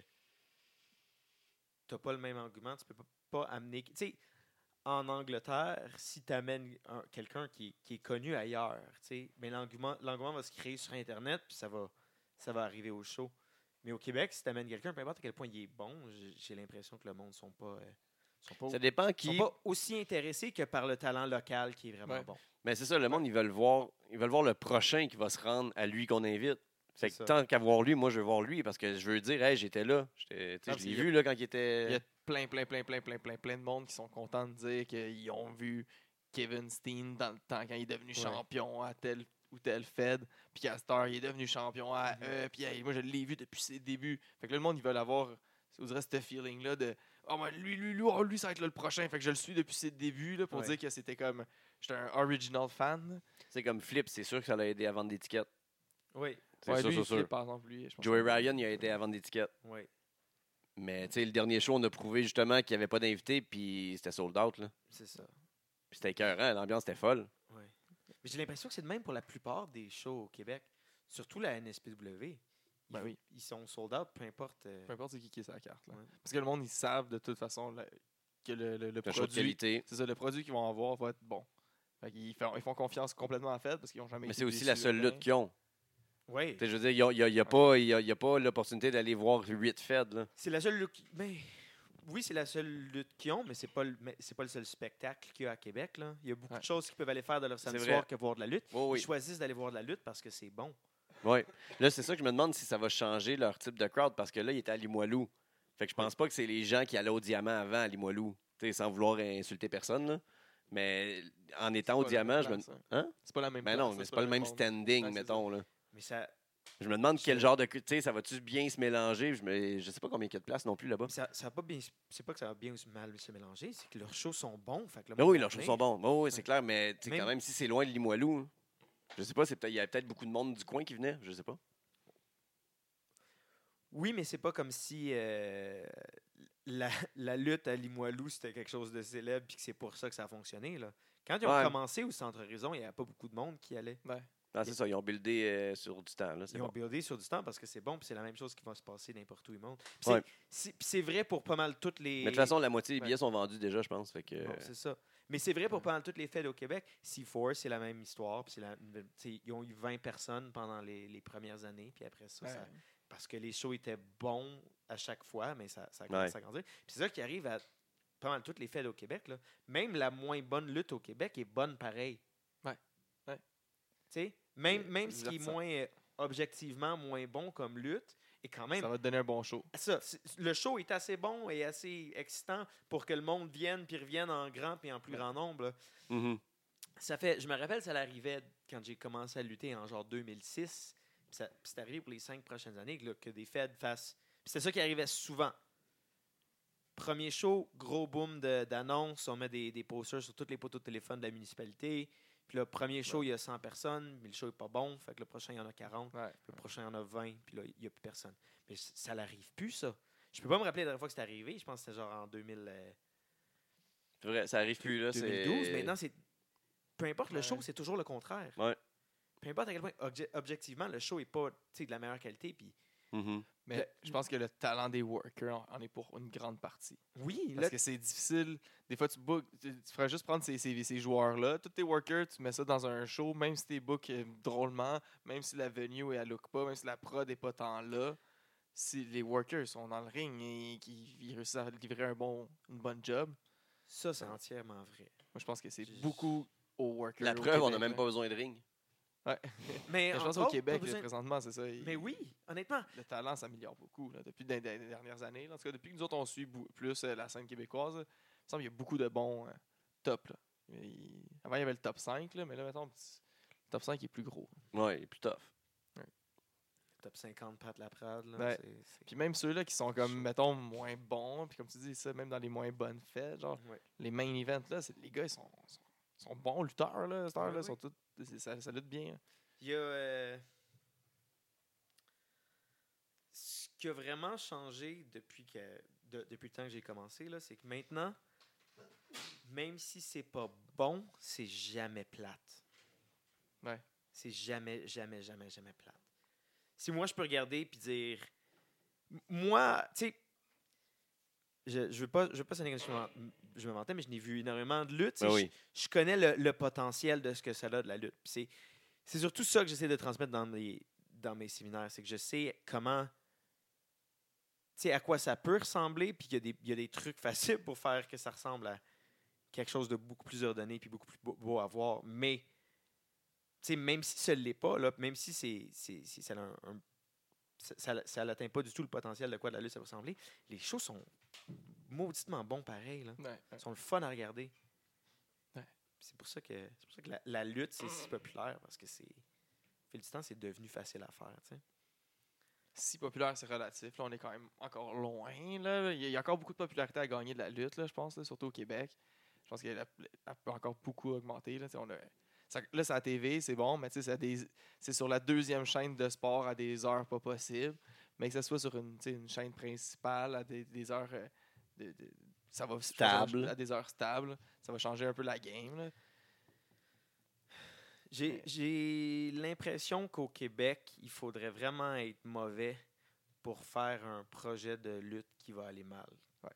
Speaker 3: t'as pas le même argument, tu peux pas, pas amener... Tu sais, en Angleterre, si tu amènes quelqu'un qui, qui est connu ailleurs, tu sais, mais l'argument l'argument va se créer sur Internet, puis ça va, ça va arriver au show. Mais au Québec, si tu amènes quelqu'un, peu importe à quel point il est bon, j'ai- j'ai l'impression que le monde sont pas... euh, sont pas
Speaker 1: Ça dépend
Speaker 3: sont
Speaker 1: qui.
Speaker 3: pas aussi intéressés que par le talent local qui est vraiment
Speaker 2: Ouais.
Speaker 3: bon.
Speaker 1: Mais c'est ça, le monde, ils veulent voir, ils veulent voir le prochain qui va se rendre à lui qu'on invite. Fait
Speaker 3: C'est ça.
Speaker 1: que tant qu'à voir lui, moi, je veux voir lui parce que je veux dire, hey, j'étais là. J'étais- tu
Speaker 2: Non,
Speaker 1: sais, Je l'ai
Speaker 2: puis Ah, il y a-
Speaker 1: vu là, quand il
Speaker 2: Il y
Speaker 1: était.
Speaker 2: a plein, plein, plein, plein, plein, plein, plein de monde qui sont contents de dire qu'ils ont vu Kevin Steen dans le temps quand il est devenu champion à tel ou tel Fed, puis qu'à cette heure, il est devenu champion à E, puis hey, moi, je l'ai vu depuis ses débuts. Fait que là, le monde, ils veulent avoir, on dirait, ce feeling-là de « Ah, ben, lui, lui, lui, oh, lui, ça va être là, le prochain. » Fait que je le suis depuis ses débuts, là, pour
Speaker 3: Ouais.
Speaker 2: dire que c'était comme... J'étais un original fan.
Speaker 1: C'est comme Flip, c'est sûr que ça l'a aidé à vendre des tickets.
Speaker 3: Oui,
Speaker 1: C'est
Speaker 2: Ouais,
Speaker 1: sûr,
Speaker 2: lui,
Speaker 1: sûr,
Speaker 2: Phil,
Speaker 1: sûr.
Speaker 2: par exemple, lui, je pense.
Speaker 1: Joey Ryan, il a aidé à vendre des tickets.
Speaker 3: oui.
Speaker 1: Mais tu sais, le dernier show, on a prouvé justement qu'il n'y avait pas d'invité, puis c'était sold out. Là.
Speaker 3: C'est ça.
Speaker 1: Puis c'était écœurant, l'ambiance était folle.
Speaker 3: Mais j'ai l'impression que c'est de même pour la plupart des shows au Québec, surtout la NSPW. Ils,
Speaker 2: Ben oui.
Speaker 3: ils sont sold out, peu importe. euh,
Speaker 2: Peu importe c'est qui qui est sur la carte. là.
Speaker 3: Ouais.
Speaker 2: Parce que le monde, ils savent de toute façon là, que le, le, le
Speaker 1: C'est un show de
Speaker 2: produit
Speaker 1: qualité.
Speaker 2: C'est ça, le produit qu'ils vont avoir va être bon. Fait qu'ils font, ils font confiance complètement à Fed parce qu'ils n'ont jamais
Speaker 1: Mais
Speaker 2: été
Speaker 1: c'est aussi la
Speaker 2: déçus,
Speaker 1: seule
Speaker 2: rien.
Speaker 1: lutte qu'ils ont.
Speaker 3: Ouais.
Speaker 1: Tu sais, je veux dire, il n'y a, il y a- il y a pas- il y a- il y a pas l'opportunité d'aller voir 8 Fed. Là.
Speaker 3: C'est la seule lutte. Mais oui, c'est la seule lutte qu'ils ont, mais c'est pas le mais c'est pas le seul spectacle qu'il y a à Québec. Là. Il y a beaucoup
Speaker 2: Ouais.
Speaker 3: de choses qu'ils peuvent aller faire de leur
Speaker 1: C'est
Speaker 3: samedi
Speaker 1: vrai.
Speaker 3: soir que voir de la lutte.
Speaker 1: Oh, oui.
Speaker 3: Ils choisissent d'aller voir de la lutte parce que c'est bon.
Speaker 1: Oui. Là, c'est ça que je me demande si ça va changer leur type de crowd parce que là, il était à Limoilou. Fait que je pense pas que c'est les gens qui allaient au diamant avant à Limoilou. Tu sais, sans vouloir insulter personne, là. Mais en
Speaker 2: C'est
Speaker 1: étant au
Speaker 2: pas la
Speaker 1: diamant,
Speaker 2: même
Speaker 1: je me.
Speaker 2: place, hein.
Speaker 1: Hein?
Speaker 2: C'est pas la même
Speaker 1: Mais
Speaker 2: place,
Speaker 1: non,
Speaker 2: ça,
Speaker 1: mais c'est pas le même
Speaker 2: monde.
Speaker 1: standing,
Speaker 2: Ouais, c'est
Speaker 1: mettons, là.
Speaker 3: Mais ça,
Speaker 1: Je me demande quel
Speaker 3: C'est-
Speaker 1: genre de. Tu sais, ça va-tu bien se mélanger? Je, me... je sais pas combien il y a de places non plus là-bas.
Speaker 3: ça, ça a pas bien. C'est pas que ça va bien ou mal se mélanger, c'est que leurs shows sont bons. Fait que le
Speaker 1: Mais
Speaker 3: monde
Speaker 1: Ben oui,
Speaker 3: va
Speaker 1: leurs choses
Speaker 3: venir.
Speaker 1: sont bons. oui, c'est clair, mais tu sais,
Speaker 3: Même-
Speaker 1: quand même, si c'est loin de Limoilou, hein, je sais pas, c'est peut-être- il y a peut-être beaucoup de monde du coin qui venait, je sais pas.
Speaker 3: Oui, mais c'est pas comme si euh, la, la lutte à Limoilou, c'était quelque chose de célèbre puis que c'est pour ça que ça a fonctionné. Là. Quand ils ont
Speaker 1: Ouais.
Speaker 3: commencé au Centre Horizon, il n'y avait pas beaucoup de monde qui allait.
Speaker 1: Non, Ah, c'est ça, ils ont buildé euh, sur du temps. Là, c'est
Speaker 3: Ils ont
Speaker 1: bon.
Speaker 3: buildé sur du temps parce que c'est bon, puis c'est la même chose qui va se passer n'importe où ils montent. Puis
Speaker 1: Ouais.
Speaker 3: c'est- c'est- puis c'est vrai pour pas mal toutes les.
Speaker 1: Mais de toute façon, euh, la moitié des
Speaker 3: Ouais.
Speaker 1: billets sont vendus déjà, je pense. Fait que...
Speaker 3: Bon, c'est ça. Mais c'est vrai pour pendant toutes les fêtes au Québec. C4, c'est la même histoire. Puis c'est la- tu sais, ils ont eu 20 personnes pendant les, les premières années. Puis après ça, ça- parce que les shows étaient bons à chaque fois, mais ça, ça commence à grandir. Puis c'est ça qui arrive à pendant toutes les fêtes au Québec. là. Même la moins bonne lutte au Québec est bonne pareil.
Speaker 2: Ouais. Ouais.
Speaker 3: Tu sais, même,
Speaker 2: C'est-
Speaker 3: même
Speaker 2: c'est
Speaker 3: ce qui est
Speaker 2: divertissant.
Speaker 3: moins euh, objectivement moins bon comme lutte est quand même
Speaker 2: Ça va te donner un bon show.
Speaker 3: ça, c'est- le show est assez bon et assez excitant pour que le monde vienne puis revienne en grand puis en plus grand nombre. là.
Speaker 1: Mhm.
Speaker 3: Ça fait, je me rappelle, ça l'arrivait quand j'ai commencé à lutter en genre 2006. Puis ça- puis c'est arrivé pour les cinq prochaines années là, que des feds fassent. Puis c'est ça qui arrivait souvent. Premier show, gros boom de- d'annonces. On met des, des posters sur tous les poteaux de téléphone de la municipalité. Puis le premier show, il y a 100 personnes, mais le show est pas bon. Fait que le prochain, il y en a 40.
Speaker 2: Ouais.
Speaker 3: Le prochain, il y en a 20, puis là, il n'y a plus personne. Mais c- ça n'arrive plus, ça. Je peux pas me rappeler la dernière fois que c'est arrivé. Je pense que c'était genre en 2000, euh,
Speaker 1: C'est vrai, ça arrive plus. Là, c'est-
Speaker 3: 2012. Maintenant, c'est. Peu importe le
Speaker 2: Ouais.
Speaker 3: show, c'est toujours le contraire.
Speaker 1: Ouais.
Speaker 3: Peu importe à quel point, obje- objectivement, le show n'est pas tu sais, de la meilleure qualité. Puis
Speaker 1: Mhm.
Speaker 2: Mais je pense que le talent des workers en- en est pour une grande partie.
Speaker 3: oui,
Speaker 2: Parce
Speaker 3: là,
Speaker 2: que c'est difficile. Des fois, tu book, tu, tu ferais juste prendre ces, ces- ces joueurs-là, tous tes workers, tu mets ça dans un show, même si t'es book euh, drôlement, même si la venue elle look pas, même si la prod est pas tant là. Si les workers sont dans le ring et qu'ils ils réussissent à livrer un bon, une bonne job,
Speaker 3: ça, c'est entièrement vrai.
Speaker 2: moi je pense que c'est
Speaker 3: J-
Speaker 2: beaucoup aux workers.
Speaker 1: La
Speaker 2: au
Speaker 1: preuve, on n'a
Speaker 2: Québec,
Speaker 1: même
Speaker 2: là.
Speaker 1: pas besoin de ring.
Speaker 3: Mais,
Speaker 2: Mais je
Speaker 3: entre
Speaker 2: pense au
Speaker 3: autres,
Speaker 2: Québec,
Speaker 3: pas
Speaker 2: là,
Speaker 3: besoin-
Speaker 2: présentement, c'est ça. il-
Speaker 3: Mais oui, honnêtement.
Speaker 2: le talent s'améliore beaucoup là, depuis les dernières années. En tout cas, depuis que nous autres, on suit bou- plus euh, la scène québécoise, là, il me semble qu'il y a beaucoup de bons euh, tops. là. Mais il- Avant, il y avait le top 5, là, mais là, mettons, petit- le top 5 est plus gros.
Speaker 1: Ouais, il est plus tough.
Speaker 3: Top 50, Pat Laprade. Là,
Speaker 2: Ouais.
Speaker 3: c'est- c'est-
Speaker 2: Ben, Puis même ceux-là qui sont comme,
Speaker 3: Chaud.
Speaker 2: mettons, moins bons, puis comme tu dis ça, même dans les moins bonnes fêtes, genre,
Speaker 3: Ouais.
Speaker 2: les main events, là, c'est- les gars, ils sont, sont, sont bons lutteurs, là, à cette heure, là,
Speaker 3: Ouais,
Speaker 2: ils sont tous, c'est- ça, ça lutte bien. hein.
Speaker 3: Il y a. euh, ce qui a vraiment changé depuis, que, de- depuis le temps que j'ai commencé, là, c'est que maintenant, même si c'est pas bon, c'est jamais plate.
Speaker 2: Ouais.
Speaker 3: C'est jamais, jamais, jamais, jamais plate. Si moi, je peux regarder puis dire. M- Moi, tu sais. Je, je veux pas, je veux pas sonner comme si je m'en- je me mentais, mais je n'ai vu énormément de luttes.
Speaker 1: Ben
Speaker 3: Je-
Speaker 1: oui.
Speaker 3: je connais le, le potentiel de ce que ça a de la lutte. Puis C'est, c'est surtout ça que j'essaie de transmettre dans mes, dans mes séminaires, c'est que je sais comment, tu sais, à quoi ça peut ressembler, puis il y, a des- il y a des trucs faciles pour faire que ça ressemble à quelque chose de beaucoup plus ordonné, puis beaucoup plus beau, beau à voir. Mais, tu sais, même si ça ne l'est pas, là, même si c'est, c'est, c'est- ça, a un- un- ça- ça- ça n'atteint pas du tout le potentiel de quoi de la lutte ça peut ressembler, les shows sont mauditement bons pareil. Là sont le fun à regarder.
Speaker 2: Ouais.
Speaker 3: C'est pour ça que, c'est pour ça que la, la lutte, c'est si populaire, parce que c'est. Au fil du temps, c'est devenu facile à faire. tu sais.
Speaker 2: si populaire, c'est relatif. Là, on est quand même encore loin. Là. Il, y a, il y a encore beaucoup de popularité à gagner de la lutte, là, je pense, là, surtout au Québec. Je pense qu'elle peut encore beaucoup augmenter. Là, Tu sais, on a- ça- là, c'est à la TV, c'est bon, mais tu sais, c'est à des- c'est sur la deuxième chaîne de sport à des heures pas possibles. Mais que ce soit sur une, tu sais, une chaîne principale à des, des heures. euh, de- de- ça va
Speaker 1: Stable.
Speaker 2: À des heures stables. Ça va changer un peu la game. là.
Speaker 3: J'ai,
Speaker 2: Ouais.
Speaker 3: j'ai l'impression qu'au Québec, il faudrait vraiment être mauvais pour faire un projet de lutte qui va aller mal.
Speaker 2: Ouais.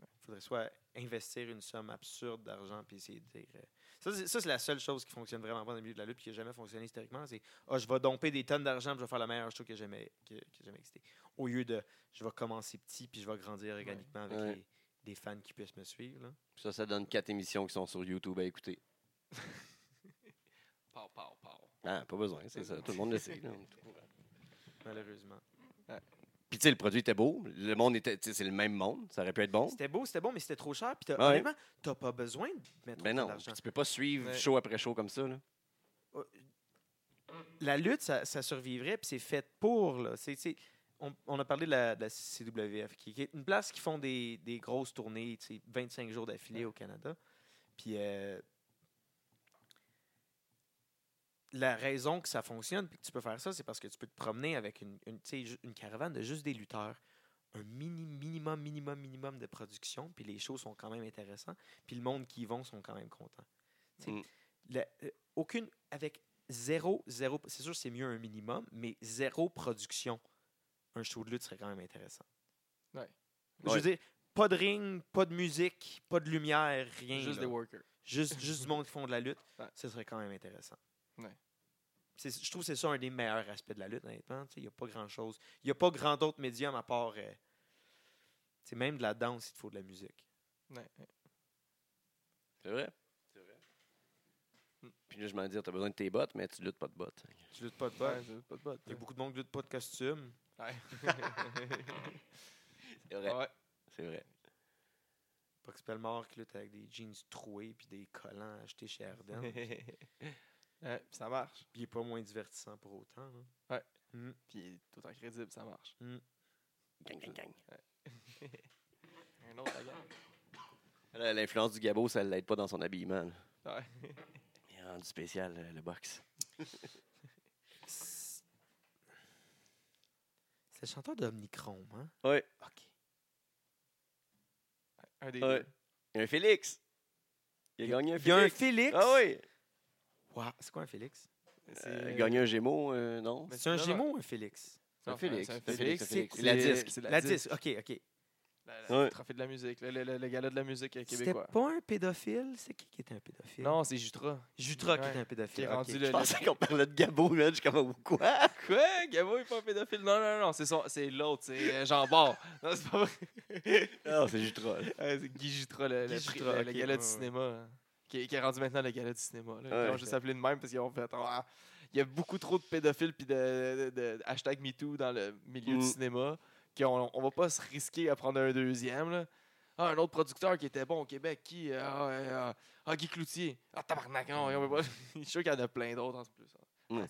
Speaker 3: Il faudrait soit investir une somme absurde d'argent puis essayer de dire. euh, Ça c'est, ça, c'est la seule chose qui fonctionne vraiment pas dans le milieu de la lutte puis qui n'a jamais fonctionné historiquement. C'est Ah, je vais domper des tonnes d'argent puis je vais faire la meilleure chose qui a jamais, qui a- qui a jamais existé. Au lieu de je vais commencer petit puis je vais grandir organiquement avec
Speaker 1: Ouais.
Speaker 3: les- des fans qui puissent me suivre. là.
Speaker 1: Puis Ça, ça donne quatre émissions qui sont sur YouTube à écouter.
Speaker 2: Pow, pow, pow.
Speaker 1: Ah, pas besoin, c'est ça. Tout le monde le sait. là.
Speaker 3: malheureusement.
Speaker 1: Puis, tu sais, le produit était beau. Le monde était. tu sais, c'est le même monde. Ça aurait pu être bon.
Speaker 3: C'était beau, c'était bon, mais c'était trop cher. Puis t'as-
Speaker 1: Ouais.
Speaker 3: honnêtement, t'as pas besoin de mettre
Speaker 1: Ben
Speaker 3: autant
Speaker 1: non.
Speaker 3: d'argent.
Speaker 1: Puis Tu peux pas suivre
Speaker 2: Ouais.
Speaker 1: show après show comme ça. Là.
Speaker 3: La lutte, ça, ça survivrait, puis c'est fait pour. Là. C'est- c'est- on, on a parlé de la, de la CWF, qui, qui est une place qui font des, des grosses tournées, tu sais, 25 jours d'affilée au Canada. Puis euh, la raison que ça fonctionne, puis que tu peux faire ça, c'est parce que tu peux te promener avec une, une, tu sais, ju- une caravane de juste des lutteurs. Un mini, minimum, minimum, minimum de production, puis les shows sont quand même intéressants, puis le monde qui y vont sont quand même contents. Tu sais,
Speaker 1: Mm.
Speaker 3: la- euh, aucune, avec zéro, zéro. C'est sûr que c'est mieux un minimum, mais zéro production. Un show de lutte serait quand même intéressant.
Speaker 2: Ouais.
Speaker 3: Je veux
Speaker 1: Ouais.
Speaker 3: dire, pas de ring, pas de musique, pas de lumière, rien.
Speaker 2: Juste
Speaker 3: là.
Speaker 2: des workers.
Speaker 3: juste, juste du monde qui font de la lutte,
Speaker 2: Ouais.
Speaker 3: ce serait quand même intéressant.
Speaker 2: Ouais.
Speaker 3: C'est- Je trouve que c'est ça un des meilleurs aspects de la lutte, honnêtement. Tu sais, Il n'y a pas grand-chose. Il n'y a pas grand autre médium à part. euh, tu sais, même de la danse, il te faut de la musique.
Speaker 2: Ouais.
Speaker 1: C'est vrai? C'est vrai. Hmm. Puis là, je m'en dis, t'as besoin de tes bottes, mais tu luttes pas de bottes.
Speaker 3: Tu luttes pas de
Speaker 2: Ouais, c'est pas de botte.
Speaker 3: Il y a beaucoup de monde qui lutte pas de costume.
Speaker 1: C'est vrai.
Speaker 2: Ouais.
Speaker 1: Ah. C'est vrai.
Speaker 3: Box Pelmore qui lutte avec des jeans troués puis des collants achetés chez Arden. puis
Speaker 2: Ouais, puis ça marche.
Speaker 3: il n'est pas moins divertissant pour autant. hein.
Speaker 2: Puis tout en crédible, ça marche.
Speaker 1: Gang, gang, gang.
Speaker 2: Un autre, la gang.
Speaker 1: Là, L'influence du gabot, ça l'aide pas dans son habillement. là.
Speaker 2: Ouais.
Speaker 1: Il est rendu spécial, euh, le box.
Speaker 3: C'est c'est le chanteur d'Omnichrome, hein?
Speaker 1: Ouais.
Speaker 3: OK.
Speaker 2: Un des
Speaker 1: Ouais.
Speaker 2: deux.
Speaker 1: Il y a un Félix. Il a gagné un
Speaker 3: Il y a un
Speaker 1: Félix.
Speaker 3: Félix.
Speaker 1: Ah oui!
Speaker 3: Wow, C'est quoi un Félix?
Speaker 2: C'est,
Speaker 1: Il a
Speaker 2: euh,
Speaker 1: gagné un Gémeaux, euh, non?
Speaker 2: Mais
Speaker 3: C'est un
Speaker 2: là,
Speaker 3: Gémeaux ou un Félix?
Speaker 1: C'est un
Speaker 2: non,
Speaker 1: Félix,
Speaker 2: C'est un
Speaker 1: c'est un
Speaker 2: Félix.
Speaker 1: Félix,
Speaker 2: c'est-
Speaker 1: c'est la
Speaker 2: c'est-
Speaker 1: disque.
Speaker 2: C'est
Speaker 3: La,
Speaker 2: la, disque.
Speaker 3: disque. OK, OK.
Speaker 2: La- la-
Speaker 1: Ouais.
Speaker 2: Le trophée de la musique. Le, le, le- le gala de la musique euh,
Speaker 3: C'était
Speaker 2: québécois.
Speaker 3: pas un pédophile? C'est qui qui était un pédophile?
Speaker 2: Non, c'est Jutra.
Speaker 3: Jutra qui
Speaker 2: Ouais.
Speaker 3: était
Speaker 2: Qui
Speaker 3: un
Speaker 2: est
Speaker 3: pédophile. ok.
Speaker 2: rendu
Speaker 1: Je
Speaker 2: le.
Speaker 1: pensais qu'on parlait de Gabo, là. Je suis comme, quoi?
Speaker 2: Quoi? Gabo est pas un pédophile? Non, non, non, c'est son- c'est l'autre, c'est euh, Jean Bart. Non, c'est pas vrai.
Speaker 1: Non, c'est juste troll.
Speaker 2: Ouais, Ah, c'est Guy Jutra, le, le
Speaker 3: Guy
Speaker 2: prix-
Speaker 3: Jutra,
Speaker 2: le-
Speaker 3: ok,
Speaker 2: le gala
Speaker 3: ouais,
Speaker 2: du
Speaker 3: ouais.
Speaker 2: cinéma. hein, Qui, est- qui est rendu maintenant le gala du cinéma. là.
Speaker 1: Ouais,
Speaker 2: Ils ont
Speaker 1: ok.
Speaker 2: juste appelé de même parce qu'ils ont fait. Ah, il y a beaucoup trop de pédophiles puis de, de- de hashtag MeToo dans le milieu
Speaker 1: Mm.
Speaker 2: du cinéma. qu'on on va pas se risquer à prendre un deuxième. là. Ah, un autre producteur qui était bon au Québec, qui euh, Ah, ouais, ah, ah, Guy Cloutier. Ah, tabarnak, non, on veut pas. Je suis sûr qu'il y en a plein d'autres en plus. hein.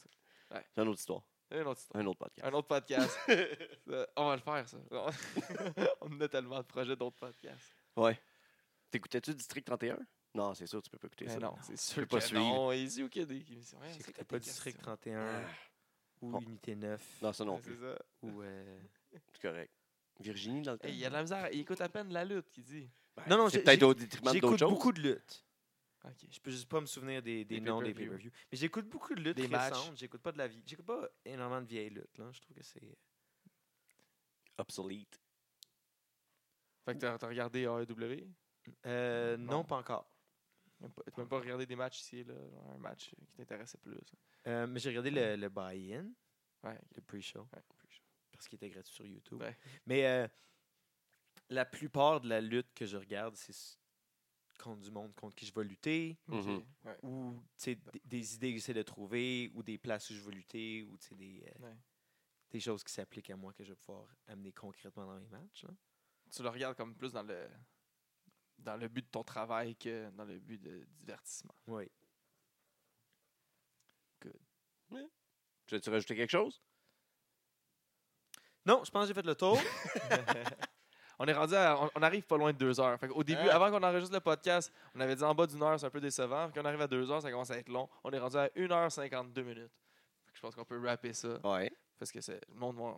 Speaker 1: C'est une autre histoire.
Speaker 2: Une autre histoire.
Speaker 1: Un autre podcast.
Speaker 2: Un autre podcast. Ça, on va le faire, ça. on a tellement de projets d'autres podcasts.
Speaker 1: T'écoutais-tu District 31? Non, c'est sûr, tu peux pas écouter
Speaker 2: Mais
Speaker 1: ça.
Speaker 2: Ben non, c'est sûr
Speaker 1: pas
Speaker 2: que
Speaker 1: suivre.
Speaker 2: non. Easy ou Kid, qui me disent, Ouais,
Speaker 3: J'écoutais
Speaker 2: c'est
Speaker 3: pas
Speaker 2: pas
Speaker 3: District 31 ou
Speaker 1: Bon.
Speaker 3: Unité 9
Speaker 1: Non, ça non
Speaker 2: C'est
Speaker 1: plus.
Speaker 2: ça.
Speaker 3: ou... euh,
Speaker 1: C'est correct. Virginie, dans le temps.
Speaker 2: Hey, il y a de la misère. Il écoute à peine la lutte, qu'il dit.
Speaker 1: Ben,
Speaker 3: Non, non,
Speaker 1: c'est
Speaker 3: j'ai-
Speaker 1: peut-être
Speaker 3: j'ai-
Speaker 1: au détriment d'autres
Speaker 3: J'écoute
Speaker 1: choses.
Speaker 3: beaucoup de luttes.
Speaker 2: Ok.
Speaker 3: Je peux juste pas me souvenir des, des
Speaker 2: Des
Speaker 3: noms des
Speaker 2: pay-per-view.
Speaker 3: pay-per-view. Mais j'écoute beaucoup de luttes
Speaker 2: Des matchs.
Speaker 3: récentes. J'écoute pas de la vie. J'écoute pas énormément de vieilles luttes. Là. Je trouve que c'est...
Speaker 1: Obsolete.
Speaker 2: Fait que t'as t'as regardé E AEW?
Speaker 3: Euh, non,
Speaker 2: Non.
Speaker 3: pas encore.
Speaker 2: Même pas- T'as même pas regardé des matchs ici, là. genre un match qui t'intéressait plus.
Speaker 3: Euh, mais j'ai regardé le, le buy-in,
Speaker 2: Ouais, ok.
Speaker 3: le pre-show,
Speaker 2: Ouais, plus chaud.
Speaker 3: parce qu'il était gratuit sur YouTube.
Speaker 2: Ouais.
Speaker 3: Mais euh, la plupart de la lutte que je regarde, c'est s- contre du monde contre qui je vais lutter,
Speaker 1: Mhm.
Speaker 2: Ok. Ouais.
Speaker 3: ou tu sais, des, des idées que j'essaie de trouver, ou des places où je vais lutter, ou tu sais, des, euh,
Speaker 2: Ouais.
Speaker 3: des choses qui s'appliquent à moi que je vais pouvoir amener concrètement dans mes matchs. là.
Speaker 2: Tu le regardes comme plus dans le dans le but de ton travail que dans le but de divertissement.
Speaker 3: Oui.
Speaker 1: Tu veux-tu rajouter quelque chose?
Speaker 3: Non, je pense que j'ai fait le tour.
Speaker 2: On est rendu à- on, on arrive pas loin de deux heures. Fait au début,
Speaker 3: Ah.
Speaker 2: avant qu'on enregistre le podcast, on avait dit en bas d'une heure, c'est un peu décevant. Quand on arrive à deux heures, ça commence à être long. On est rendu à 1h52 minutes. Fait que je pense qu'on peut rapper ça.
Speaker 1: Ouais.
Speaker 2: Parce que c'est. Le monde va-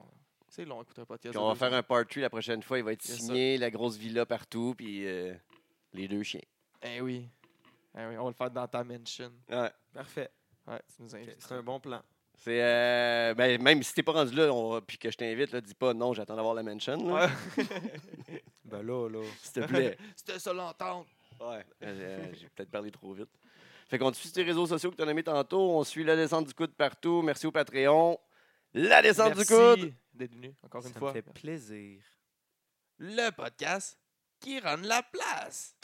Speaker 2: C'est long écouter un podcast.
Speaker 1: Puis on va faire un part 3 la prochaine fois. Il va être
Speaker 2: Yes,
Speaker 1: signé, la grosse villa partout, puis euh, les deux chiens.
Speaker 2: Eh oui. Eh oui, on va le faire dans ta mention.
Speaker 1: Ouais.
Speaker 3: Parfait.
Speaker 2: Ouais, tu nous
Speaker 3: Ok,
Speaker 2: invites.
Speaker 3: C'est un bon plan.
Speaker 1: C'est euh, ben, même si t'es pas rendu là, on- puis que je t'invite, là, dis pas non, j'attends d'avoir la mention, là,
Speaker 3: Ben là, là.
Speaker 1: s'il te plaît.
Speaker 2: C'était ça l'entente.
Speaker 1: Ouais. J'ai peut-être parlé trop vite. Fait qu'on te suit sur tes réseaux sociaux que t'en as mis tantôt. On suit la descente du coude partout. Merci au Patreon. La descente du coude.
Speaker 2: Merci d'être venu, encore
Speaker 3: Ça
Speaker 2: une
Speaker 3: me
Speaker 2: fois.
Speaker 3: fait plaisir.
Speaker 2: Le podcast qui rend la place.